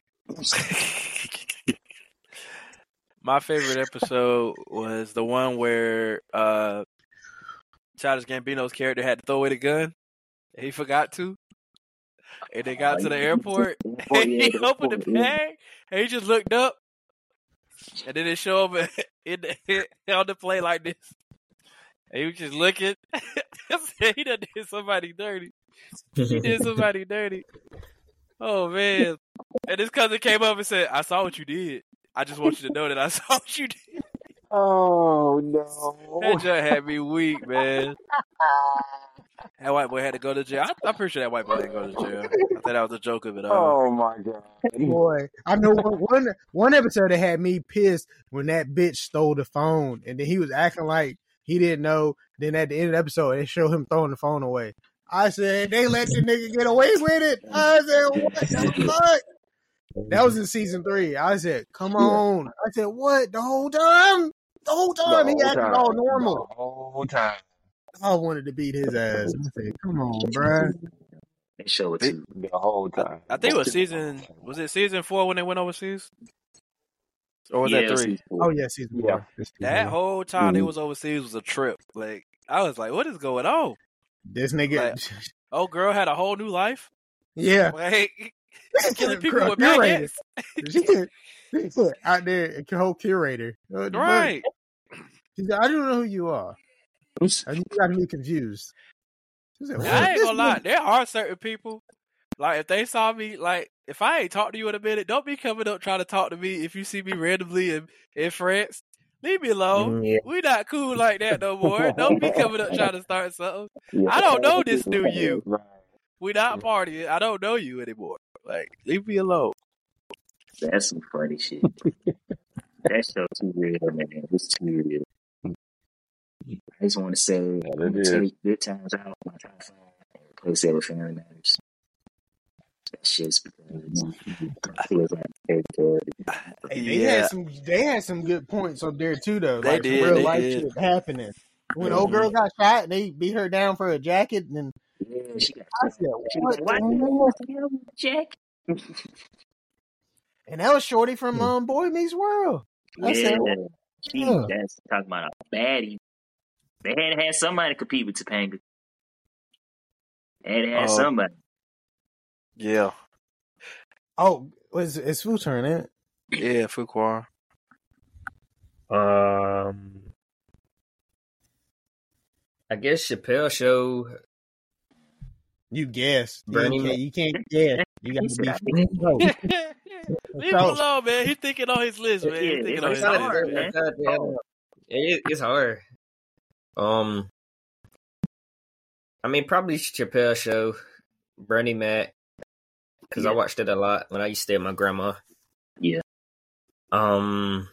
(laughs) my favorite episode was the one where uh, Childish Gambino's character had to throw away the gun. He forgot to. and they got to the airport.
Oh
And (laughs)
yeah,
he
the
opened the
airport, yeah.
bag, and he just looked up, and then it (laughs) showed him in the, on the plane like this. And he was just looking. (laughs) said he done did somebody dirty. He did somebody dirty. Oh man! And his cousin came up and said, "I saw what you did. I just want you to know that I (laughs) saw what you did."
Oh
That
no!
just had me weak, man. That white boy had to go to jail. I, I'm pretty sure that white boy didn't go to jail. I think that was a joke of it all.
Oh my god!
Boy, I know one one one episode that had me pissed when that bitch stole the phone, and then he was acting like he didn't know. Then at the end of the episode, they show him throwing the phone away. I said they let the nigga get away with it. I said what the fuck? That was in season three. I said, come on. I said what the whole time? The whole time he
The whole
acted
time.
all normal.
The whole time.
I wanted to beat his ass. I said, come on, bruh.
They show it
They-
too.
The whole time.
I think it was season. Was it season four when they went overseas, or was
yeah,
that
it was
three?
season four.
Oh yeah, season
Yeah.
four. This
That
season.
whole time they
Mm-hmm.
Mhm.
was overseas was a trip. Like I was like, what is going on?
This nigga,
Oh, girl had a whole new life.
(laughs) yeah.
Like (laughs)
(laughs)
killing people
Girl,
with
you're right.
baguettes.
Shit.
(laughs)
Shit. out there, a whole curator. Uh, the bird.
Right.
She said, I don't know who you are. And you got me confused. She (laughs) said,
I ain't
this
gonna lie. There are certain people. Like if they saw me, like if I ain't talked to you in a minute, don't be coming up trying to talk to me if you see me randomly in in France. Leave me alone.
Mm, yeah.
We not cool like that no more. Don't be coming up trying to start something.
Yeah.
I don't know this new you.
Right.
We not partying. I don't know you anymore. Like leave me alone.
That's some funny shit. that show too real, man. It's too real. I just want to say, I'm
it
gonna
is.
take good times out of my top five and replace it with Family Matters. That shit's because I feel like it's good.
Hey, they
Yeah.
had some they had some good points up there too though.
They
like
did,
some real
they
life
did.
shit happening. When old girl got shot and they beat her down for a jacket and then
Yeah, she got
I said,
She
What
was like,
the
why you
hell?
want to kill me, Jack?
And that was Shorty from um, Boy Meets World. I
yeah,
said,
she,
Yeah.
that's talking about a baddie. They had to have somebody compete with Topanga. They had to have
Oh.
somebody.
Yeah.
Oh, it's it's food turn, ain't it?
Yeah, Fuqua.
Um, I guess Chappelle show.
You guessed. You
Bernie
can't,
Mac.
you can't guess. You
He
gotta
said, I
be fucking close.
(laughs) Leave him alone, man. He's thinking on his list, man.
Yeah,
He's thinking
it's
on
It's
his
hard,
hard,
list.
man.
man.
It's hard, man. It- it's hard. Um, I mean, probably Chappelle show, Bernie Mac, because I
Yeah.
watched it a lot when I used to stay at my grandma.
Yeah.
Um,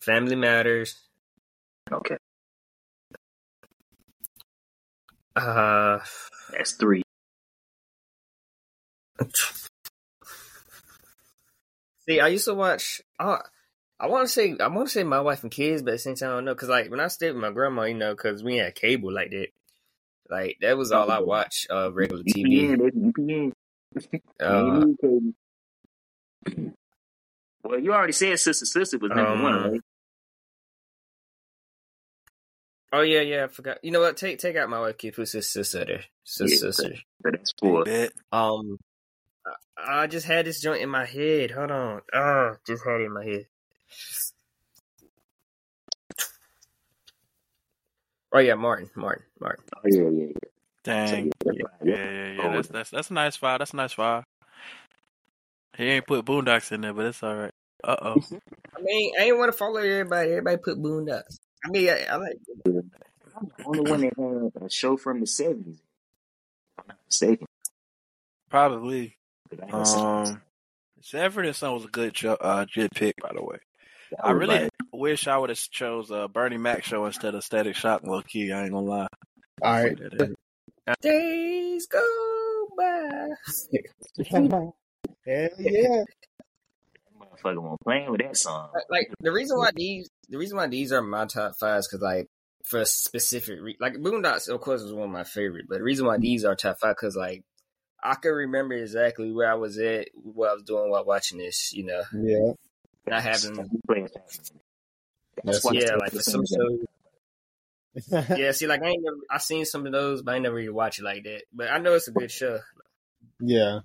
Family Matters.
Okay,
Uh,
that's three.
see, I used to watch. Uh, I want to say I want to say my wife and kids, but at the same time I don't know because like when I stayed with my grandma, you know, because we had cable like that. Like that was all I watched uh, regular
UPN,
TV.
E baby, UPN.
Uh,
well, you already said Sister Sister was number
Um,
one,
Uh-huh.
right?
oh yeah, yeah, I forgot. You know what? Take take out my wife, kid, who's his sister, there. Sis-
Yeah.
sister.
So that's four.
Bet.
Um, I, I just had this joint in my head. Hold on. Uh, just had it in my head. Oh yeah, Martin, Martin, Martin.
Oh, yeah, yeah, yeah. So,
Dang.
yeah, that's five.
Yeah,
Yeah.
yeah, yeah. That's that's that's a nice five. That's a nice five. He ain't put Boondocks in there, but it's all right. Uh oh.
I mean, I ain't want to follow everybody. Everybody put Boondocks. I mean, I, I like.
I'm the only one that had a show from the 70s, if I'm not mistaken.
Probably.
But I haven't seen it.
Um, (laughs) Sanford and Son was a good cho- uh, good pick, by the way.
That
I
was
really
like-
wish I would have chose uh, Bernie Mac show instead of Static Shock. Low key, I ain't gonna lie.
All right.
Put that in.
Days go by.
Hell yeah.
motherfucker won't playing with that song.
like the reason why these the reason why these are my top five is because like for a specific re- like Boondocks of course was one of my favorite, but the reason why these are top five because like I can remember exactly where I was at, what I was doing while watching this, you know,
(laughs) Yeah.
not having
That's why I
yeah
started
like for some
listening to
shows. Yeah, see, like I ain't never, I seen some of those, but I ain't never really watch it like that. But I know it's a good show.
(laughs) yeah.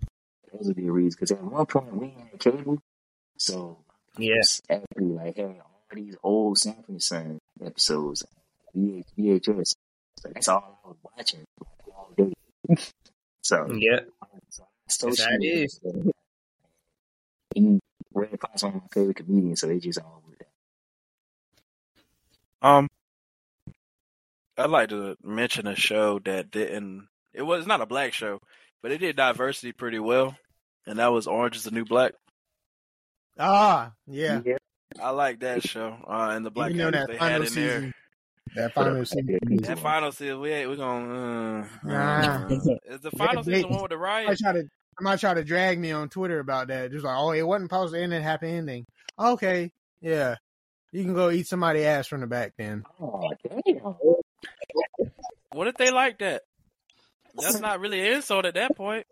those are the reasons. Because at one point we had cable, so
Yeah,
it's actually like having all these old Sanford and Son episodes. V- VHS. Like, that's all I was watching like, all day. (laughs) So,
Yeah,
so so
Mm. That's how it is.
And Red Fox one of my favorite comedians, so they just all with that.
Um, I'd like to mention a show that didn't. It was not a black show, but it did diversity pretty well, and that was Orange Is the New Black.
Ah, yeah.
I like that show uh, and the black
Even though
actors
that
they had
final
in there.
season, that final season,
That final season, we ain't, we gonna. Uh,
Nah.
is the final
They-
season one with the
I
riot?
try to, I might try to drag me on Twitter about that. Just like, oh, it wasn't supposed to end in a happy ending. Okay, yeah, you can go eat somebody ass from the back then.
Oh, damn.
What if they like that? That's not really an insult at that point.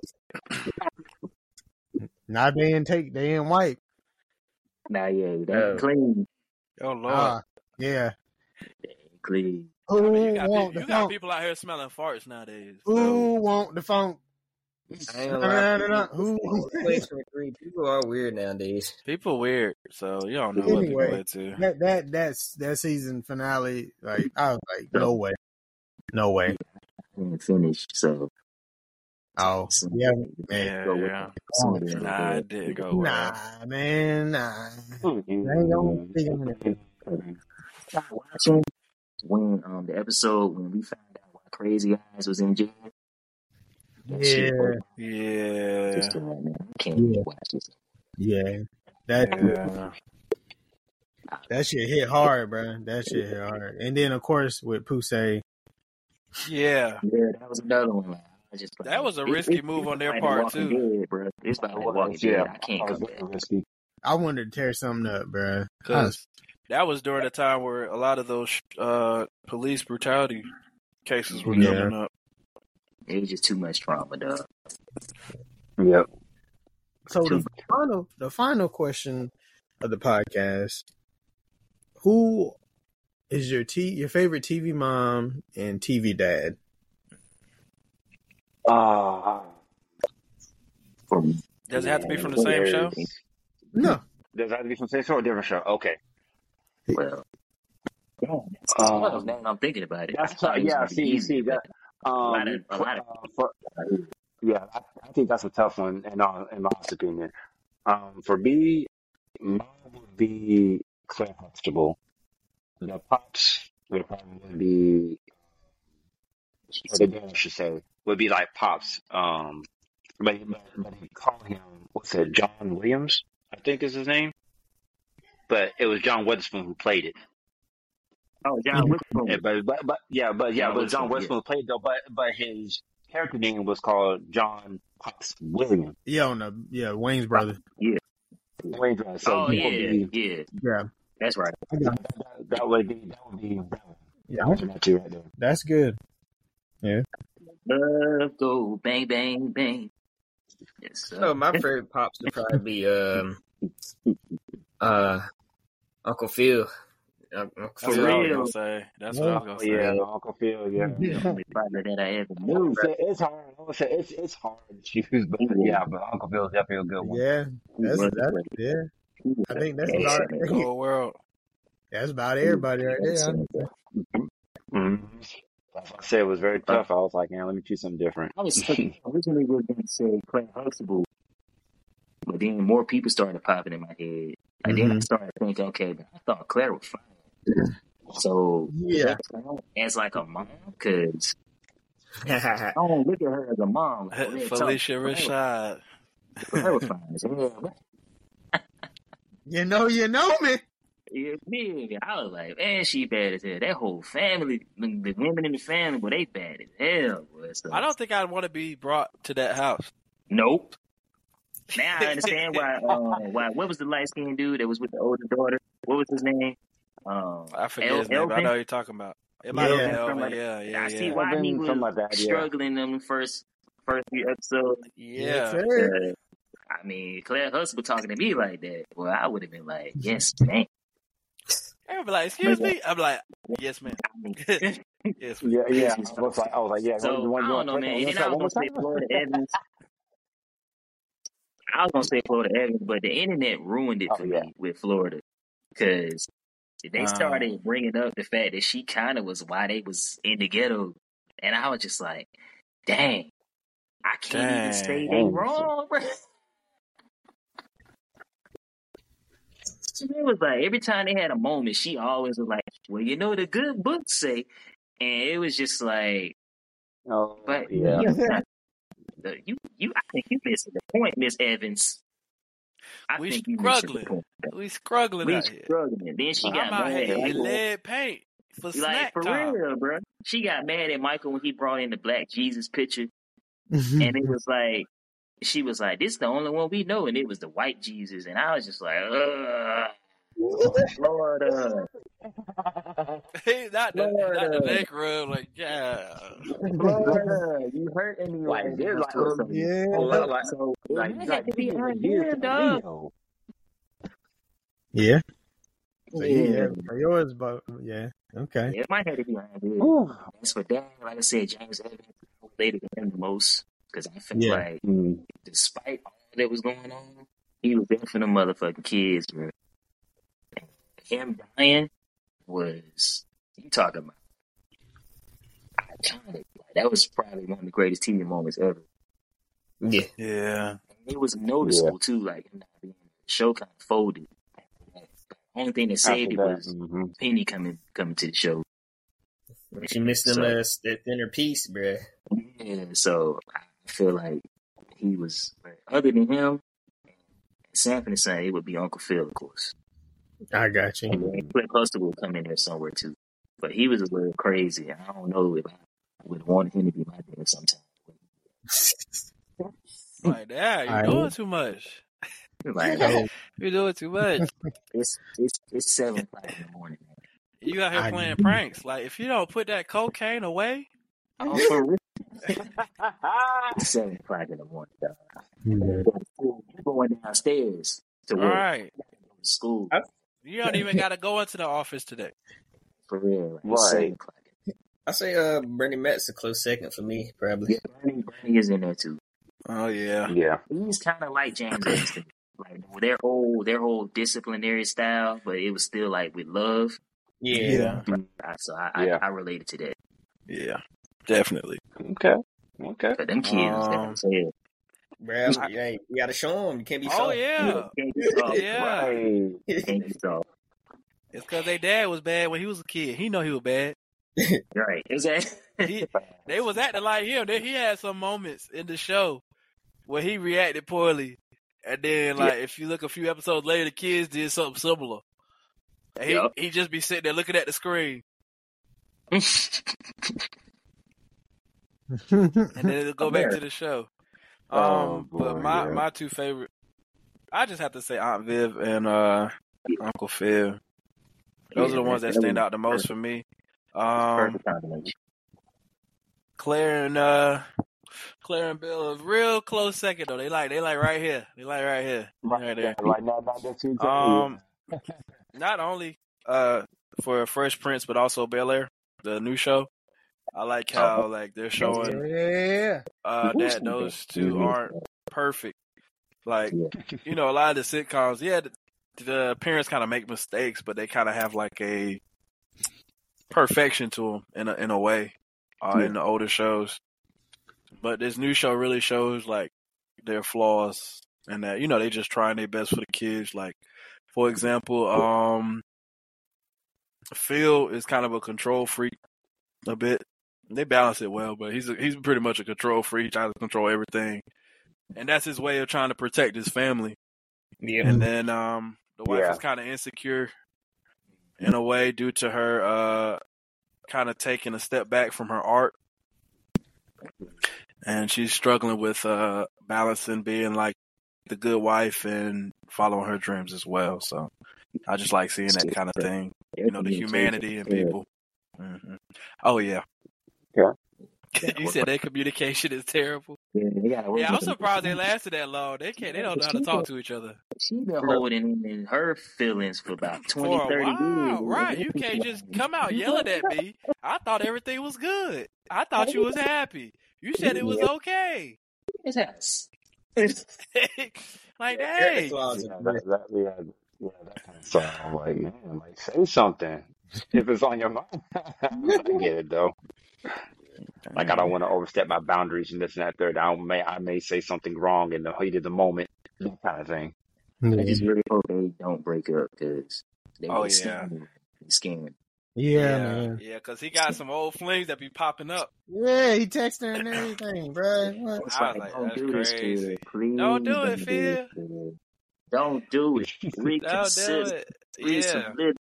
Not they didn't take, they didn't wipe.
Nah, yeah, that
Oh.
clean.
Oh lord,
Ah, yeah.
Clean.
I
Who
mean, you got, pe-
want the
you got
funk?
people out here smelling farts nowadays. So.
Who want the funk?
I ain't
No, no,
gonna lie.
no, no. Who?
Place for three. People are weird nowadays.
People weird, so you don't know what
Anyway.
people into.
That that that's that season finale. Like I was like, no way, no way.
And finish, so.
Oh,
so-
yeah, man.
Yeah,
go with
yeah.
some of them,
Nah,
but-
it didn't go well.
Nah, man, nah.
Stop um, watching when um the episode when we found out why Crazy Eyes was in jail. That shit
Yeah,
broke my
Yeah.
system right now. I can't
Yeah.
watch this.
yeah. That
Yeah.
that shit hit hard, bro. That shit hit hard. And then of course with Pusey,
Yeah.
Yeah, that was another one. Like, I just
That was a
it-
risky
it-
move
it's
on their
like The
part,
Walking
too.
Dead, bro. It's about like The Walking
Yeah,
Dead. I can't
I
come
was
back.
risky.
I wanted to tear something up, bro.
Because that was during the time where a lot of those uh, police brutality cases were
Yeah.
coming up.
It was just too much trauma, dog.
Yep.
So the
Too-
final the final question of the podcast: Who is your t your favorite TV mom and TV dad?
Uh,
for me.
Does it have to be from the same
Yeah,
show?
No,
Does that have to be from the same show or different show? Okay.
Well, yeah, that's
Um,
tough. Now that I'm thinking about it,
That's
I thought
tough.
it was
Yeah,
gonna be
see, you
easy,
see
but
that. Um,
lot of- a lot of-
uh, for, yeah, I, I think that's a tough one in, all, in my honest opinion. Um, for me, mine would be Claire Huxtable. The pops would probably be, or the dad, I should say, would be like pops. Um, but, but, but they call him, what's it, John Williams, I think is his name. But it was John Witherspoon who played it.
oh, John
Yeah,
Witherspoon.
but, but but yeah, but yeah,
John
but John
Witherspoon, yeah.
Westman played though, but but his character name was called John Cox William.
yeah, on the yeah Wayne's brother.
Wayne Drive. So
Oh
that would
yeah,
be
yeah.
Yeah,
That's right.
I got
that, that, that would be that would be Brown.
yeah.
Those are my two right there.
That's good.
Love go bang bang bang. Yes, sir.
So my favorite pops would probably be um uh Uncle Phil. Un- Uncle
That's
Phil.
what I was
real.
going to say. That's what I was going
Oh
to say.
yeah, the Uncle Phil. Yeah,
the only partner that I ever
I
knew.
would say it's hard. I would say it's it's hard to choose, but yeah, but Uncle Phil's definitely a good one.
Yeah,
He
that's
was
that.
great.
Yeah,
He was
I think that's
an
about
excellent.
Whole
(laughs)
world.
that's about
He was
everybody right
an
there.
excellent. guy.
Mm-hmm. That's what I said it was very tough. I was like, man, let me choose something different.
I was originally was gonna say Clay Huxtable, but then more people started popping in my head. And then I
Mm-hmm.
Mhm.
started thinking, okay, but I thought Claire was fine. So
Yeah.
does that count as like a mom, because
Yeah.
I don't look at her as a mom. Like, oh, yeah, tough.
Felicia
Claire,
Rashad.
Claire was fine as hell.
You know, you know me.
Yeah, yeah. I was like, man, she bad as hell. That whole family, the, the women in the family, boy, they bad as hell, boy. So,
I don't think I'd want to be brought to that house. (laughs)
nope. Now I understand why. Uh, why? What was the light skinned dude that was with the older daughter? What was his name? Um,
I forget
El-
his name, but I
Elvin?
know who you're talking about. It might
Yeah.
have been Elvin.
Somebody-
Yeah, yeah,
I see
yeah.
why he
Something, something
was
like that. Yeah.
struggling in the first first few episodes.
Yeah.
Yes, sir.
Uh, I mean, Claire Huxtable talking to me like that. Well, I would have been like, yes, man.
Everybody be like, excuse me? I'm like, yes, ma'am.
I mean,
Yes, ma'am.
Yeah, yeah.
this was
I was like, I was like, yeah. What do you
So
want? You
I don't
want
know,
to
man. And
play
then
that
I
one
was
more
gonna say
time?
Florida Evans. I was gonna say Florida Evans, but the internet ruined it
Oh
for
yeah.
me with Florida because They
Um,
started bringing up the fact that she kind of was why they was in the ghetto, and I was just like, "Dang, I can't even say they
Dang.
wrong." (laughs) Bro. She was like every time they had a moment, she always was like, "Well, you know the good books say," and it was just like,
(laughs) Oh, (laughs)
"But
yeah.
you, you, you I think you missing the point, Miss Evans. I
We
think you missing the
struggling.
point.
We struggling
We
out here.
struggling. Then she got
I'm out
mad.
here
Like,
eating lead paint for
Like
snack
for
time.
real, bro. She got mad at Michael when he brought in the Black Jesus picture,
(laughs)
and it
Mhm.
was like she was like, "This the only one we know," and it was the white Jesus, and I was just like, Ugh, "Florida,
(laughs) Hey, not the not the
Florida.
neck rub, like yeah.
Florida, you hurting me
Like,
right
they're
now."
like,
So,
um,
yeah.
oh, like, like,
so it
like, you
might have
got
to be
people
her
that here
again,
from
dog.
Rio.
Yeah. So he
Yeah,
had for yours, but yeah. Okay.
it might have to be her again.
Ooh.
As for Dan, like I said, James Evans I related to him the most because I felt
Yeah.
like
Mm.
despite all that was going on, he was there for the motherfucking kids, bro. Him dying was you talking about iconic. Like, that was probably one of the greatest TV moments ever.
(laughs) Yeah.
Yeah.
And it was
Yeah.
noticeable too, like him not being in the show kind of folded. The only thing that saved
After
it
that,
was
hmm
Penny coming coming to the show.
She missed them
So-
uh, that thinner piece, bruh.
Yeah, so I feel like he was other than him, Sam and Son, it would be Uncle Phil, of course.
I got you.
And
mm-hmm. (laughs)
then Clint Hustle would come in there somewhere too. But he was a little crazy. I don't know if I would want him to be my dad sometime.
Like yeah, you're
All
doing too much.
Like
right.
You're doing too much.
it's it's it's seven o'clock in the morning, man.
You out here
I-
playing pranks. Like if you don't put that cocaine away,
Oh, for real? It's seven o'clock in the morning, dog.
Yeah.
People going downstairs to
all
work,
right.
to school,
I-
You don't even gotta go into the office today.
for real. Like, it's
Right.
seven o'clock.
I say uh Bernie Matt's a close second for me, probably.
Yeah, Bernie, Bernie is in there too.
Oh yeah.
Yeah.
he's kind of like James Winston. Like their whole their whole disciplinary style, but it was still like with love.
Yeah.
Yeah.
Mm-hmm.
I- So I,
Yeah.
I, I related to that.
Yeah. Definitely.
Okay. Okay.
But them kids was down
Um,
to hell.
Bruh, you, ain't- you gotta show them. You can't be
Oh
(laughs) soft.
yeah.
Can't be soft.
Yeah.
Right.
Can't be soft.
It's cause their dad was bad when he was a kid. He know he was bad.
Right. Exactly.
(laughs)
He they was acting like him. Then he had some moments in the show where he reacted poorly. And then like if you look a few episodes later, the kids did something similar. And he
Yeah.
he just be sitting there looking at the screen. And then it'll go back to the show. Um
Oh,
but
boy,
my
yeah.
my two favorite I just have to say Aunt Viv and uh Uncle Phil.
(laughs)
Those are the ones that stand out the most for me. Um
Perfect combination.
Claire and uh Claire and Bill is real close second though. They like they like right here. They like right here. Right there.
Right now, not that you
Um not only uh for Fresh Prince but also Bel Air, the new show. I like how like they're showing
Yeah.
uh that those two aren't perfect. Like you know, a lot of the sitcoms, yeah, the, the parents kind of make mistakes, but they kind of have like a perfection to them in a, in a way uh, in the older shows. But this new show really shows like their flaws and that you know they just trying their best for the kids. Like for example, um, Phil is kind of a control freak a bit. They balance it well, but he's a, he's pretty much a control freak, trying to control everything, and that's his way of trying to protect his family.
Yeah.
And then um, the wife
Yeah.
is kind of insecure in a way due to her uh, kind of taking a step back from her art, and she's struggling with uh, balancing being like the good wife and following her dreams as well. So I just like seeing that kind of thing, you know, the humanity in people. hmm Oh yeah,
Yeah.
(laughs) you said their communication is terrible.
Yeah, they gotta work
Yeah, I'm
with them.
surprised they lasted that long. They can't. They don't know how to talk to each other.
She been holding in her feelings for about 20,
for a
30 years.
while, right? You can't just come
(laughs)
out yelling at me. I thought everything was good. I thought you was happy. You said it was okay. (laughs)
Yes.
like,
Eric
dang,
Claus,
Yeah, that, that, yeah, Yeah, that kind of stuff. I'm like, man, like say something if it's on your mind. (laughs) but I get it
(laughs)
though. Like I don't want to overstep my boundaries and this and that third. I may I may say something wrong in the heat of the moment, that kind of thing.
I
Yeah.
just really hope they don't break up because they
Mm-hmm. Oh,
be
yeah.
scamming. They scamming.
Yeah, man.
yeah, because he got some old flings that be popping up.
Yeah, he texted her and everything, bro. What?
It's
I was
like,
like,
don't
that's
do this,
crazy.
kid. Please,
Don't do it,
don't do
Phil.
it, kid. Don't do it.
(laughs) Don't do
Reconsider. (laughs)
it.
Please
Yeah.
submit.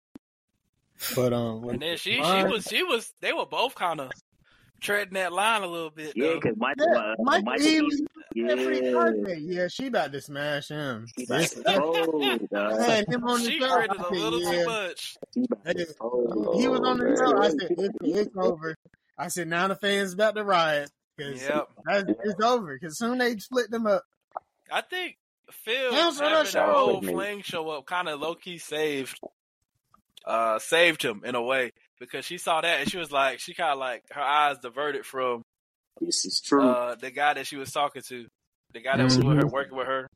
But um,
And
with
then she, she
mine-
was, she was, they were both kind of treading that line a little bit
Yeah, (laughs)
though.
because Michael,
Yeah,
uh,
Mike
Michael
E
B.
was
Yeah,
every Thursday. Yeah, she about to smash him.
he
(laughs)
about
This
to fold, dog.
man, him on the
She
show.
read it
I
a
said,
little
yeah.
too much.
He about
Hey,
to fold.
He was
Oh
on the
man.
show. I said, it's, it's
Oh,
over. I said, now the fans about to riot because
Yep.
Yeah,
it's over. Because soon they split them up.
I think Phil
Cancel the
having the
that was
show.
old
clickbait.
fling show up kind of low key saved uh saved him in a way because she saw that and she was like she kind of like her eyes diverted from
This is true.
uh the guy that she was talking to the guy that was with her
Mhm.
working with her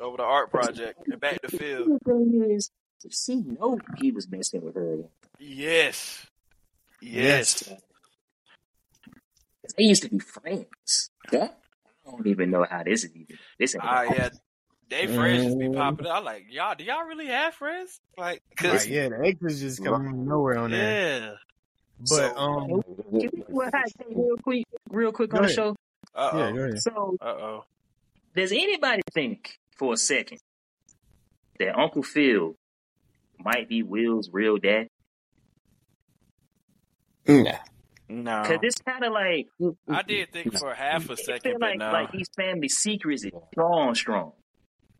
over the art project and back to Phil
The thing is, she know he was messing with her.
yes
Yes.
yes
They used to be friends. That I don't even know how this is even. This ain't
ah
even
yeah they friends just be popping up I'm like y'all do y'all really have friends like
Right,
cause
yeah, the exes just
Right.
coming out of nowhere on there.
yeah oh,
But
So can
um,
we, can we do a hot take real quick, real quick
go
on the
ahead.
show?
uh
Yeah,
oh
go ahead.
So
uh oh
does anybody think for a second that Uncle Phil might be Will's real dad?
Nah.
Cause
no
it's kind of like
Uh-huh. I did think for half a
it feel
second but
like
no
like these family secrets is strong, strong.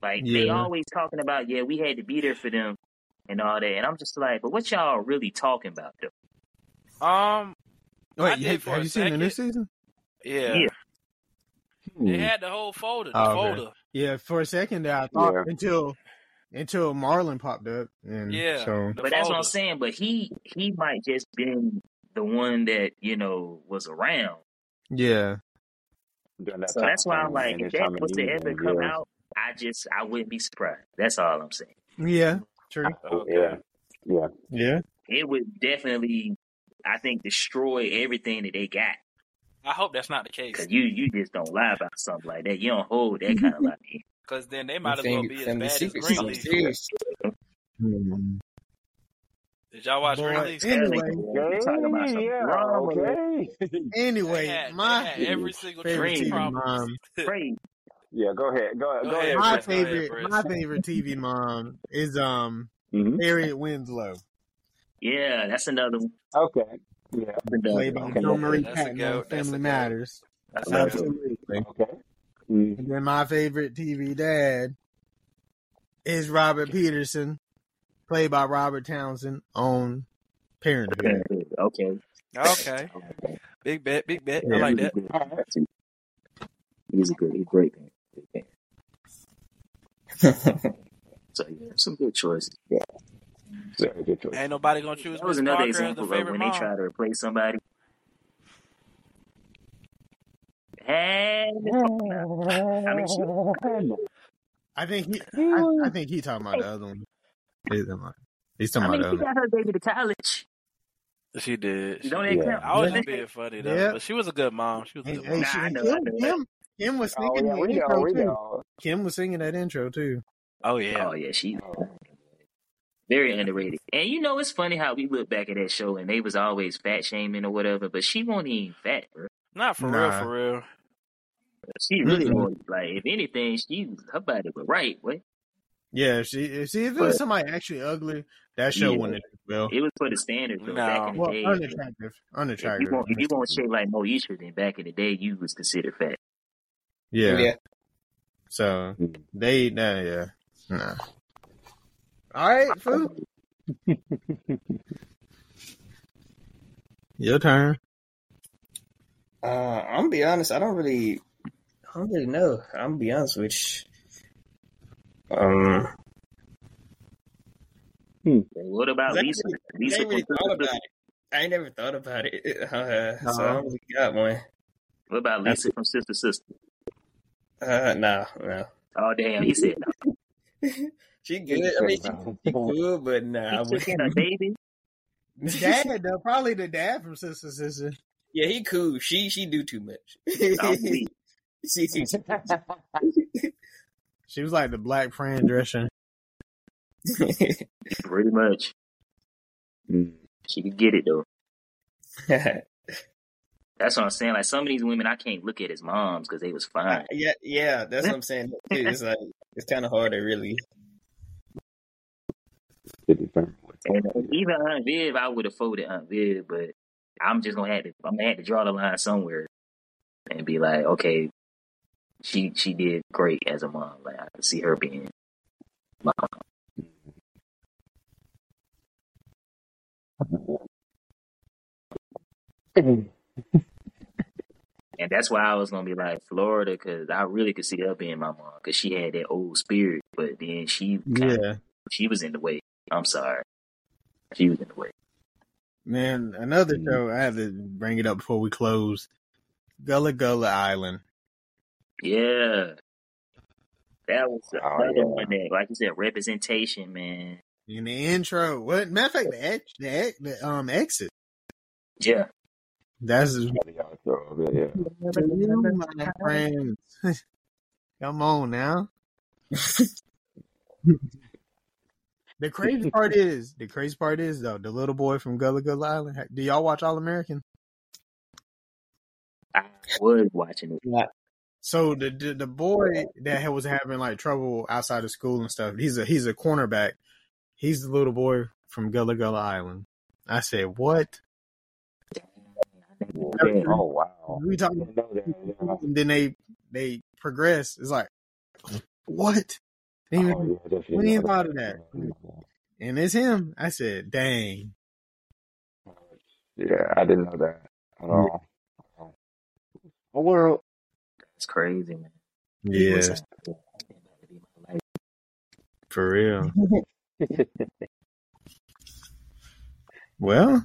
Like they
Yeah,
always talking about, yeah, we had to be there for them and all that. And I'm just like, but what y'all really talking about though?
um I
wait, you-
did
have,
for a
you seen the new
second
season?
yeah
Yeah,
They
Hmm.
had the whole folder, the
Oh, okay.
folder.
Yeah, for a second there, I thought
Yeah.
until until Marlon popped up, and
Yeah,
so
the
but that's what
folder.
I'm saying. But he he might just been the one that you know was around.
yeah,
During that
So that's why I'm
time,
like,
in
if
this
that
time of
was to
need,
ever
man,
come
yeah.
out, I just I wouldn't be surprised. That's all I'm saying.
yeah, true.
Oh,
Okay.
yeah. Yeah.
Yeah,
It would definitely, I think, destroy everything that they got.
I hope that's not the case,
Cause you you just don't lie about something like that. You don't hold that kind of lie.
because then they
Them
might as well
fam-
be as
family
bad as
secrets is some
Greenleaf.
serious shit.
Mm.
Did y'all watch
but
Greenleaf?
Telling
anyway,
you, man, you talking about
Okay.
some
Yeah.
drama,
Okay. (laughs)
They
anyway,
had they
my
had every single
favorite um,
tree
TV
crazy,
problem.
mom
crazy.
Yeah. Go ahead. Go
Go
go
ahead,
ahead,
my
Prince.
Prince.
Go ahead,
favorite my
Prince.
favorite TV mom is um
hmm
Harriet Winslow,
Yeah, that's another one.
Okay. Yeah.
That's another
played by
one.
Okay.
Joe
That's
Marie
it.
That's a
Patton on
goat. That's
Family
a goat.
Matters.
That's
That's a
another
goat.
one.
Absolutely.
Okay. mm
And then my favorite TV dad is Robert Peterson, played by Robert Townsend on Parenthood.
(laughs) Okay.
Okay. Big bet. Big bet. I
Yeah,
Yeah.
like that.
he's a good.
All right.
He's a good. He's a great man. Good man. So yeah, some good choices. Yeah.
Very good choice.
Ain't nobody gonna choose
That was
Miss
another
Parker as the
example of
favorite
when they
mom.
try to replace somebody. And it's on now. I mean, she.
I think he I, I
You
think he talking about the other one. He's talking about he's
I
talking about
mean,
the
she
other
got her baby to college.
She did. She
Don't that
did.
Yeah.
count?
I was
one.
just being funny
Yeah.
though,
Yeah.
but she was a good mom. She was a
Hey,
good
hey,
Nah,
mom.
she,
I know. I
Kim,
know that.
Kim, Kim was
Oh
singing
yeah,
the
we know,
intro
we
too.
know.
Kim was singing that intro too.
Oh yeah.
Oh yeah, she.
Oh,
Very underrated. And you know, it's funny how we look back at that show and they was always fat shaming or whatever, but she wasn't even fat, bro.
Not for real.
Nah.
For real.
She really
Mm-mm.
was like, if anything, she was her body was right, boy.
Yeah, if she if she if it was
But
somebody actually ugly, that show
yeah,
wouldn't have done well.
it was for the standards though. Back in
No.
the
Well,
day,
unattractive,
if you
unattractive.
want if you want shit like Moesha, then back in the day you was considered fat.
Yeah.
yeah.
So
mm.
they, nah, yeah, nah. All right, food. (laughs) Your turn.
Uh, I'm gonna be honest. I don't really, I don't really know. I'm gonna be honest with you. Um,
Hmm.
But what about
'Cause I
Lisa?
ain't really, I
Lisa
ain't
from
really
Sister
thought about
Sister.
it. I ain't never thought about it. (laughs) Uh, so I
No.
don't really got one.
What about
I,
Lisa from Sister Sister?
uh, no, no.
Oh damn, he said no.
She good. I mean, she, she cool, but nah. I
He
(laughs) wouldn't.
kicking a baby.
Dad, though, probably the dad from Sister Sister.
Yeah, he cool. She she do too much.
I'm
(laughs)
weak.
she, she,
She was like the black Fran Drescher.
Pretty much. She could get it though. That's what I'm saying. Like some of these women, I can't look at as moms because they was fine.
yeah, yeah, that's what I'm saying. It's like it's kind of hard to really.
And even Aunt Viv, I would have folded Aunt Viv, but I'm just gonna have to. I'm gonna have to draw the line somewhere and be like, okay, she she did great as a mom. Like I can see her being mom. And that's why I was gonna be like Florida, because I really could see her being my mom, because she had that old spirit. But then she, kinda,
Yeah.
she was in the way. I'm sorry, she was in the way.
Man, another show. I had to bring it up before we close. Gullah Gullah Island.
Yeah, that was
Oh,
another
yeah.
one that, like you said, representation, man.
In the intro, what matter of fact, the ex, the, ex, the um exit.
Yeah,
That's
Yeah.
To you, my friends. (laughs) Come on
(laughs)
now. the crazy part is, the crazy part is though, the little boy from Gullah Gullah Island. ha- Do y'all watch All American?
I was watching it.
So the, the the boy that ha- was having like trouble outside of school and stuff. He's a he's a cornerback. He's the little boy from Gullah Gullah Island. I said, what?
Yeah.
Oh wow.
We talking
Didn't know that,
and then they they progress. It's like, what?
yeah.
Didn't even-
Oh, yeah, definitely
What do you
know
thought of that? And it's him. I said, dang.
Yeah, I didn't know that at all. Oh, world.
It's crazy, man.
Yeah,
It's about to be my life.
for real.
yeah,
(laughs) Well,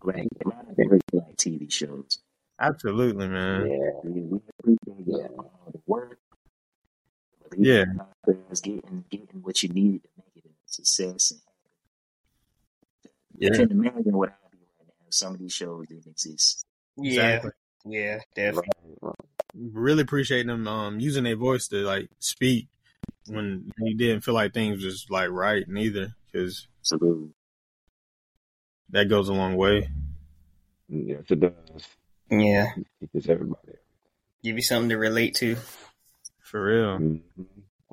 Black, a lot of great black TV shows.
absolutely, man.
We, we appreciate yeah. all the work. but these
Yeah.
authors Getting, getting what you needed to make it a success. And
Yeah.
I can't imagine what I'd be right now if some of these shows didn't exist.
Yeah, yeah, definitely.
Really appreciate them um using their voice to like speak when they didn't feel like things was like right neither, because
Absolutely.
that goes a long way.
Yes, it does.
Yeah,
It gets everybody.
give you something to relate to.
For real.
Mm-hmm.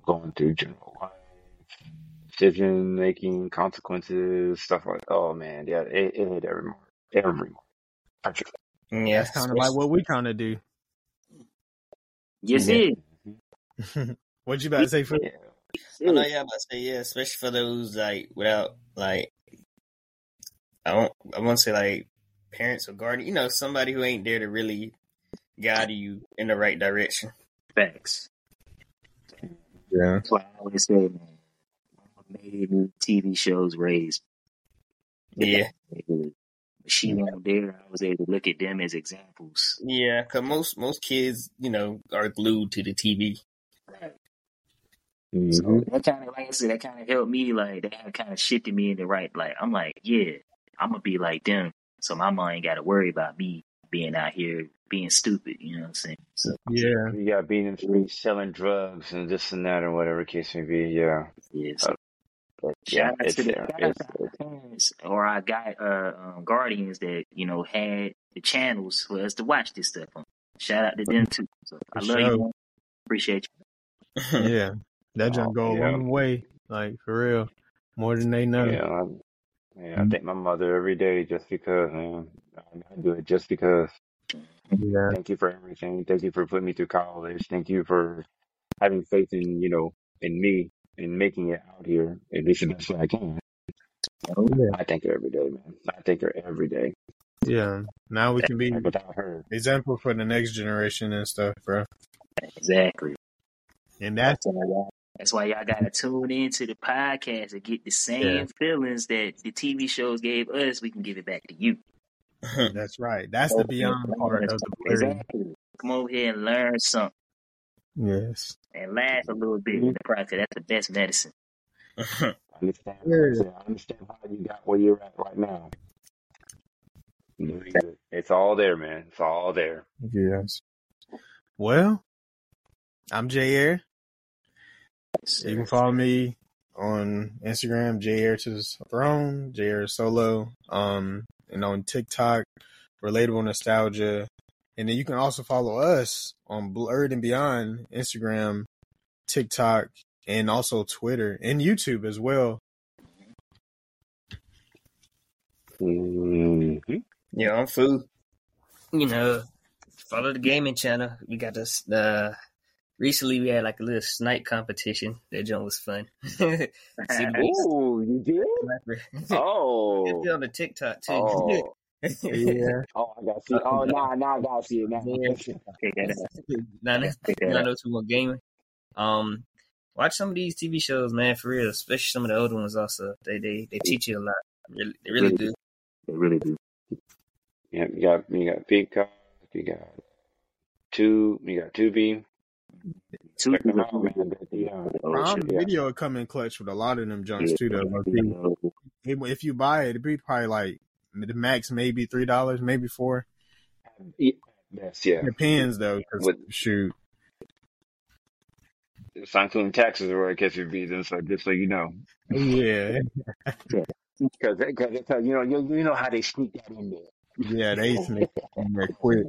Going through general life, decision making, consequences, stuff like. Oh man, yeah, it, it hit every mark, every mark. Perfect.
Yeah,
That's kind of like what we trying to (laughs) do.
Yes,
Yeah.
it.
what you about to say? For
Mm-hmm. Yeah.
I
Mm.
know y'all about to say yeah, especially for those like without like I won't I won't say like parents or guardian, you know, somebody who ain't there to really guide you in the right direction.
Facts.
yeah,
That's what I always say, man. Made TV shows raised.
Yeah,
But she wasn't there. I was able to look at them as examples.
yeah, because most most kids, you know, are glued to the TV.
Mm-hmm.
So
Mm-hmm.
that kind of, like I said, that kind of helped me. Like that kind of shifted me in the right. Like I'm like, yeah, I'm gonna be like them. So my mom ain't got to worry about me being out here being stupid. You know what I'm saying? So
yeah.
You got being in the streets, selling drugs, and this and that, or whatever case may be. Yeah.
yeah, so
Uh, But yeah,
shout out
it's
to the
there.
shout out
It's
to
there.
our parents or our guy uh, um, guardians that you know had the channels for us to watch this stuff on. Shout out to them too. So I
For
love
sure.
you. man. Appreciate you.
yeah. That just
Oh,
go a
yeah.
long way, like for real, more than they know.
Yeah, I,
Mm-hmm.
yeah, I thank my mother every day just because, man. I, I do it just because.
Yeah,
Thank you for everything. Thank you for putting me through college. Thank you for having faith in, you know, in me and making it out here at least the best way I can.
Oh, yeah,
I thank her every day, man. I thank her every day.
yeah. Now we can be
Like without her,
example for the next generation and stuff, bro.
Exactly.
And that's
That's why y'all, that's why y'all gotta tune in to the podcast and get the same
Yeah.
feelings that the TV shows gave us. We can give it back to you.
that's right. That's the beyond part of the blurry.
Exactly. Come over here and learn something.
Yes.
and laugh a little bit in the process. That's the best medicine. (laughs)
I understand.
Yeah.
I understand how you got where you're at right now. It's all there, man. It's all there.
Yes. Well, I'm Jair. You can follow me on Instagram, Jair to the throne, Jair solo, um, and on TikTok, relatable nostalgia, and then you can also follow us on Blurred and Beyond Instagram, TikTok, and also Twitter and YouTube as well.
Mm-hmm.
(laughs) Yeah, I'm food. You know, follow the gaming channel. We got this. Uh, recently, we had like a little snipe competition. That joint was fun. (laughs) See,
Ooh, you did? Oh. (laughs)
It's on the TikTok too.
Oh.
(laughs) Yeah.
Oh, I got to see. Oh, nah, nah, I got to see it now.
Take that
(laughs)
out.
Nah, nah.
Take
you
that
know
out.
those who want gaming. Um, watch some of these TV shows, man, for real. Especially some of the older ones. Also, they they, they teach you a lot. Really, they really do.
They really do.
Yeah, you got you got Peacock, you got two, you got Tubi.
Two
Check them out,
people-
man. Yeah.
Oh,
Huh?
Prime
shit.
yeah.
Video would come in clutch with a lot of them joints
Yeah.
too, though. low key. It- if you buy it, it'd be probably like the max, maybe three dollars, maybe four.
Yeah. Yes, yeah.
Depends though. 'cause,
With-
shoot,
It's not including taxes or it gets your visa, so just so you know.
yeah,
Because uh, you know you, you know how they sneak that in there.
yeah, they sneak in there quick.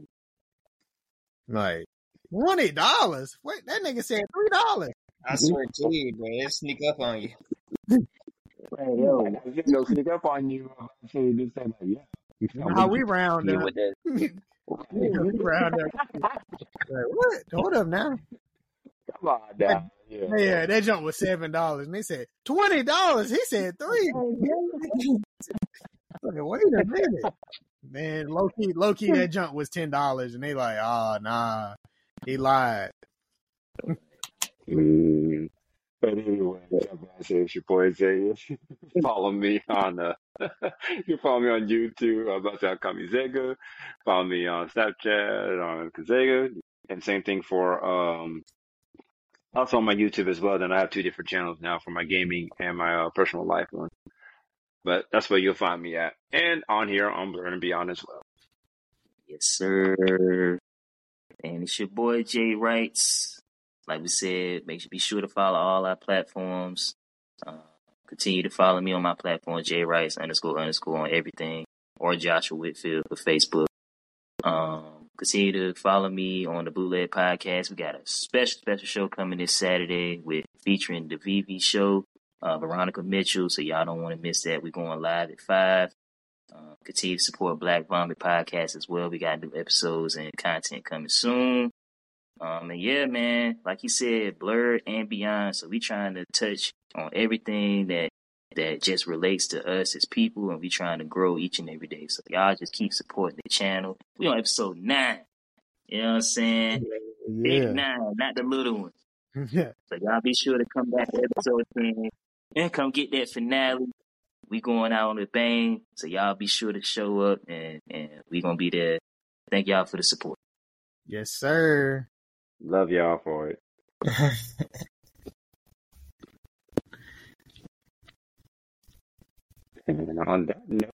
Like twenty dollars. Wait, that nigga said three dollars.
I swear to you, bro, they sneak up on you.
Hey, yo, they'll sneak up on you. So you just say, like, yeah.
How
(laughs)
we round
Yeah,
up? (laughs)
with that.
we round up. Like, what? Hold up now.
Come on now. Yeah.
Yeah, that jump was seven dollars, and they said twenty dollars. He said three. Like, (laughs) wait a minute, man. Low key, low key, that jump was ten dollars, and they like, oh nah, he lied.
Mm. But anyway, guys, it's your boy Zay. (laughs) follow me on uh, (laughs) you can follow me on YouTube. I'm about to call me Zega. Follow me on Snapchat on Zega, and same thing for um also on my YouTube as well. Then I have two different channels now for my gaming and my uh, personal life one. But that's where you'll find me at, and on here on Blur and Beyond as well.
Yes, sir. And it's your boy Jay Wrights. Like we said, make sure be sure to follow all our platforms. Uh, continue to follow me on my platform, Jay Wrights underscore underscore on everything, or Joshua Whitfield for Facebook. Um, continue to follow me on the Bootleg Podcast. We got a special special show coming this Saturday with featuring the VV Show, uh, Veronica Mitchell. So y'all don't want to miss that. We're going live at five. Uh, continue to support Black Vomit Podcast as well. We got new episodes and content coming soon. Um, and yeah, man, like you said, blurred and beyond. So we trying to touch on everything that that just relates to us as people, and we trying to grow each and every day. So y'all just keep supporting the channel. We on episode nine. You know what I'm saying? Big
Yeah,
nine, not the little one.
(laughs) yeah.
So y'all be sure to come back to episode 10 and come get that finale. We going out on a bang. So y'all be sure to show up and, and we gonna be there. Thank y'all for the support.
Yes, sir.
Love y'all for it. (laughs) And on that note.